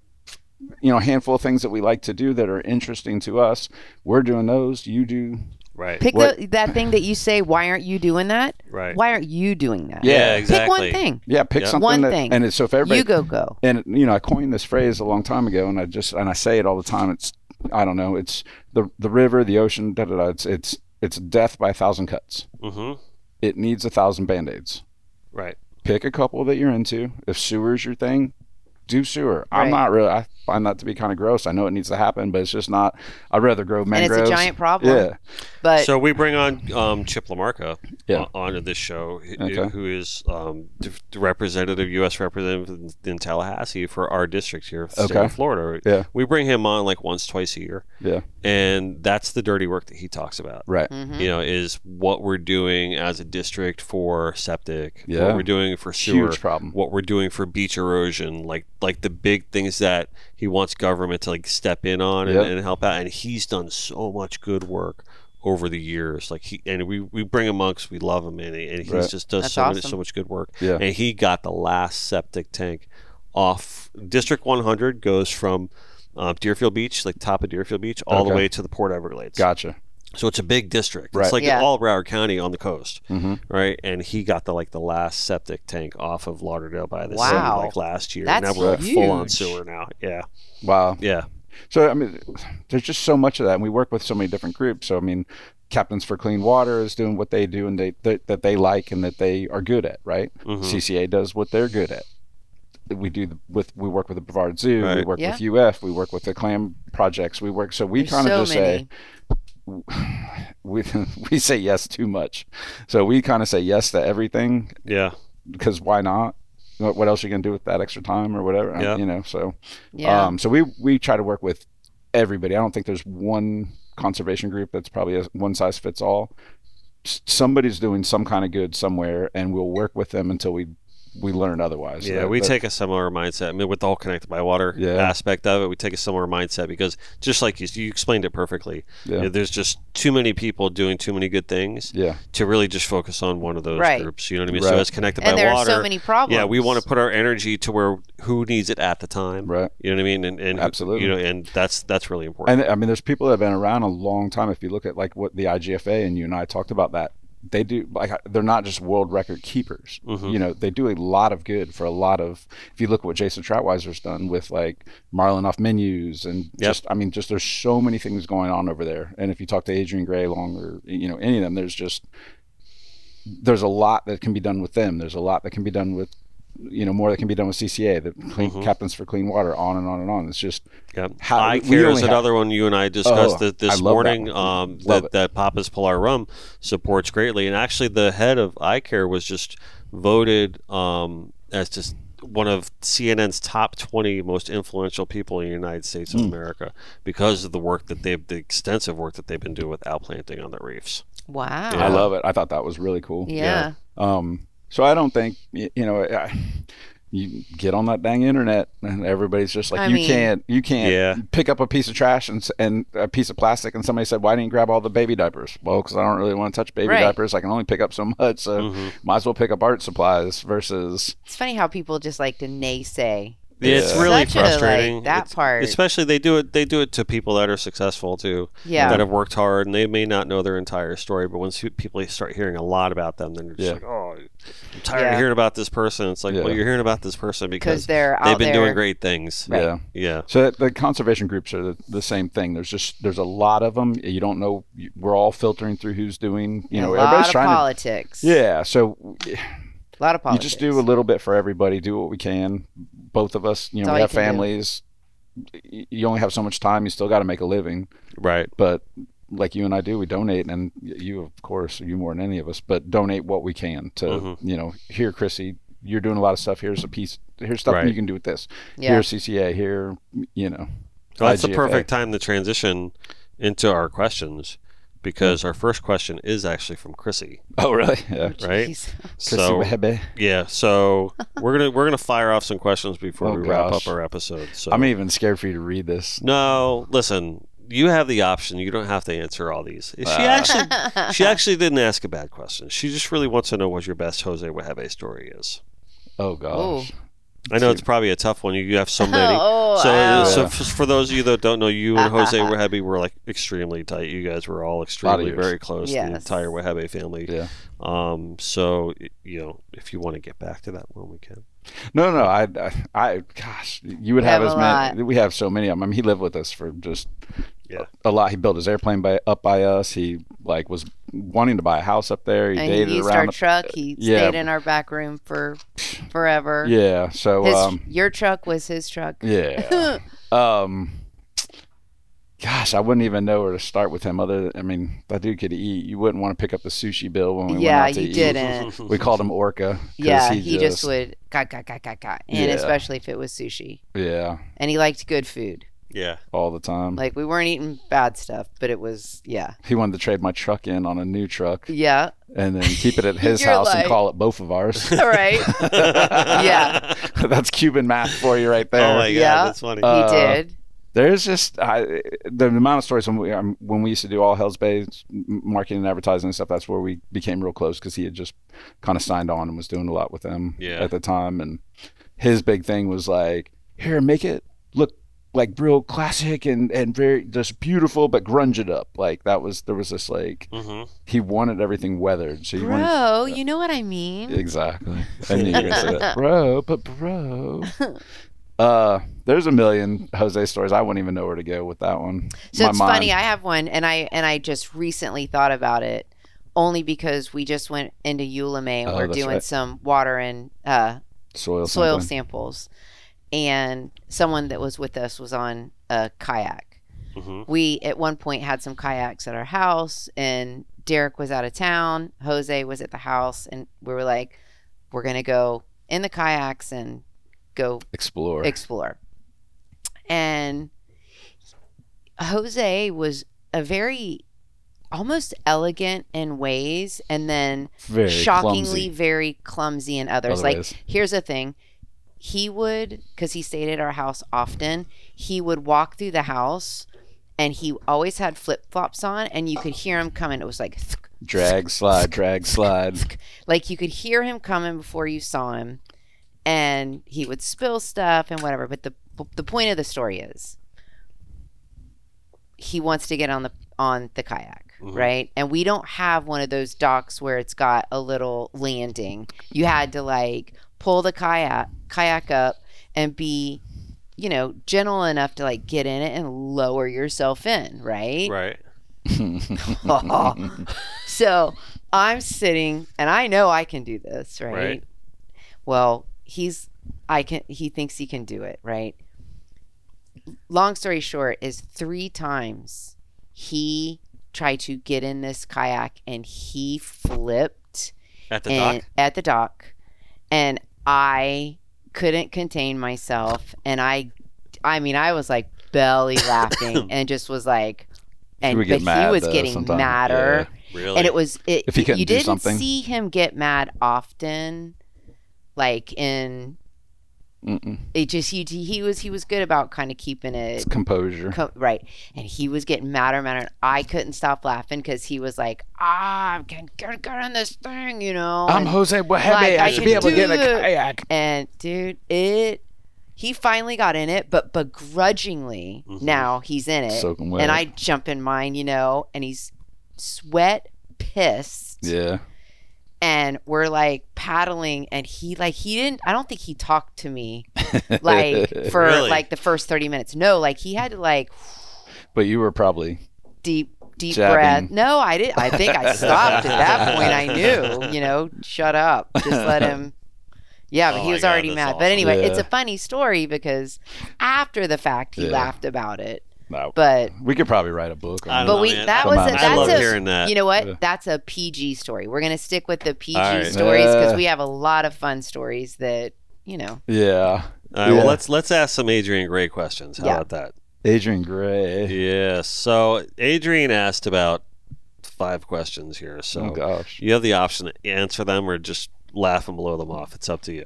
Speaker 5: you know a handful of things that we like to do that are interesting to us. We're doing those. You do
Speaker 4: Right.
Speaker 3: Pick
Speaker 5: What-
Speaker 3: the, that thing that you say, why aren't you doing that?
Speaker 4: Right.
Speaker 3: Why aren't you doing that?
Speaker 4: Yeah,
Speaker 5: Yeah.
Speaker 4: exactly.
Speaker 3: Pick one thing.
Speaker 5: Yeah, pick
Speaker 4: Yeah.
Speaker 5: something.
Speaker 3: One
Speaker 5: that-
Speaker 3: thing.
Speaker 5: And it's, so if everybody
Speaker 3: You go, go.
Speaker 5: and you know i coined this phrase a long time ago and i just and i say it all the time it's i don't know it's the the river the ocean da da da it's it's it's death by a thousand cuts
Speaker 4: Mm-hmm.
Speaker 5: it needs a thousand band-aids
Speaker 4: Right.
Speaker 5: pick a couple that you're into if sewer's your thing do sewer i'm
Speaker 3: Right.
Speaker 5: not really i find that to be kind of gross i know it needs to happen but it's just not i'd rather grow mangroves
Speaker 3: And it's a giant problem.
Speaker 5: yeah
Speaker 3: But
Speaker 4: so we bring on um, Chip Lamarca
Speaker 5: Yeah.
Speaker 4: o- onto this show, who-
Speaker 5: Okay.
Speaker 4: who is um, d- the representative, U.S. representative in Tallahassee for our district here, in the state
Speaker 5: Okay.
Speaker 4: of Florida.
Speaker 5: Yeah.
Speaker 4: We bring him on like once, twice a year.
Speaker 5: Yeah.
Speaker 4: And that's the dirty work that he talks about.
Speaker 5: right
Speaker 3: mhm.
Speaker 4: You know, is what we're doing as a district for septic,
Speaker 5: Yeah.
Speaker 4: what we're doing for sewer,
Speaker 5: huge problem
Speaker 4: what we're doing for beach erosion, like like the big things that he wants government to like step in on and,
Speaker 5: Yep.
Speaker 4: and help out. And he's done so much good work over the years. Like he and we, we bring him monks, we love him, and, he, and he's
Speaker 5: Right.
Speaker 4: just does
Speaker 3: That's
Speaker 4: so much
Speaker 3: awesome.
Speaker 4: so much good work.
Speaker 5: Yeah.
Speaker 4: And he got the last septic tank off District 100 goes from. Uh, Deerfield Beach, like top of Deerfield Beach, all the
Speaker 5: Okay.
Speaker 4: way to the Port Everglades.
Speaker 5: gotcha
Speaker 4: So it's a big district. It's
Speaker 5: Right.
Speaker 4: like
Speaker 3: Yeah.
Speaker 4: all Broward County on the coast,
Speaker 5: hmm
Speaker 4: right? And he got the like the last septic tank off of Lauderdale by the
Speaker 3: Wow.
Speaker 4: city like last year.
Speaker 3: That's
Speaker 4: now we're like full on
Speaker 3: huge.
Speaker 4: sewer now. Yeah,
Speaker 5: wow
Speaker 4: yeah,
Speaker 5: So I mean, there's just so much of that, and we work with so many different groups. So I mean, Captains for Clean Water is doing what they do and they that, that they like and that they are good at, right?
Speaker 4: Mhm.
Speaker 5: CCA does what they're good at. We do the, with we work with the Brevard Zoo, we
Speaker 4: Right.
Speaker 5: work
Speaker 3: Yeah.
Speaker 5: with UF, we work with the clam projects, we work. So we
Speaker 3: There's
Speaker 5: kind
Speaker 3: so
Speaker 5: of just
Speaker 3: many.
Speaker 5: say we we say yes too much. So we kind of say yes to everything
Speaker 4: yeah.
Speaker 5: because why not? What what else are you gonna do with that extra time or whatever?
Speaker 4: Yeah.
Speaker 5: You know, so.
Speaker 3: yeah.
Speaker 5: Um, so we we try to work with everybody. I don't think there's one conservation group that's probably a one size fits all. S- Somebody's doing some kind of good somewhere, and we'll work with them until we we learn otherwise.
Speaker 4: yeah,
Speaker 5: That-
Speaker 4: we
Speaker 5: that-
Speaker 4: take a similar mindset. I mean, with the whole connected by water
Speaker 5: Yeah.
Speaker 4: aspect of it, we take a similar mindset because just like you, you explained it perfectly,
Speaker 5: Yeah.
Speaker 4: You know, there's just too many people doing too many good things
Speaker 5: yeah
Speaker 4: to really just focus on one of those
Speaker 3: Right.
Speaker 4: groups. You know what I mean? So
Speaker 5: Right.
Speaker 4: as connected
Speaker 3: and
Speaker 4: by
Speaker 3: there
Speaker 4: water,
Speaker 3: are so many problems.
Speaker 4: yeah, we want to put our energy to where who needs it at the time.
Speaker 5: right.
Speaker 4: You know what I mean? And, and
Speaker 5: Absolutely.
Speaker 4: You know, and that's that's really important.
Speaker 5: And I mean, there's people that have been around a long time. If you look at like what the IGFA and you and I talked about that, they do like they're not just world record keepers.
Speaker 4: Mhm.
Speaker 5: You know, they do a lot of good for a lot of. If you look at what Jason Troutweiser's done with like marlin off menus and just, I mean, just there's so many things going on over there. And if you talk to Adrian Gray Long or you know any of them, there's just there's a lot that can be done with them. There's a lot that can be done with you know more that can be done with CCA, the clean,
Speaker 4: Mhm.
Speaker 5: captains for clean water, on and on and on. It's just
Speaker 4: yeah.
Speaker 5: how-
Speaker 4: I
Speaker 5: we
Speaker 4: care is
Speaker 5: only have-
Speaker 4: another one you and I discussed
Speaker 5: Oh,
Speaker 4: th-
Speaker 5: I
Speaker 4: this
Speaker 5: love that
Speaker 4: morning.
Speaker 5: one.
Speaker 4: um, that
Speaker 5: Love it.
Speaker 4: that Papa's Polar Rum supports greatly, and actually the head of I Care was just voted um, as just one of CNN's top 20 most influential people in the United States
Speaker 5: Hmm.
Speaker 4: of America because of the work that they've the extensive work that they've been doing with outplanting on the reefs.
Speaker 3: Wow.
Speaker 4: Yeah.
Speaker 5: I love it. I thought that was really cool.
Speaker 3: Yeah.
Speaker 5: Um, so I don't think y- you know. I, you get on that dang internet, and everybody's just like,
Speaker 3: I
Speaker 5: "You
Speaker 3: mean-
Speaker 5: can't, you can't
Speaker 4: Yeah.
Speaker 5: pick up a piece of trash and, s- and a piece of plastic." And somebody said, "Why didn't you grab all the baby diapers?" Well, because I don't really want to touch baby
Speaker 3: Right.
Speaker 5: diapers. I can only pick up so much, so
Speaker 4: Mhm.
Speaker 5: might as well pick up art supplies. Versus,
Speaker 3: It's funny how people just like to naysay.
Speaker 4: It's
Speaker 5: Yeah.
Speaker 4: really
Speaker 3: Such a, like,
Speaker 4: frustrating.
Speaker 3: that
Speaker 4: It's-
Speaker 3: part.
Speaker 4: especially they do it. They do it to people that are successful too.
Speaker 3: Yeah.
Speaker 4: that have worked hard and they may not know their entire story, but once you- people start hearing a lot about them, then they're just
Speaker 5: Yeah.
Speaker 4: like, oh, I'm tired of
Speaker 3: Yeah.
Speaker 4: hearing about this person. It's like, well,
Speaker 5: Yeah.
Speaker 4: you're hearing about this person because
Speaker 3: Because they're
Speaker 4: they've
Speaker 3: out
Speaker 4: been
Speaker 3: there.
Speaker 4: doing great things.
Speaker 3: Right.
Speaker 5: yeah.
Speaker 4: Yeah.
Speaker 5: So that- the conservation groups are the, the same thing. There's just there's a lot of them. You don't know. you- We're all filtering through who's doing. You
Speaker 3: a
Speaker 5: know,
Speaker 3: lot
Speaker 5: everybody's
Speaker 3: of
Speaker 5: trying
Speaker 3: politics.
Speaker 5: to. Yeah. So
Speaker 3: A lot of
Speaker 5: you
Speaker 3: politics.
Speaker 5: just do a little bit for everybody do what we can both of us you
Speaker 3: That's
Speaker 5: know
Speaker 3: all
Speaker 5: we
Speaker 3: you
Speaker 5: have
Speaker 3: can do.
Speaker 5: families Y- you only have so much time you still got to make a living
Speaker 4: Right.
Speaker 5: but like you and i do we donate and y- you of course you more than any of us but donate what we can to
Speaker 4: Mhm.
Speaker 5: you know here chrissy you're doing a lot of stuff here's a piece here's stuff
Speaker 4: Right.
Speaker 5: you can do with this
Speaker 3: Yeah.
Speaker 5: here's cca here you know
Speaker 4: Well, that's the
Speaker 5: IGFA.
Speaker 4: perfect time to transition into our questions because our first question is actually from Chrissy,
Speaker 5: oh really yeah
Speaker 4: right?
Speaker 3: Jeez.
Speaker 5: Chrissy
Speaker 4: So
Speaker 5: Webbe.
Speaker 4: yeah, so we're gonna we're gonna fire off some questions before
Speaker 5: Oh,
Speaker 4: we wrap
Speaker 5: gosh.
Speaker 4: up our episode. So
Speaker 5: i'm even scared for you to read this
Speaker 4: No, listen. You have the option. You don't have to answer all these. She
Speaker 5: Ah.
Speaker 4: actually, she actually didn't ask a bad question. She just really wants to know what your best Jose Wehebe story is.
Speaker 5: oh gosh
Speaker 4: I know it's probably a tough one. You have so many.
Speaker 3: Oh,
Speaker 4: so,
Speaker 5: uh,
Speaker 3: oh.
Speaker 4: so f- for those of you that don't know, you and Jose Wehebe were like extremely tight. You guys were all extremely
Speaker 5: years.
Speaker 4: very close. The
Speaker 3: Yes.
Speaker 4: entire Wehebe family.
Speaker 5: Yeah.
Speaker 4: Um. So y- you know, if you want to get back to that one, we can.
Speaker 5: No, no, I, I, I gosh, you would have,
Speaker 3: have
Speaker 5: as
Speaker 3: a
Speaker 5: many. We have so many of them. I mean, he lived with us for just
Speaker 4: Yeah.
Speaker 5: a, lot. He built his airplane by up by us. He like was wanting to buy a house up there. He
Speaker 3: and
Speaker 5: dated
Speaker 3: he used
Speaker 5: around.
Speaker 3: our
Speaker 5: the-
Speaker 3: truck. He
Speaker 5: yeah.
Speaker 3: stayed in our back room for forever.
Speaker 5: yeah, so
Speaker 3: His,
Speaker 5: um,
Speaker 3: your truck was his truck.
Speaker 5: yeah, um, gosh, I wouldn't even know where to start with him. Other, than, I mean, that dude could eat. You wouldn't want to pick up the sushi bill when we
Speaker 3: yeah,
Speaker 5: went out to
Speaker 3: you
Speaker 5: eat.
Speaker 3: didn't.
Speaker 5: We called him Orca. 'cause
Speaker 3: Yeah, he, just, would got got got got got, and
Speaker 5: Yeah.
Speaker 3: especially if it was sushi.
Speaker 5: Yeah,
Speaker 3: And he liked good food.
Speaker 4: Yeah.
Speaker 5: all the time.
Speaker 3: Like we weren't eating bad stuff, but it was yeah,
Speaker 5: he wanted to trade my truck in on a new truck.
Speaker 3: yeah,
Speaker 5: and then keep it at his
Speaker 3: You're
Speaker 5: house
Speaker 3: like-
Speaker 5: and call it both of ours.
Speaker 3: all right. yeah,
Speaker 5: that's Cuban math for you right
Speaker 4: Oh
Speaker 5: there.
Speaker 4: my god,
Speaker 3: Yeah.
Speaker 4: that's funny.
Speaker 5: Uh,
Speaker 3: he did.
Speaker 5: There's just I, the amount of stories when we um, when we used to do all Hell's Bay m- marketing and advertising and stuff. That's where we became real close because he had just kind of signed on and was doing a lot with them
Speaker 4: Yeah.
Speaker 5: at the time. And his big thing was like, here, make it look like real classic and and very just beautiful, but grunge it up. Like that was there was this like
Speaker 4: hmm
Speaker 5: he wanted everything weathered, so he wanted
Speaker 3: Bro, you know what I mean?
Speaker 5: Exactly. I knew you were gonna say that. Bro, but bro. Uh, there's a million Jose stories. I wouldn't even know where to go with that one.
Speaker 3: So
Speaker 5: My
Speaker 3: it's
Speaker 5: mind-
Speaker 3: funny. I have one, and I and I just recently thought about it, only because we just went into Ulame and
Speaker 5: Oh,
Speaker 3: we're
Speaker 5: that's
Speaker 3: doing
Speaker 5: right.
Speaker 3: some water and uh,
Speaker 5: soil
Speaker 3: soil
Speaker 5: sampling.
Speaker 3: samples, and someone that was with us was on a kayak.
Speaker 4: hmm
Speaker 3: We at one point had some kayaks at our house, and Derek was out of town. Jose was at the house, and we were like, "We're gonna go in the kayaks and go
Speaker 5: Explore.
Speaker 3: explore. And Jose was a very almost elegant in ways and then
Speaker 5: Very
Speaker 3: shockingly
Speaker 5: clumsy.
Speaker 3: very clumsy in others.
Speaker 5: Other
Speaker 3: like
Speaker 5: ways.
Speaker 3: here's the thing. He would cuz he stayed at our house often, he would walk through the house and he always had flip-flops on and you could hear him coming. It was like
Speaker 5: drag slide, drag slide.
Speaker 3: like you could hear him coming before you saw him and he would spill stuff and whatever but the the point of the story is he wants to get on the on the kayak
Speaker 4: Mhm.
Speaker 3: right and we don't have one of those docks where it's got a little landing you had to like pull the kayak kayak up and be you know gentle enough to like get in it and lower yourself in right
Speaker 4: Right.
Speaker 3: Ah. so I'm sitting and I know I can do this, right?
Speaker 4: Right.
Speaker 3: Well, he's I can he thinks he can do it, right? Long story short is three times he tried to get in this kayak and he flipped
Speaker 4: At the
Speaker 3: and,
Speaker 4: dock.
Speaker 3: at the dock and I couldn't contain myself and I I mean I was like belly laughing and just was like and but
Speaker 5: would get
Speaker 3: he
Speaker 5: mad,
Speaker 3: was
Speaker 5: though,
Speaker 3: getting
Speaker 5: sometimes.
Speaker 3: madder
Speaker 5: Yeah.
Speaker 4: Really.
Speaker 3: and it was it,
Speaker 5: If he couldn't
Speaker 3: you
Speaker 5: do
Speaker 3: didn't
Speaker 5: something.
Speaker 3: see him get mad often like in
Speaker 5: Mm-mm.
Speaker 3: it just he, he was he was good about kind of keeping it
Speaker 5: It's composure.
Speaker 3: co- right and he was getting madder madder and i couldn't stop laughing because he was like ah i'm gonna get, get on this thing you know
Speaker 5: I'm
Speaker 3: and,
Speaker 5: Jose Wahebe.
Speaker 3: Like,
Speaker 5: I
Speaker 3: I
Speaker 5: should be
Speaker 3: can
Speaker 5: able to get
Speaker 3: do
Speaker 5: a
Speaker 3: it.
Speaker 5: kayak.
Speaker 3: and dude it he finally got in it but begrudgingly
Speaker 4: Mhm.
Speaker 3: now he's in it
Speaker 5: Soaking wet.
Speaker 3: and i jump in mine you know and he's sweat pissed
Speaker 5: Yeah.
Speaker 3: and we're like paddling and he like he didn't i don't think he talked to me like for
Speaker 4: Really?
Speaker 3: like the first 30 minutes no like he had to like
Speaker 5: But you were probably
Speaker 3: deep deep breath
Speaker 5: Jabbing.
Speaker 3: no i did i think i stopped at that point i knew you know shut up just let him yeah but
Speaker 4: Oh
Speaker 3: he
Speaker 4: my
Speaker 3: was
Speaker 4: God,
Speaker 3: already
Speaker 4: that's
Speaker 3: mad
Speaker 4: awesome.
Speaker 3: but anyway it's
Speaker 5: Yeah.
Speaker 3: a funny story because after the fact he
Speaker 5: Yeah.
Speaker 3: laughed about it
Speaker 5: no.
Speaker 3: but
Speaker 5: we could probably write a book.
Speaker 4: I
Speaker 5: On
Speaker 4: don't
Speaker 3: but
Speaker 4: know,
Speaker 3: we
Speaker 4: man.
Speaker 3: that
Speaker 5: Come
Speaker 3: was
Speaker 5: on.
Speaker 3: a,
Speaker 5: I
Speaker 3: that's
Speaker 4: love
Speaker 3: a
Speaker 4: hearing that.
Speaker 3: you know what
Speaker 5: Yeah.
Speaker 3: that's a pg story we're gonna stick with the pg
Speaker 4: All right.
Speaker 3: stories because
Speaker 5: Yeah.
Speaker 3: we have a lot of fun stories that you know
Speaker 5: yeah.
Speaker 4: All right. Well,
Speaker 5: Yeah.
Speaker 4: let's let's ask some Adrian Gray questions. How
Speaker 3: Yeah.
Speaker 4: about that?
Speaker 5: Adrian Gray.
Speaker 4: Yeah. So Adrian asked about five questions here. So
Speaker 5: Oh gosh.
Speaker 4: you have the option to answer them or just laugh and blow them off. It's up to you.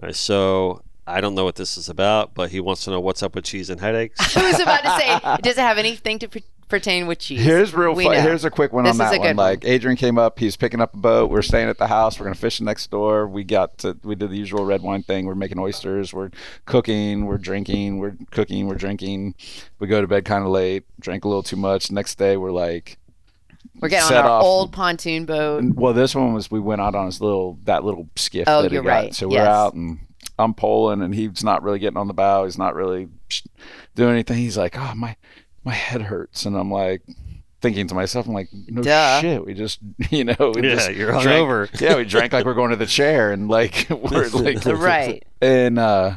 Speaker 4: All right. So I don't know what this is about, but he wants to know what's up with cheese and headaches.
Speaker 3: I was about to say, does it have anything to pr- pertain with cheese.
Speaker 5: Here's real.
Speaker 3: We
Speaker 5: Fun.
Speaker 3: know.
Speaker 5: Here's a quick one
Speaker 3: This
Speaker 5: on
Speaker 3: is
Speaker 5: that
Speaker 3: a
Speaker 5: one.
Speaker 3: good
Speaker 5: Like Adrian came up, he's picking up a boat. We're staying at the house. We're gonna fish next door. We got to. We did the usual red wine thing. We're making oysters. We're cooking. We're drinking. We're cooking. We're drinking. We go to bed kind of late. Drank a little too much. Next day we're like,
Speaker 3: We're getting
Speaker 5: set
Speaker 3: on our
Speaker 5: off-
Speaker 3: old pontoon boat.
Speaker 5: well, this one was we went out on his little that little skiff.
Speaker 3: Oh,
Speaker 5: that he
Speaker 3: you're
Speaker 5: got.
Speaker 3: right.
Speaker 5: So we're
Speaker 3: Yes.
Speaker 5: out and I'm pulling, and he's not really getting on the bow. He's not really doing anything. He's like, oh my, my head hurts, and I'm like thinking to myself, I'm like, no
Speaker 3: Duh.
Speaker 5: shit, we just you know we
Speaker 4: Yeah,
Speaker 5: just
Speaker 4: you're all
Speaker 5: drank-
Speaker 4: over.
Speaker 5: yeah, we drank like we're going to the chair, and like we're like
Speaker 3: Right.
Speaker 5: and uh,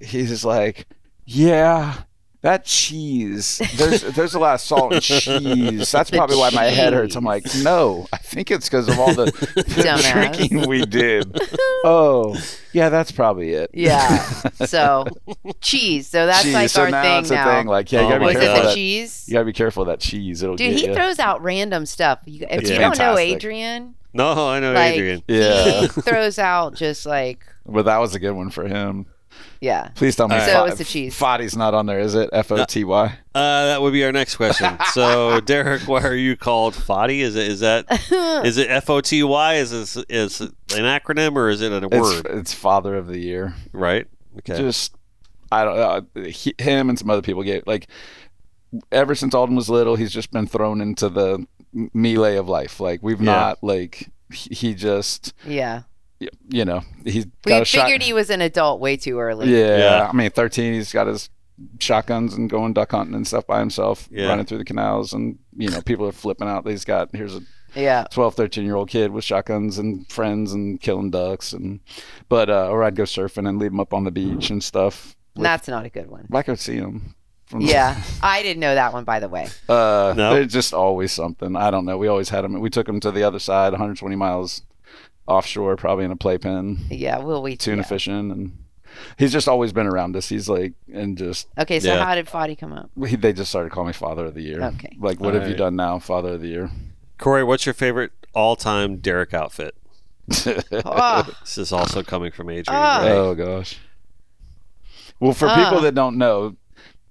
Speaker 5: he's just like, yeah. That cheese, there's there's a lot of salt and cheese. That's
Speaker 3: The
Speaker 5: probably why my head hurts. I'm like,
Speaker 3: cheese.
Speaker 5: no, I think it's because of all the, the
Speaker 3: Dumbass.
Speaker 5: drinking we did. Oh, yeah, that's probably it.
Speaker 3: Yeah. so cheese. So that's
Speaker 5: cheese.
Speaker 3: like
Speaker 5: so
Speaker 3: our
Speaker 5: now
Speaker 3: thing
Speaker 5: it's
Speaker 3: now.
Speaker 5: a thing. Like, yeah,
Speaker 4: Oh
Speaker 5: you gotta
Speaker 4: my
Speaker 5: be
Speaker 3: Was
Speaker 4: God.
Speaker 3: it
Speaker 5: careful. of
Speaker 3: the
Speaker 5: That,
Speaker 3: cheese?
Speaker 5: you gotta be careful of that cheese. It'll
Speaker 3: Dude,
Speaker 5: get
Speaker 3: he
Speaker 5: you.
Speaker 3: throws out random stuff. You, if
Speaker 4: It's
Speaker 3: you don't know
Speaker 5: fantastic. Oh,
Speaker 3: Adrian,
Speaker 4: No, I know
Speaker 3: like
Speaker 4: Adrian.
Speaker 5: Yeah.
Speaker 3: he throws out just like
Speaker 5: But that was a good one for him.
Speaker 3: yeah.
Speaker 5: Please tell me.
Speaker 4: All right.
Speaker 3: So it's the cheese.
Speaker 5: Foddy's not on there, is it? F O T Y.
Speaker 4: Uh, that would be our next question. So, Derek, why are you called Foddy? Is it is that is it F O T Y? Is this is it an acronym or is it a
Speaker 5: It's,
Speaker 4: word?
Speaker 5: it's Father of the Year.
Speaker 4: right. Okay.
Speaker 5: Just I don't know. He, him and some other people get like. Ever since Alden was little, he's just been thrown into the m- melee of life. Like we've
Speaker 4: Yeah.
Speaker 5: not like he he just
Speaker 3: yeah.
Speaker 5: y- you know he's
Speaker 3: We
Speaker 5: got a
Speaker 3: figured
Speaker 5: shot.
Speaker 3: he was an adult way too early.
Speaker 5: Yeah,
Speaker 4: Yeah.
Speaker 5: I mean, 13, he's got his shotguns and going duck hunting and stuff by himself,
Speaker 4: Yeah.
Speaker 5: running through the canals. And, you know, people are flipping out. that He's got, here's a
Speaker 3: Yeah.
Speaker 5: 12, 13 year old kid with shotguns and friends and killing ducks. And, but, uh, or I'd go surfing and leave him up on the beach and stuff. With,
Speaker 3: That's not a good one.
Speaker 5: like I'd see him. From
Speaker 3: Yeah. I didn't know that one by the way.
Speaker 5: Uh,
Speaker 4: No?
Speaker 5: There's just always something. I don't know. We always had him. We took him to the other side, 120 miles offshore, probably in a playpen,
Speaker 3: Yeah, will we
Speaker 5: tuna
Speaker 3: yeah.
Speaker 5: fishing. And he's just always been around us. He's like, and just,
Speaker 3: Okay, so
Speaker 4: Yeah.
Speaker 3: how did Foddy come up?
Speaker 5: He, they just started calling me Father of the Year.
Speaker 3: Okay.
Speaker 5: Like, what have you
Speaker 4: Alright.
Speaker 5: done now, Father of the Year?
Speaker 4: Corey, what's your favorite all-time Derek outfit?
Speaker 3: Oh,
Speaker 4: This is also coming from Adrian.
Speaker 3: Ah.
Speaker 4: right?
Speaker 5: Oh gosh. Well, for
Speaker 3: Ah.
Speaker 4: Uh.
Speaker 5: people that don't know,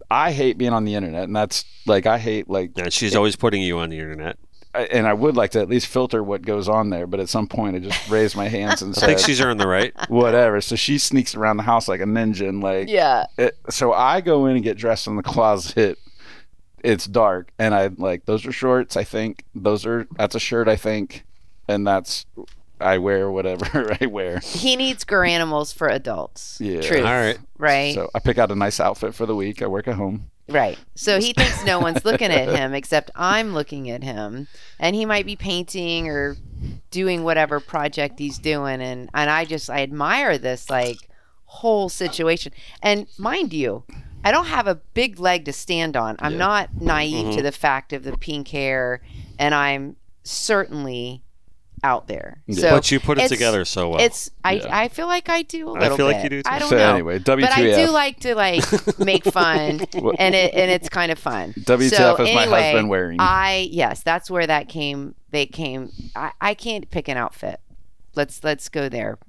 Speaker 5: I hate being on the internet, and that's like I hate like,
Speaker 4: And she's always putting you on the internet.
Speaker 5: I, and I would like to at least filter what goes on there, but at some point I just raised my hands and
Speaker 4: I think
Speaker 5: said
Speaker 4: she's earned the right.
Speaker 5: whatever. So she sneaks around the house like a ninja, and like
Speaker 3: yeah.
Speaker 5: it, so I go in and get dressed in the closet. It's dark, and I like those are shorts. I think those are that's a shirt. I think, and that's I wear whatever I wear.
Speaker 3: He needs granimals for adults.
Speaker 5: Yeah.
Speaker 3: True.
Speaker 4: All right.
Speaker 3: Right.
Speaker 5: So I pick out a nice outfit for the week. I work at home.
Speaker 3: Right. So he thinks no one's looking at him except I'm looking at him. And he might be painting or doing whatever project he's doing and and I just I admire this like whole situation. And mind you, I don't have a big leg to stand on. I'm not naive
Speaker 5: Mm-hmm.
Speaker 3: to the fact of the pink hair and I'm certainly out there. So
Speaker 4: but you put it
Speaker 3: it's-
Speaker 4: together so well.
Speaker 3: it's I,
Speaker 5: Yeah.
Speaker 3: I feel like I do a
Speaker 4: I
Speaker 3: little
Speaker 4: feel
Speaker 3: bit.
Speaker 4: like you do, too.
Speaker 3: I don't
Speaker 5: so
Speaker 3: know.
Speaker 5: anyway, WTF.
Speaker 3: But I do like to like make fun,
Speaker 5: What-
Speaker 3: and it and it's kind of fun.
Speaker 5: WTF
Speaker 3: so
Speaker 5: is my
Speaker 3: anyway,
Speaker 5: husband wearing.
Speaker 3: I yes, that's where that came. They came. I, I can't pick an outfit. Let's let's go there.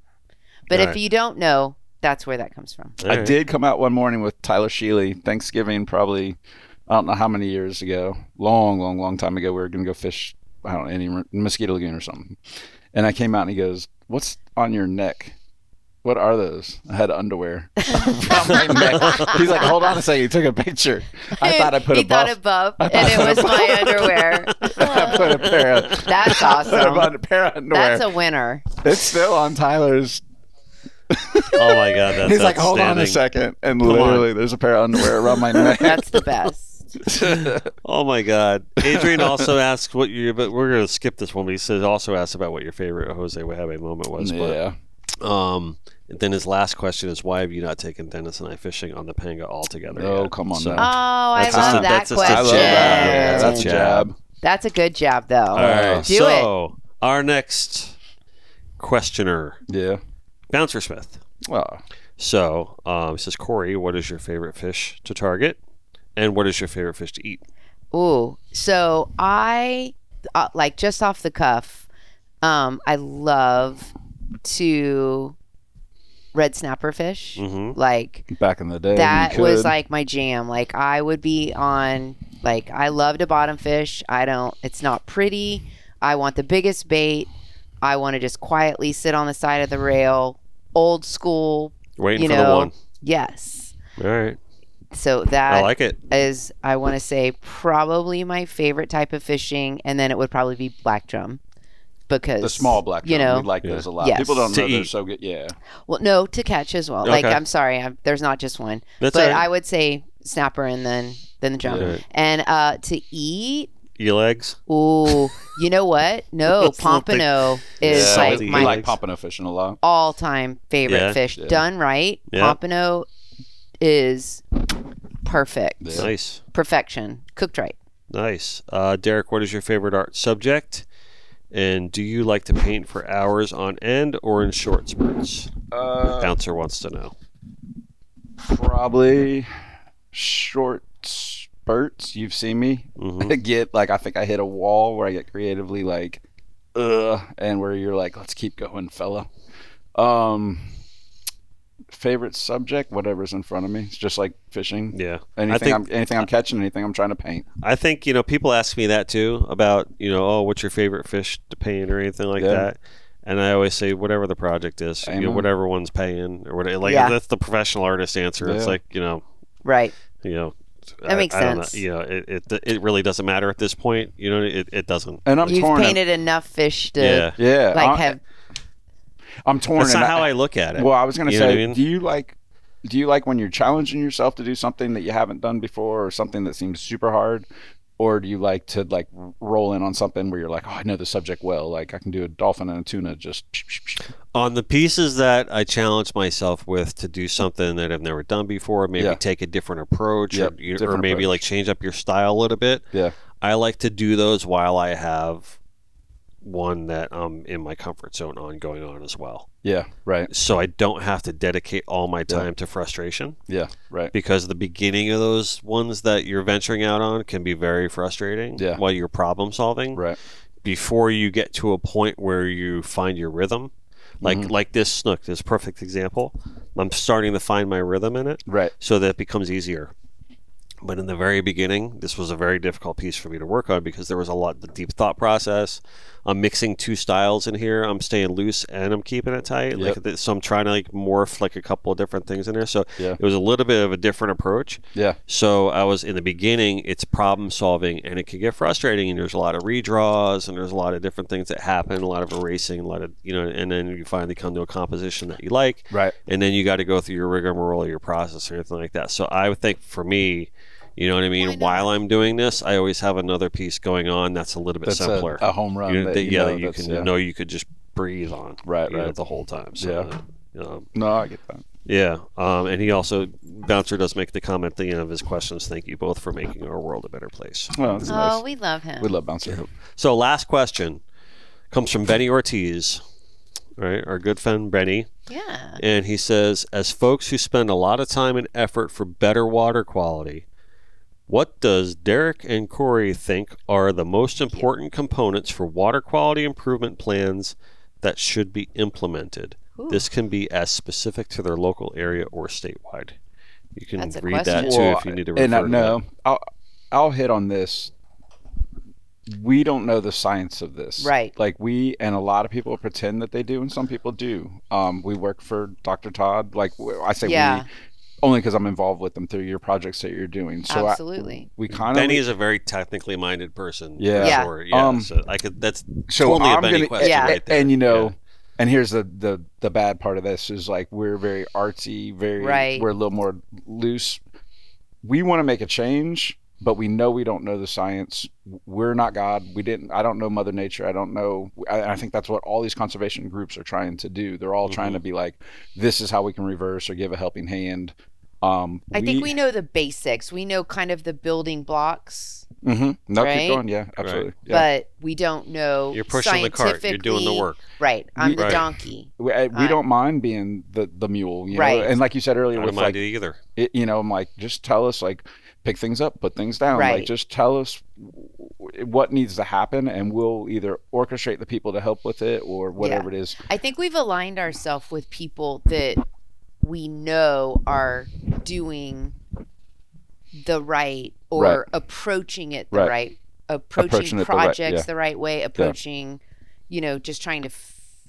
Speaker 3: But if
Speaker 4: Alright.
Speaker 3: you don't know, that's where that comes from.
Speaker 4: All
Speaker 5: I
Speaker 4: right.
Speaker 5: did come out one morning with Tyler Sheely, Thanksgiving, probably, I don't know how many years ago, long, long, long time ago. We were going to go fish, I don't know, any mosquito lagoon or something. And I came out and he goes, What's on your neck? What are those? I had underwear around my neck. He's like, Hold on a second. He took a picture. I thought I put
Speaker 3: he
Speaker 5: a buff.
Speaker 3: thought above,
Speaker 5: I
Speaker 3: and it
Speaker 5: thought
Speaker 3: was my underwear.
Speaker 5: I put a pair of.
Speaker 3: That's
Speaker 5: I put a
Speaker 3: awesome.
Speaker 5: bun- pair of underwear.
Speaker 3: That's a winner.
Speaker 5: it's still on Tyler's
Speaker 4: Oh my God, that's
Speaker 5: He's like, hold on a
Speaker 4: outstanding.
Speaker 5: second, and
Speaker 4: Come on.
Speaker 5: literally, there's a pair of underwear around my neck.
Speaker 3: That's the best.
Speaker 4: Oh my God. Adrian also asked what you, but we're going to skip this one. But he says also asked about what your favorite Jose Wahebe moment was.
Speaker 5: yeah,
Speaker 4: But, um, and then his last question is why have you not taken Dennis and I fishing on the Panga altogether?
Speaker 5: Oh,
Speaker 4: yet?
Speaker 5: come on
Speaker 4: So,
Speaker 3: Oh, I
Speaker 4: That's
Speaker 3: love
Speaker 4: just
Speaker 3: that
Speaker 4: a- that's just a
Speaker 3: question.
Speaker 5: I love that.
Speaker 4: Yeah.
Speaker 5: Yeah, that's a
Speaker 4: Good
Speaker 5: jab.
Speaker 3: That's a good job, though.
Speaker 4: all right.
Speaker 3: Do it.
Speaker 4: so our next questioner,
Speaker 5: Yeah.
Speaker 4: Bouncer Smith.
Speaker 5: Well,
Speaker 4: So um, it says, Corey, what is your favorite fish to target? And what is your favorite fish to eat?
Speaker 3: Ooh, so I uh, like just off the cuff. Um, I love to red snapper fish.
Speaker 4: Mm-hmm.
Speaker 3: Like
Speaker 5: back in the day, you
Speaker 3: that
Speaker 5: could.
Speaker 3: was like my jam. Like I would be on Like I love to bottom fish. I don't. It's not pretty. I want the biggest bait. I want to just quietly sit on the side of the rail, old school.
Speaker 4: Waiting
Speaker 3: you
Speaker 4: for
Speaker 3: know,
Speaker 4: the one.
Speaker 3: Yes.
Speaker 4: All right.
Speaker 3: So that
Speaker 4: I like it.
Speaker 3: is I want to say probably my favorite type of fishing, and then it would probably be black drum because
Speaker 5: The small black
Speaker 3: you
Speaker 5: drum,
Speaker 3: know,
Speaker 5: we like
Speaker 4: Yeah.
Speaker 5: those a lot.
Speaker 3: Yes.
Speaker 5: People don't
Speaker 4: To
Speaker 5: know they're
Speaker 4: eat.
Speaker 5: so good. Yeah,
Speaker 3: well, no, to catch as well. Like
Speaker 4: Okay.
Speaker 3: I'm sorry, I'm, there's not just one,
Speaker 4: That's
Speaker 3: but
Speaker 4: all right.
Speaker 3: I would say snapper and then then the drum
Speaker 4: All right.
Speaker 3: and uh to eat.
Speaker 4: Eel eggs.
Speaker 3: Ooh, you know what? No,
Speaker 4: That's something.
Speaker 3: pompano is
Speaker 4: Yeah,
Speaker 3: like
Speaker 4: we
Speaker 5: we
Speaker 3: my
Speaker 5: like pompano fishing a lot.
Speaker 3: all-time favorite
Speaker 4: Yeah.
Speaker 3: fish.
Speaker 5: Yeah.
Speaker 3: Done right,
Speaker 4: Yeah.
Speaker 3: pompano is perfect,
Speaker 5: Yeah.
Speaker 4: Nice.
Speaker 3: perfection, cooked right.
Speaker 4: Nice. Uh, Derek, what is your favorite art subject? And do you like to paint for hours on end or in short spurts?
Speaker 5: Uh,
Speaker 4: Bouncer wants to know.
Speaker 5: probably short spurts. You've seen me
Speaker 4: hmm
Speaker 5: I get like I think I hit a wall where I get creatively like ugh and where you're like let's keep going fella um favorite subject whatever's in front of me it's just like fishing
Speaker 4: Yeah.
Speaker 5: anything
Speaker 4: think-
Speaker 5: I'm anything I'm catching anything I'm trying to paint
Speaker 4: I think, you know, people ask me that too about, you know, oh, what's your favorite fish to paint or anything like
Speaker 5: Yeah.
Speaker 4: that. And I always say, whatever the project is, you know,
Speaker 5: Amen.
Speaker 4: whatever one's paying or whatever. Like,
Speaker 3: Yeah.
Speaker 4: that's the professional artist answer. It's
Speaker 5: Yeah.
Speaker 4: like, you know,
Speaker 3: Right.
Speaker 4: you know,
Speaker 3: That makes
Speaker 4: don't know.
Speaker 3: sense.
Speaker 4: You know, it, it, it really doesn't matter at this point. You know, it, it doesn't.
Speaker 5: and I'm
Speaker 3: You've
Speaker 5: torn
Speaker 3: painted enough fish to
Speaker 4: yeah.
Speaker 5: yeah
Speaker 3: like
Speaker 5: I,
Speaker 3: have
Speaker 5: I'm torn
Speaker 4: That's
Speaker 5: and
Speaker 4: not how I look at it.
Speaker 5: well I was gonna
Speaker 4: You know
Speaker 5: say
Speaker 4: what I mean?
Speaker 5: do you like do you like when you're challenging yourself to do something that you haven't done before or something that seems super hard or do you like to like roll in on something where you're like oh I know the subject well like I can do a dolphin and a tuna just psh, psh, psh.
Speaker 4: on the pieces that I challenge myself with to do something that I've never done before, maybe
Speaker 5: Yeah.
Speaker 4: take a different approach,
Speaker 5: Yep,
Speaker 4: or, you- or
Speaker 5: different
Speaker 4: maybe
Speaker 5: approach.
Speaker 4: like change up your style a little bit.
Speaker 5: Yeah.
Speaker 4: I like to do those while I have one that I'm in my comfort zone on going on as well.
Speaker 5: Yeah, right.
Speaker 4: So I don't have to dedicate all my
Speaker 5: Yeah.
Speaker 4: time to frustration
Speaker 5: Yeah, right.
Speaker 4: because the beginning of those ones that you're venturing out on can be very frustrating
Speaker 5: Yeah.
Speaker 4: while you're problem solving
Speaker 5: Right.
Speaker 4: before you get to a point where you find your rhythm. Like
Speaker 5: Mhm.
Speaker 4: like this snook, this perfect example. I'm starting to find my rhythm in it,
Speaker 5: Right.
Speaker 4: so that becomes easier. But in the very beginning, this was a very difficult piece for me to work on because there was a lot the deep thought process. I'm mixing two styles in here. I'm staying loose and I'm keeping it tight. Like
Speaker 5: Yep.
Speaker 4: th- so, I'm trying to like morph like a couple of different things in there. So
Speaker 5: Yeah.
Speaker 4: it was a little bit of a different approach.
Speaker 5: Yeah.
Speaker 4: So I was in the beginning, it's problem solving and it can get frustrating and there's a lot of redraws and there's a lot of different things that happen, a lot of erasing, a lot of you know, and then you finally come to a composition that you like
Speaker 5: Right.
Speaker 4: and then you got to go through your rigmarole, your process, or anything like that. So I would think for me, you know what I mean. While I'm doing this, I always have another piece going on that's a little bit
Speaker 5: That's a,
Speaker 4: simpler.
Speaker 5: a home run.
Speaker 4: You know,
Speaker 5: that
Speaker 4: that-
Speaker 5: you
Speaker 4: yeah,
Speaker 5: know
Speaker 4: that you
Speaker 5: that's-
Speaker 4: can
Speaker 5: yeah.
Speaker 4: know you could just breathe on
Speaker 5: Right,
Speaker 4: you know,
Speaker 5: right.
Speaker 4: the whole time. So, yeah. Um,
Speaker 5: No, I get that.
Speaker 4: yeah. Um, and he also bouncer does make the comment at the end of his questions. Thank you both for making our world a better place.
Speaker 5: Well, that's
Speaker 3: Oh,
Speaker 5: nice.
Speaker 3: we love him.
Speaker 5: We love bouncer.
Speaker 4: So last question comes from Benny Ortiz, right? Our good friend Benny.
Speaker 3: yeah.
Speaker 4: And he says, as folks who spend a lot of time and effort for better water quality, what does Derek and Corey think are the most important components for water quality improvement plans that should be implemented?
Speaker 3: Ooh.
Speaker 4: This can be as specific to their local area or statewide. You can
Speaker 3: That's a
Speaker 4: read that
Speaker 3: question.
Speaker 4: too
Speaker 5: Well,
Speaker 4: if you need to refer
Speaker 5: And I,
Speaker 4: to
Speaker 5: no, I'll I'll hit on this. We don't know the science of this,
Speaker 3: Right.
Speaker 5: Like we and a lot of people pretend that they do, and some people do. Um, we work for Dr. Todd. Like w- I say,
Speaker 3: Yeah.
Speaker 5: we only because I'm involved with them through your projects that you're doing. So I,
Speaker 3: Absolutely.
Speaker 5: we
Speaker 4: that.
Speaker 5: kind
Speaker 4: Benny
Speaker 5: of
Speaker 4: is a very technically minded person. for
Speaker 5: Yeah.
Speaker 3: Yeah.
Speaker 4: sure. yeah
Speaker 5: Um,
Speaker 4: so I could. That's
Speaker 5: so
Speaker 4: totally a
Speaker 5: I'm
Speaker 4: Benny
Speaker 5: gonna,
Speaker 4: question
Speaker 3: Yeah.
Speaker 4: right there.
Speaker 5: And you know,
Speaker 4: Yeah.
Speaker 5: and here's the, the the bad part of this is like we're very artsy, very
Speaker 3: Right.
Speaker 5: we're a little more loose. We want to make a change, but we know we don't know the science. We're not God. We didn't. I don't know Mother Nature. I don't know. I, I think that's what all these conservation groups are trying to do. They're all
Speaker 4: Mm-hmm.
Speaker 5: trying to be like, this is how we can reverse or give a helping hand. Um,
Speaker 3: I think we know the basics. We know kind of the building blocks,
Speaker 5: hmm No,
Speaker 3: Right?
Speaker 5: keep going. Yeah, absolutely. Yeah.
Speaker 3: but we don't know.
Speaker 4: You're pushing the cart. You're doing the
Speaker 3: scientifically-
Speaker 4: work.
Speaker 3: Right. I'm
Speaker 5: We-
Speaker 3: the
Speaker 4: Right.
Speaker 3: donkey.
Speaker 5: we, I- we
Speaker 3: Uh,
Speaker 5: don't mind being the the mule, you
Speaker 3: Right.
Speaker 5: know. And like you said
Speaker 4: I
Speaker 5: earlier,
Speaker 4: don't
Speaker 5: with
Speaker 4: mind
Speaker 5: like
Speaker 4: it either.
Speaker 5: it, you know, I'm like, just tell us, like, pick things up, put things down.
Speaker 3: Right.
Speaker 5: Like, just tell us w- what needs to happen, and we'll either orchestrate the people to help with it or whatever it is.
Speaker 3: I think we've aligned ourselves with people that we know are doing the right or
Speaker 5: Right.
Speaker 3: approaching it the right,
Speaker 5: Right.
Speaker 3: approaching,
Speaker 5: Approaching it the right-
Speaker 3: projects
Speaker 5: yeah.
Speaker 3: the right way, approaching, you know, just trying to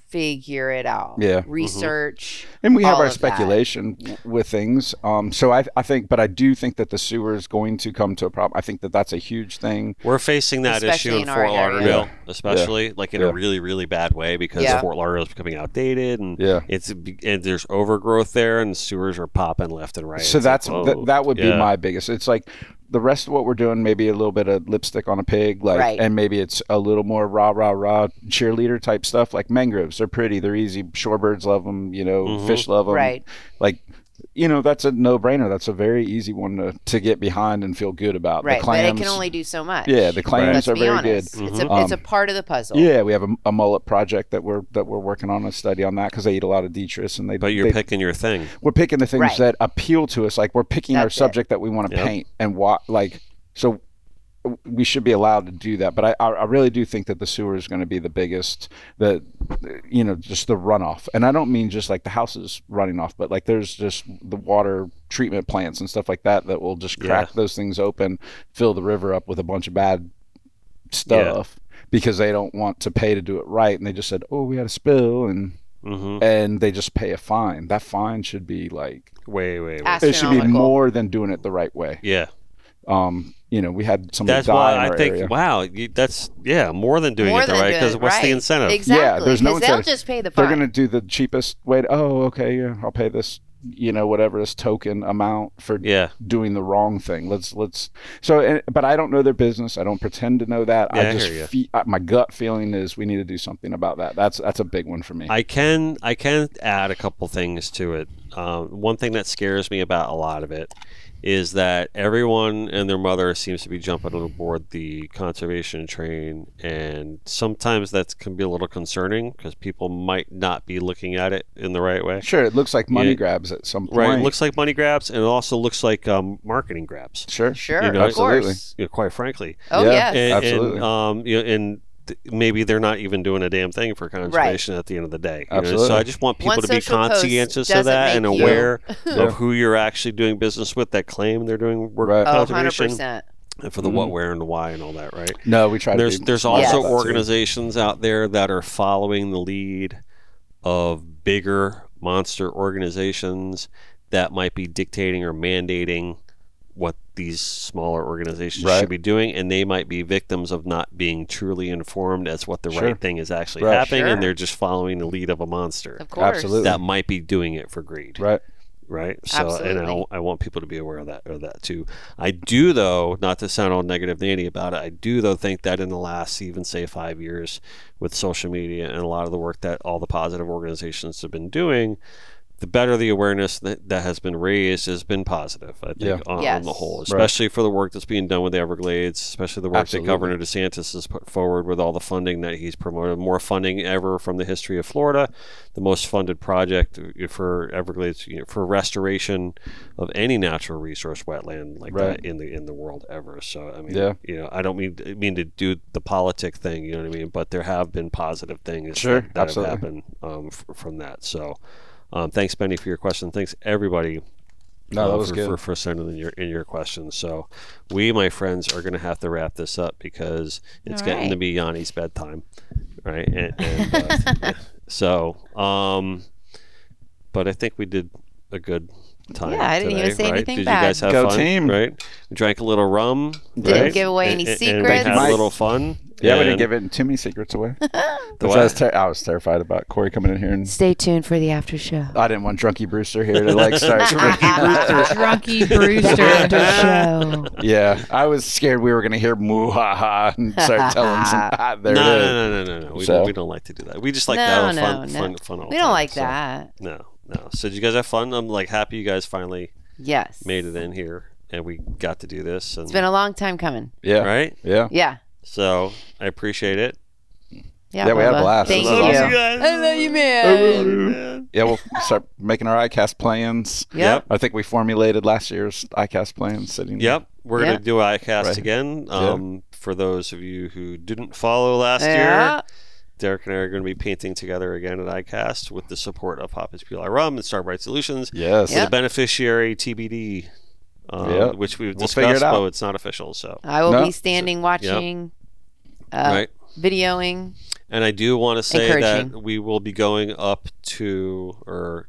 Speaker 3: figure it out.
Speaker 5: Yeah. Mhm.
Speaker 3: research.
Speaker 5: And we have
Speaker 3: all
Speaker 5: our
Speaker 3: of that.
Speaker 5: speculation w- with things. Um, so I, I think, but I do think that the sewer is going to come to a problem. I think that that's a huge thing.
Speaker 4: We're facing that
Speaker 3: Especially
Speaker 4: issue in,
Speaker 3: in our
Speaker 4: Fort
Speaker 3: area.
Speaker 4: Lauderdale, especially like in a
Speaker 5: Yeah.
Speaker 4: really, really bad way because
Speaker 3: Yeah.
Speaker 4: Fort Lauderdale is becoming outdated and
Speaker 5: Yeah.
Speaker 4: it's and there's overgrowth there and sewers are popping left and right.
Speaker 5: So
Speaker 4: It's
Speaker 5: that's
Speaker 4: like,
Speaker 5: th-
Speaker 4: whoa.
Speaker 5: that would be
Speaker 4: Yeah.
Speaker 5: my biggest. It's like the rest of what we're doing, maybe a little bit of lipstick on a pig, like,
Speaker 3: Right.
Speaker 5: and maybe it's a little more rah rah rah cheerleader type stuff. Like mangroves, they're pretty, they're easy. Shorebirds love them, you know.
Speaker 4: Mhm.
Speaker 5: Fish love them,
Speaker 3: Mm-hmm. Right.
Speaker 5: Like, you know, that's a no brainer. That's a very easy one to, to get behind and feel good about.
Speaker 3: Right,
Speaker 5: the
Speaker 3: but it
Speaker 5: clams,
Speaker 3: can only do so much.
Speaker 5: Yeah, the clams
Speaker 3: Let's
Speaker 5: are
Speaker 3: be
Speaker 5: very
Speaker 3: honest.
Speaker 5: good.
Speaker 3: It's a
Speaker 4: Mm-hmm.
Speaker 5: Mhm.
Speaker 3: it's a part of the puzzle.
Speaker 5: Yeah, we have a, a mullet project that we're that we're working on a study on that because they eat a lot of detritus and they.
Speaker 4: But you're
Speaker 5: they-
Speaker 4: picking your thing.
Speaker 5: We're picking the things
Speaker 3: Right.
Speaker 5: that appeal to us. Like we're picking our
Speaker 3: That's it.
Speaker 5: subject that we want to
Speaker 4: Yep.
Speaker 5: paint and what like so. w- We should be allowed to do that, but I, I I really do think that the sewer is going to be the biggest, the, you know, just the runoff, and I don't mean just like the houses running off, but like there's just the water treatment plants and stuff like that that will just crack
Speaker 4: Yeah.
Speaker 5: those things open, fill the river up with a bunch of bad stuff because they don't want to pay to do it right and they just said oh we had a spill and
Speaker 4: hmm
Speaker 5: and they just pay a fine that fine should be like
Speaker 4: Way, way, way.
Speaker 3: Ask-
Speaker 5: it should be
Speaker 3: Astronomical.
Speaker 5: more than doing it the right way
Speaker 4: yeah,
Speaker 5: um you know we had somebody
Speaker 4: that's
Speaker 5: die
Speaker 4: why
Speaker 5: in
Speaker 4: I
Speaker 5: our
Speaker 4: think
Speaker 5: area.
Speaker 4: wow, you, that's yeah, more than doing
Speaker 3: More
Speaker 4: it the
Speaker 3: than
Speaker 4: right
Speaker 3: do
Speaker 4: because
Speaker 3: it
Speaker 4: what's the
Speaker 3: right.
Speaker 4: incentive?
Speaker 3: Exactly.
Speaker 5: there's no
Speaker 3: 'cause they'll
Speaker 5: incentive.
Speaker 3: just pay the
Speaker 5: they're
Speaker 3: fine.
Speaker 5: going to do the cheapest way to, oh okay yeah i'll pay this you know whatever this token amount for
Speaker 4: Yeah,
Speaker 5: doing the wrong thing. Let's let's. So, and- but I don't know their business. I don't pretend to know that.
Speaker 4: Yeah, I
Speaker 5: I just
Speaker 4: hear ya.
Speaker 5: fe- I, my gut feeling is we need to do something about that. That's that's a big one for me.
Speaker 4: I can I can add a couple things to it. Um, one thing that scares me about a lot of it is that everyone and their mother seems to be jumping aboard the conservation train, and sometimes that can be a little concerning because people might not be looking at it in the right way.
Speaker 5: sure, it looks like money
Speaker 4: Yeah.
Speaker 5: grabs at some point.
Speaker 4: Right? It looks like money grabs, and it also looks like um, marketing grabs.
Speaker 5: sure.
Speaker 3: sure,
Speaker 4: you know,
Speaker 3: of
Speaker 5: absolutely.
Speaker 3: course.
Speaker 4: You know, quite frankly,
Speaker 3: Oh
Speaker 5: Yeah,
Speaker 3: yes.
Speaker 4: and,
Speaker 5: Absolutely.
Speaker 4: And, um, you know, and th- maybe they're not even doing a damn thing for conservation at the end of the day. you know? So
Speaker 5: Absolutely.
Speaker 4: I just want people
Speaker 3: One
Speaker 4: to be
Speaker 3: social post
Speaker 4: conscientious of
Speaker 3: doesn't
Speaker 4: that and
Speaker 3: make you-
Speaker 4: aware
Speaker 5: Yeah.
Speaker 4: of who you're actually doing business with that claim they're doing work
Speaker 5: Right. Mm-hmm.
Speaker 3: Oh,
Speaker 4: conservation
Speaker 3: 100%.
Speaker 4: and for the what, where, and the why, and all that. Right.
Speaker 5: No, we tried.
Speaker 4: There's
Speaker 5: to be
Speaker 4: there's
Speaker 5: smart
Speaker 4: also
Speaker 5: about that too.
Speaker 4: organizations out there that are following the lead of bigger monster organizations that might be dictating or mandating what these smaller organizations
Speaker 5: Right.
Speaker 4: should be doing and they might be victims of not being truly informed as what the
Speaker 5: Sure.
Speaker 4: right thing is actually
Speaker 5: Right.
Speaker 4: happening
Speaker 3: Sure.
Speaker 4: and they're just following the lead of a monster
Speaker 3: Of course.
Speaker 5: Absolutely.
Speaker 4: that might be doing it for greed
Speaker 5: Right.
Speaker 4: right? So, and I,
Speaker 3: Absolutely.
Speaker 4: I want people to be aware of that of that too. I do though, not to sound all negative nanny about it, I do though think that in the last even say five years with social media and a lot of the work that all the positive organizations have been doing, the better the awareness that, that has been raised has been positive. I think
Speaker 5: Yeah.
Speaker 4: on, on
Speaker 3: Yes.
Speaker 4: the whole,
Speaker 3: Right.
Speaker 4: especially for the work that's being done with the Everglades, especially the work
Speaker 5: Absolutely.
Speaker 4: that Governor DeSantis has put forward with all the funding that he's promoted, more funding ever from the history of Florida, the most funded project uh, for Everglades you know, for restoration of any natural resource wetland like
Speaker 5: Right.
Speaker 4: that in the in the world ever. So I mean,
Speaker 5: Yeah.
Speaker 4: you know, I don't mean mean to do the politic thing, you know what I mean, but there have been positive things that,
Speaker 5: Sure,
Speaker 4: that have
Speaker 5: absolutely.
Speaker 4: happened um, f- from that. So. Um, thanks, Benny, for your question. Thanks, everybody,
Speaker 5: No,
Speaker 4: uh,
Speaker 5: that was
Speaker 4: for,
Speaker 5: good.
Speaker 4: for for sending in your in your questions. So, we, my friends, are going to have to wrap this up because it's
Speaker 3: All
Speaker 4: getting to
Speaker 3: right.
Speaker 4: be Yanni's bedtime, right? And, and, uh, yeah. so, um, but I think we did a good time.
Speaker 3: Yeah, I didn't
Speaker 4: today,
Speaker 3: even say
Speaker 4: right?
Speaker 3: anything
Speaker 4: Did
Speaker 3: bad.
Speaker 4: you guys have
Speaker 5: Go
Speaker 4: fun?
Speaker 5: team.
Speaker 4: Right? We drank a little rum.
Speaker 5: Didn't
Speaker 4: right?
Speaker 3: give away any
Speaker 4: And- And,
Speaker 3: secrets.
Speaker 4: and
Speaker 5: Thank
Speaker 4: we
Speaker 5: you,
Speaker 4: had a
Speaker 5: Mike.
Speaker 4: little fun.
Speaker 5: Yeah, we
Speaker 4: And
Speaker 5: didn't give it too many secrets away.
Speaker 4: the
Speaker 5: Because I, was
Speaker 4: last-
Speaker 5: ter- I was terrified about Corey coming in here, and
Speaker 3: Stay tuned for the after show.
Speaker 5: I didn't want Drunky Brewster here to like start.
Speaker 6: Drunky Brewster.
Speaker 3: show.
Speaker 5: yeah, I was scared we were going to hear moo ha ha and start telling some. Ah, there
Speaker 4: no,
Speaker 5: it is.
Speaker 4: no, no, no, no, no. We,
Speaker 5: So-
Speaker 4: don't, we don't like to do that. We just like to
Speaker 3: No,
Speaker 4: have a fun,
Speaker 3: no, no.
Speaker 4: fun, fun. all
Speaker 3: We don't
Speaker 4: time,
Speaker 3: like
Speaker 4: so-
Speaker 3: that.
Speaker 4: No, no. So did you guys have fun? I'm like happy you guys finally
Speaker 3: Yes.
Speaker 4: made it in here and we got to do this. And,
Speaker 3: It's been a long time coming.
Speaker 5: Yeah,
Speaker 4: right.
Speaker 5: yeah.
Speaker 3: Yeah.
Speaker 4: So I appreciate it.
Speaker 3: Yeah,
Speaker 5: Yeah, we had a
Speaker 3: Bubba.
Speaker 5: blast.
Speaker 3: Thank
Speaker 5: This was
Speaker 3: you.
Speaker 5: awesome.
Speaker 4: guys.
Speaker 3: I love you, man.
Speaker 5: Yeah, we'll start making our ICAST plans.
Speaker 3: Yep.
Speaker 5: I think we formulated last year's ICAST plan sitting.
Speaker 4: Yep. We're
Speaker 3: Yeah.
Speaker 4: gonna do ICAST
Speaker 5: Right.
Speaker 4: again. Um, For those of you who didn't follow last year,
Speaker 3: Yeah.
Speaker 4: Derek and I are going to be painting together again at ICAST with the support of Papa's PLI Rum and Starbright Solutions.
Speaker 5: Yes.
Speaker 4: For
Speaker 3: Yep.
Speaker 4: The beneficiary TBD um,
Speaker 5: Yeah.
Speaker 4: which we've
Speaker 5: We'll
Speaker 4: discussed,
Speaker 5: figure it out.
Speaker 4: but it's not official. So
Speaker 3: I will
Speaker 5: No.
Speaker 3: be standing, watching, uh,
Speaker 4: right,
Speaker 3: videoing.
Speaker 4: and I do want to say that
Speaker 3: Encouraging.
Speaker 4: we will be going up to or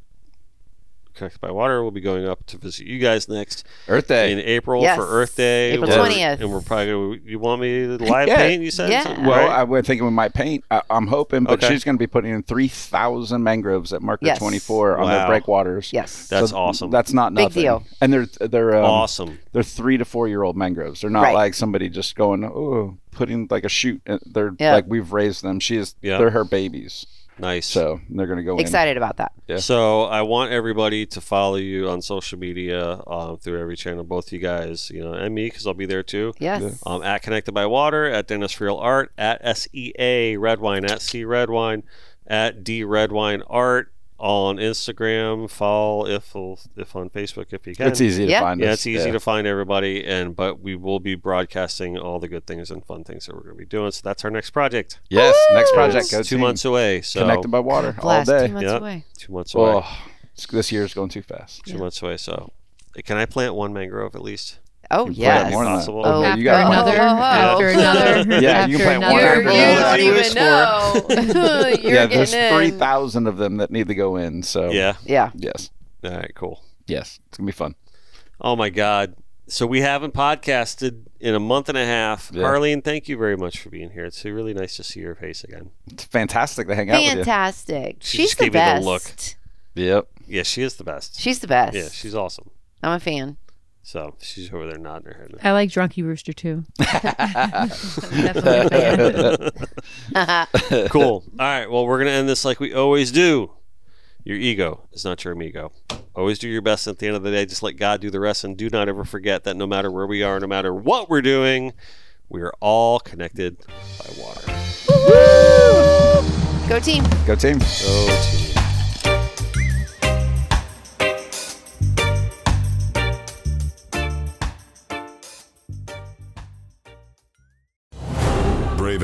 Speaker 4: connected by water. We'll be going up to visit you guys next
Speaker 5: Earth Day.
Speaker 4: in April
Speaker 3: Yes.
Speaker 4: for Earth Day,
Speaker 3: April
Speaker 4: We're-
Speaker 3: 20th.
Speaker 4: and we're probably gonna, you want me to live
Speaker 5: Yeah.
Speaker 4: paint? You said
Speaker 3: Yeah.
Speaker 4: something,
Speaker 5: well,
Speaker 4: right?
Speaker 5: I was thinking we might paint. I, I'm hoping, but
Speaker 4: Okay.
Speaker 5: she's going to be putting in 3,000 mangroves at Marker
Speaker 3: Yes.
Speaker 5: 24 on
Speaker 4: Wow.
Speaker 5: their breakwaters.
Speaker 3: Yes.
Speaker 4: That's
Speaker 5: So
Speaker 4: awesome.
Speaker 5: That's not
Speaker 3: Big
Speaker 5: nothing.
Speaker 3: deal.
Speaker 5: And they're they're um,
Speaker 4: awesome.
Speaker 5: they're three to four year old mangroves. They're not
Speaker 3: Right.
Speaker 5: like somebody just going oh putting like a shoot. Uh, They're
Speaker 3: Yeah.
Speaker 5: like we've raised them. She is.
Speaker 4: Yeah.
Speaker 5: They're her babies.
Speaker 4: Nice.
Speaker 5: So they're going to go in.
Speaker 3: Excited about that.
Speaker 5: Yeah.
Speaker 4: So I want everybody to follow you on social media um, through every channel, both you guys, you know, and me, because I'll be there too.
Speaker 3: Yes.
Speaker 4: Um, at Connected by Water, at Dennis Real Art, at SEA Red Wine, at C Red Wine, at D Red Wine Art on Instagram. Follow if if on Facebook if you can.
Speaker 5: It's easy to
Speaker 3: Yeah.
Speaker 5: find.
Speaker 4: Yeah,
Speaker 5: us.
Speaker 4: it's easy to find everybody, and but we will be broadcasting all the good things and fun things that we're going to be doing. So that's our next project.
Speaker 5: Yes. Next
Speaker 4: It's
Speaker 5: project. Go
Speaker 4: two
Speaker 5: team.
Speaker 4: months away. So
Speaker 5: Connected by water all
Speaker 3: Blast.
Speaker 5: day.
Speaker 3: Two months
Speaker 4: Yeah.
Speaker 3: away.
Speaker 4: two months away.
Speaker 5: Oh, it's- this year's going too fast.
Speaker 4: two months away. So, can I plant one mangrove at least?
Speaker 3: Oh,
Speaker 5: You can
Speaker 4: plant
Speaker 3: yes.
Speaker 4: more than that.
Speaker 5: Possible.
Speaker 3: Oh,
Speaker 5: Yeah,
Speaker 6: after
Speaker 5: you gotta plant
Speaker 6: another,
Speaker 3: Oh, oh, oh.
Speaker 6: after another,
Speaker 5: Yeah,
Speaker 6: after
Speaker 5: you can plant one
Speaker 6: another.
Speaker 5: after You're- another. you don't even
Speaker 3: know.
Speaker 5: yeah, there's three thousand of them that need to go in. So
Speaker 4: Yeah.
Speaker 3: Yeah.
Speaker 5: yes,
Speaker 4: All right. Cool.
Speaker 5: yes, it's gonna be fun.
Speaker 4: Oh my God. So we haven't podcasted in a month and a half.
Speaker 5: Yeah.
Speaker 4: Harleen, thank you very much for being here. It's really nice to see your face again.
Speaker 5: It's fantastic to hang out with
Speaker 3: Fantastic.
Speaker 4: She
Speaker 3: She's
Speaker 4: just
Speaker 3: the
Speaker 4: gave you the
Speaker 3: best.
Speaker 4: look.
Speaker 5: you. Yep.
Speaker 4: Yeah, she is the best.
Speaker 3: She's the best.
Speaker 4: yeah, she's awesome.
Speaker 3: I'm a fan.
Speaker 4: So she's over there nodding her head.
Speaker 6: I like Drunky Rooster too. Definitely a fan.
Speaker 4: cool. All right. Well, we're gonna end this like we always do. Your ego is not your amigo. Always do your best. At the end of the day, just let God do the rest, and do not ever forget that no matter where we are, no matter what we're doing, we are all connected by water.
Speaker 3: Go team.
Speaker 5: Go team.
Speaker 8: Brave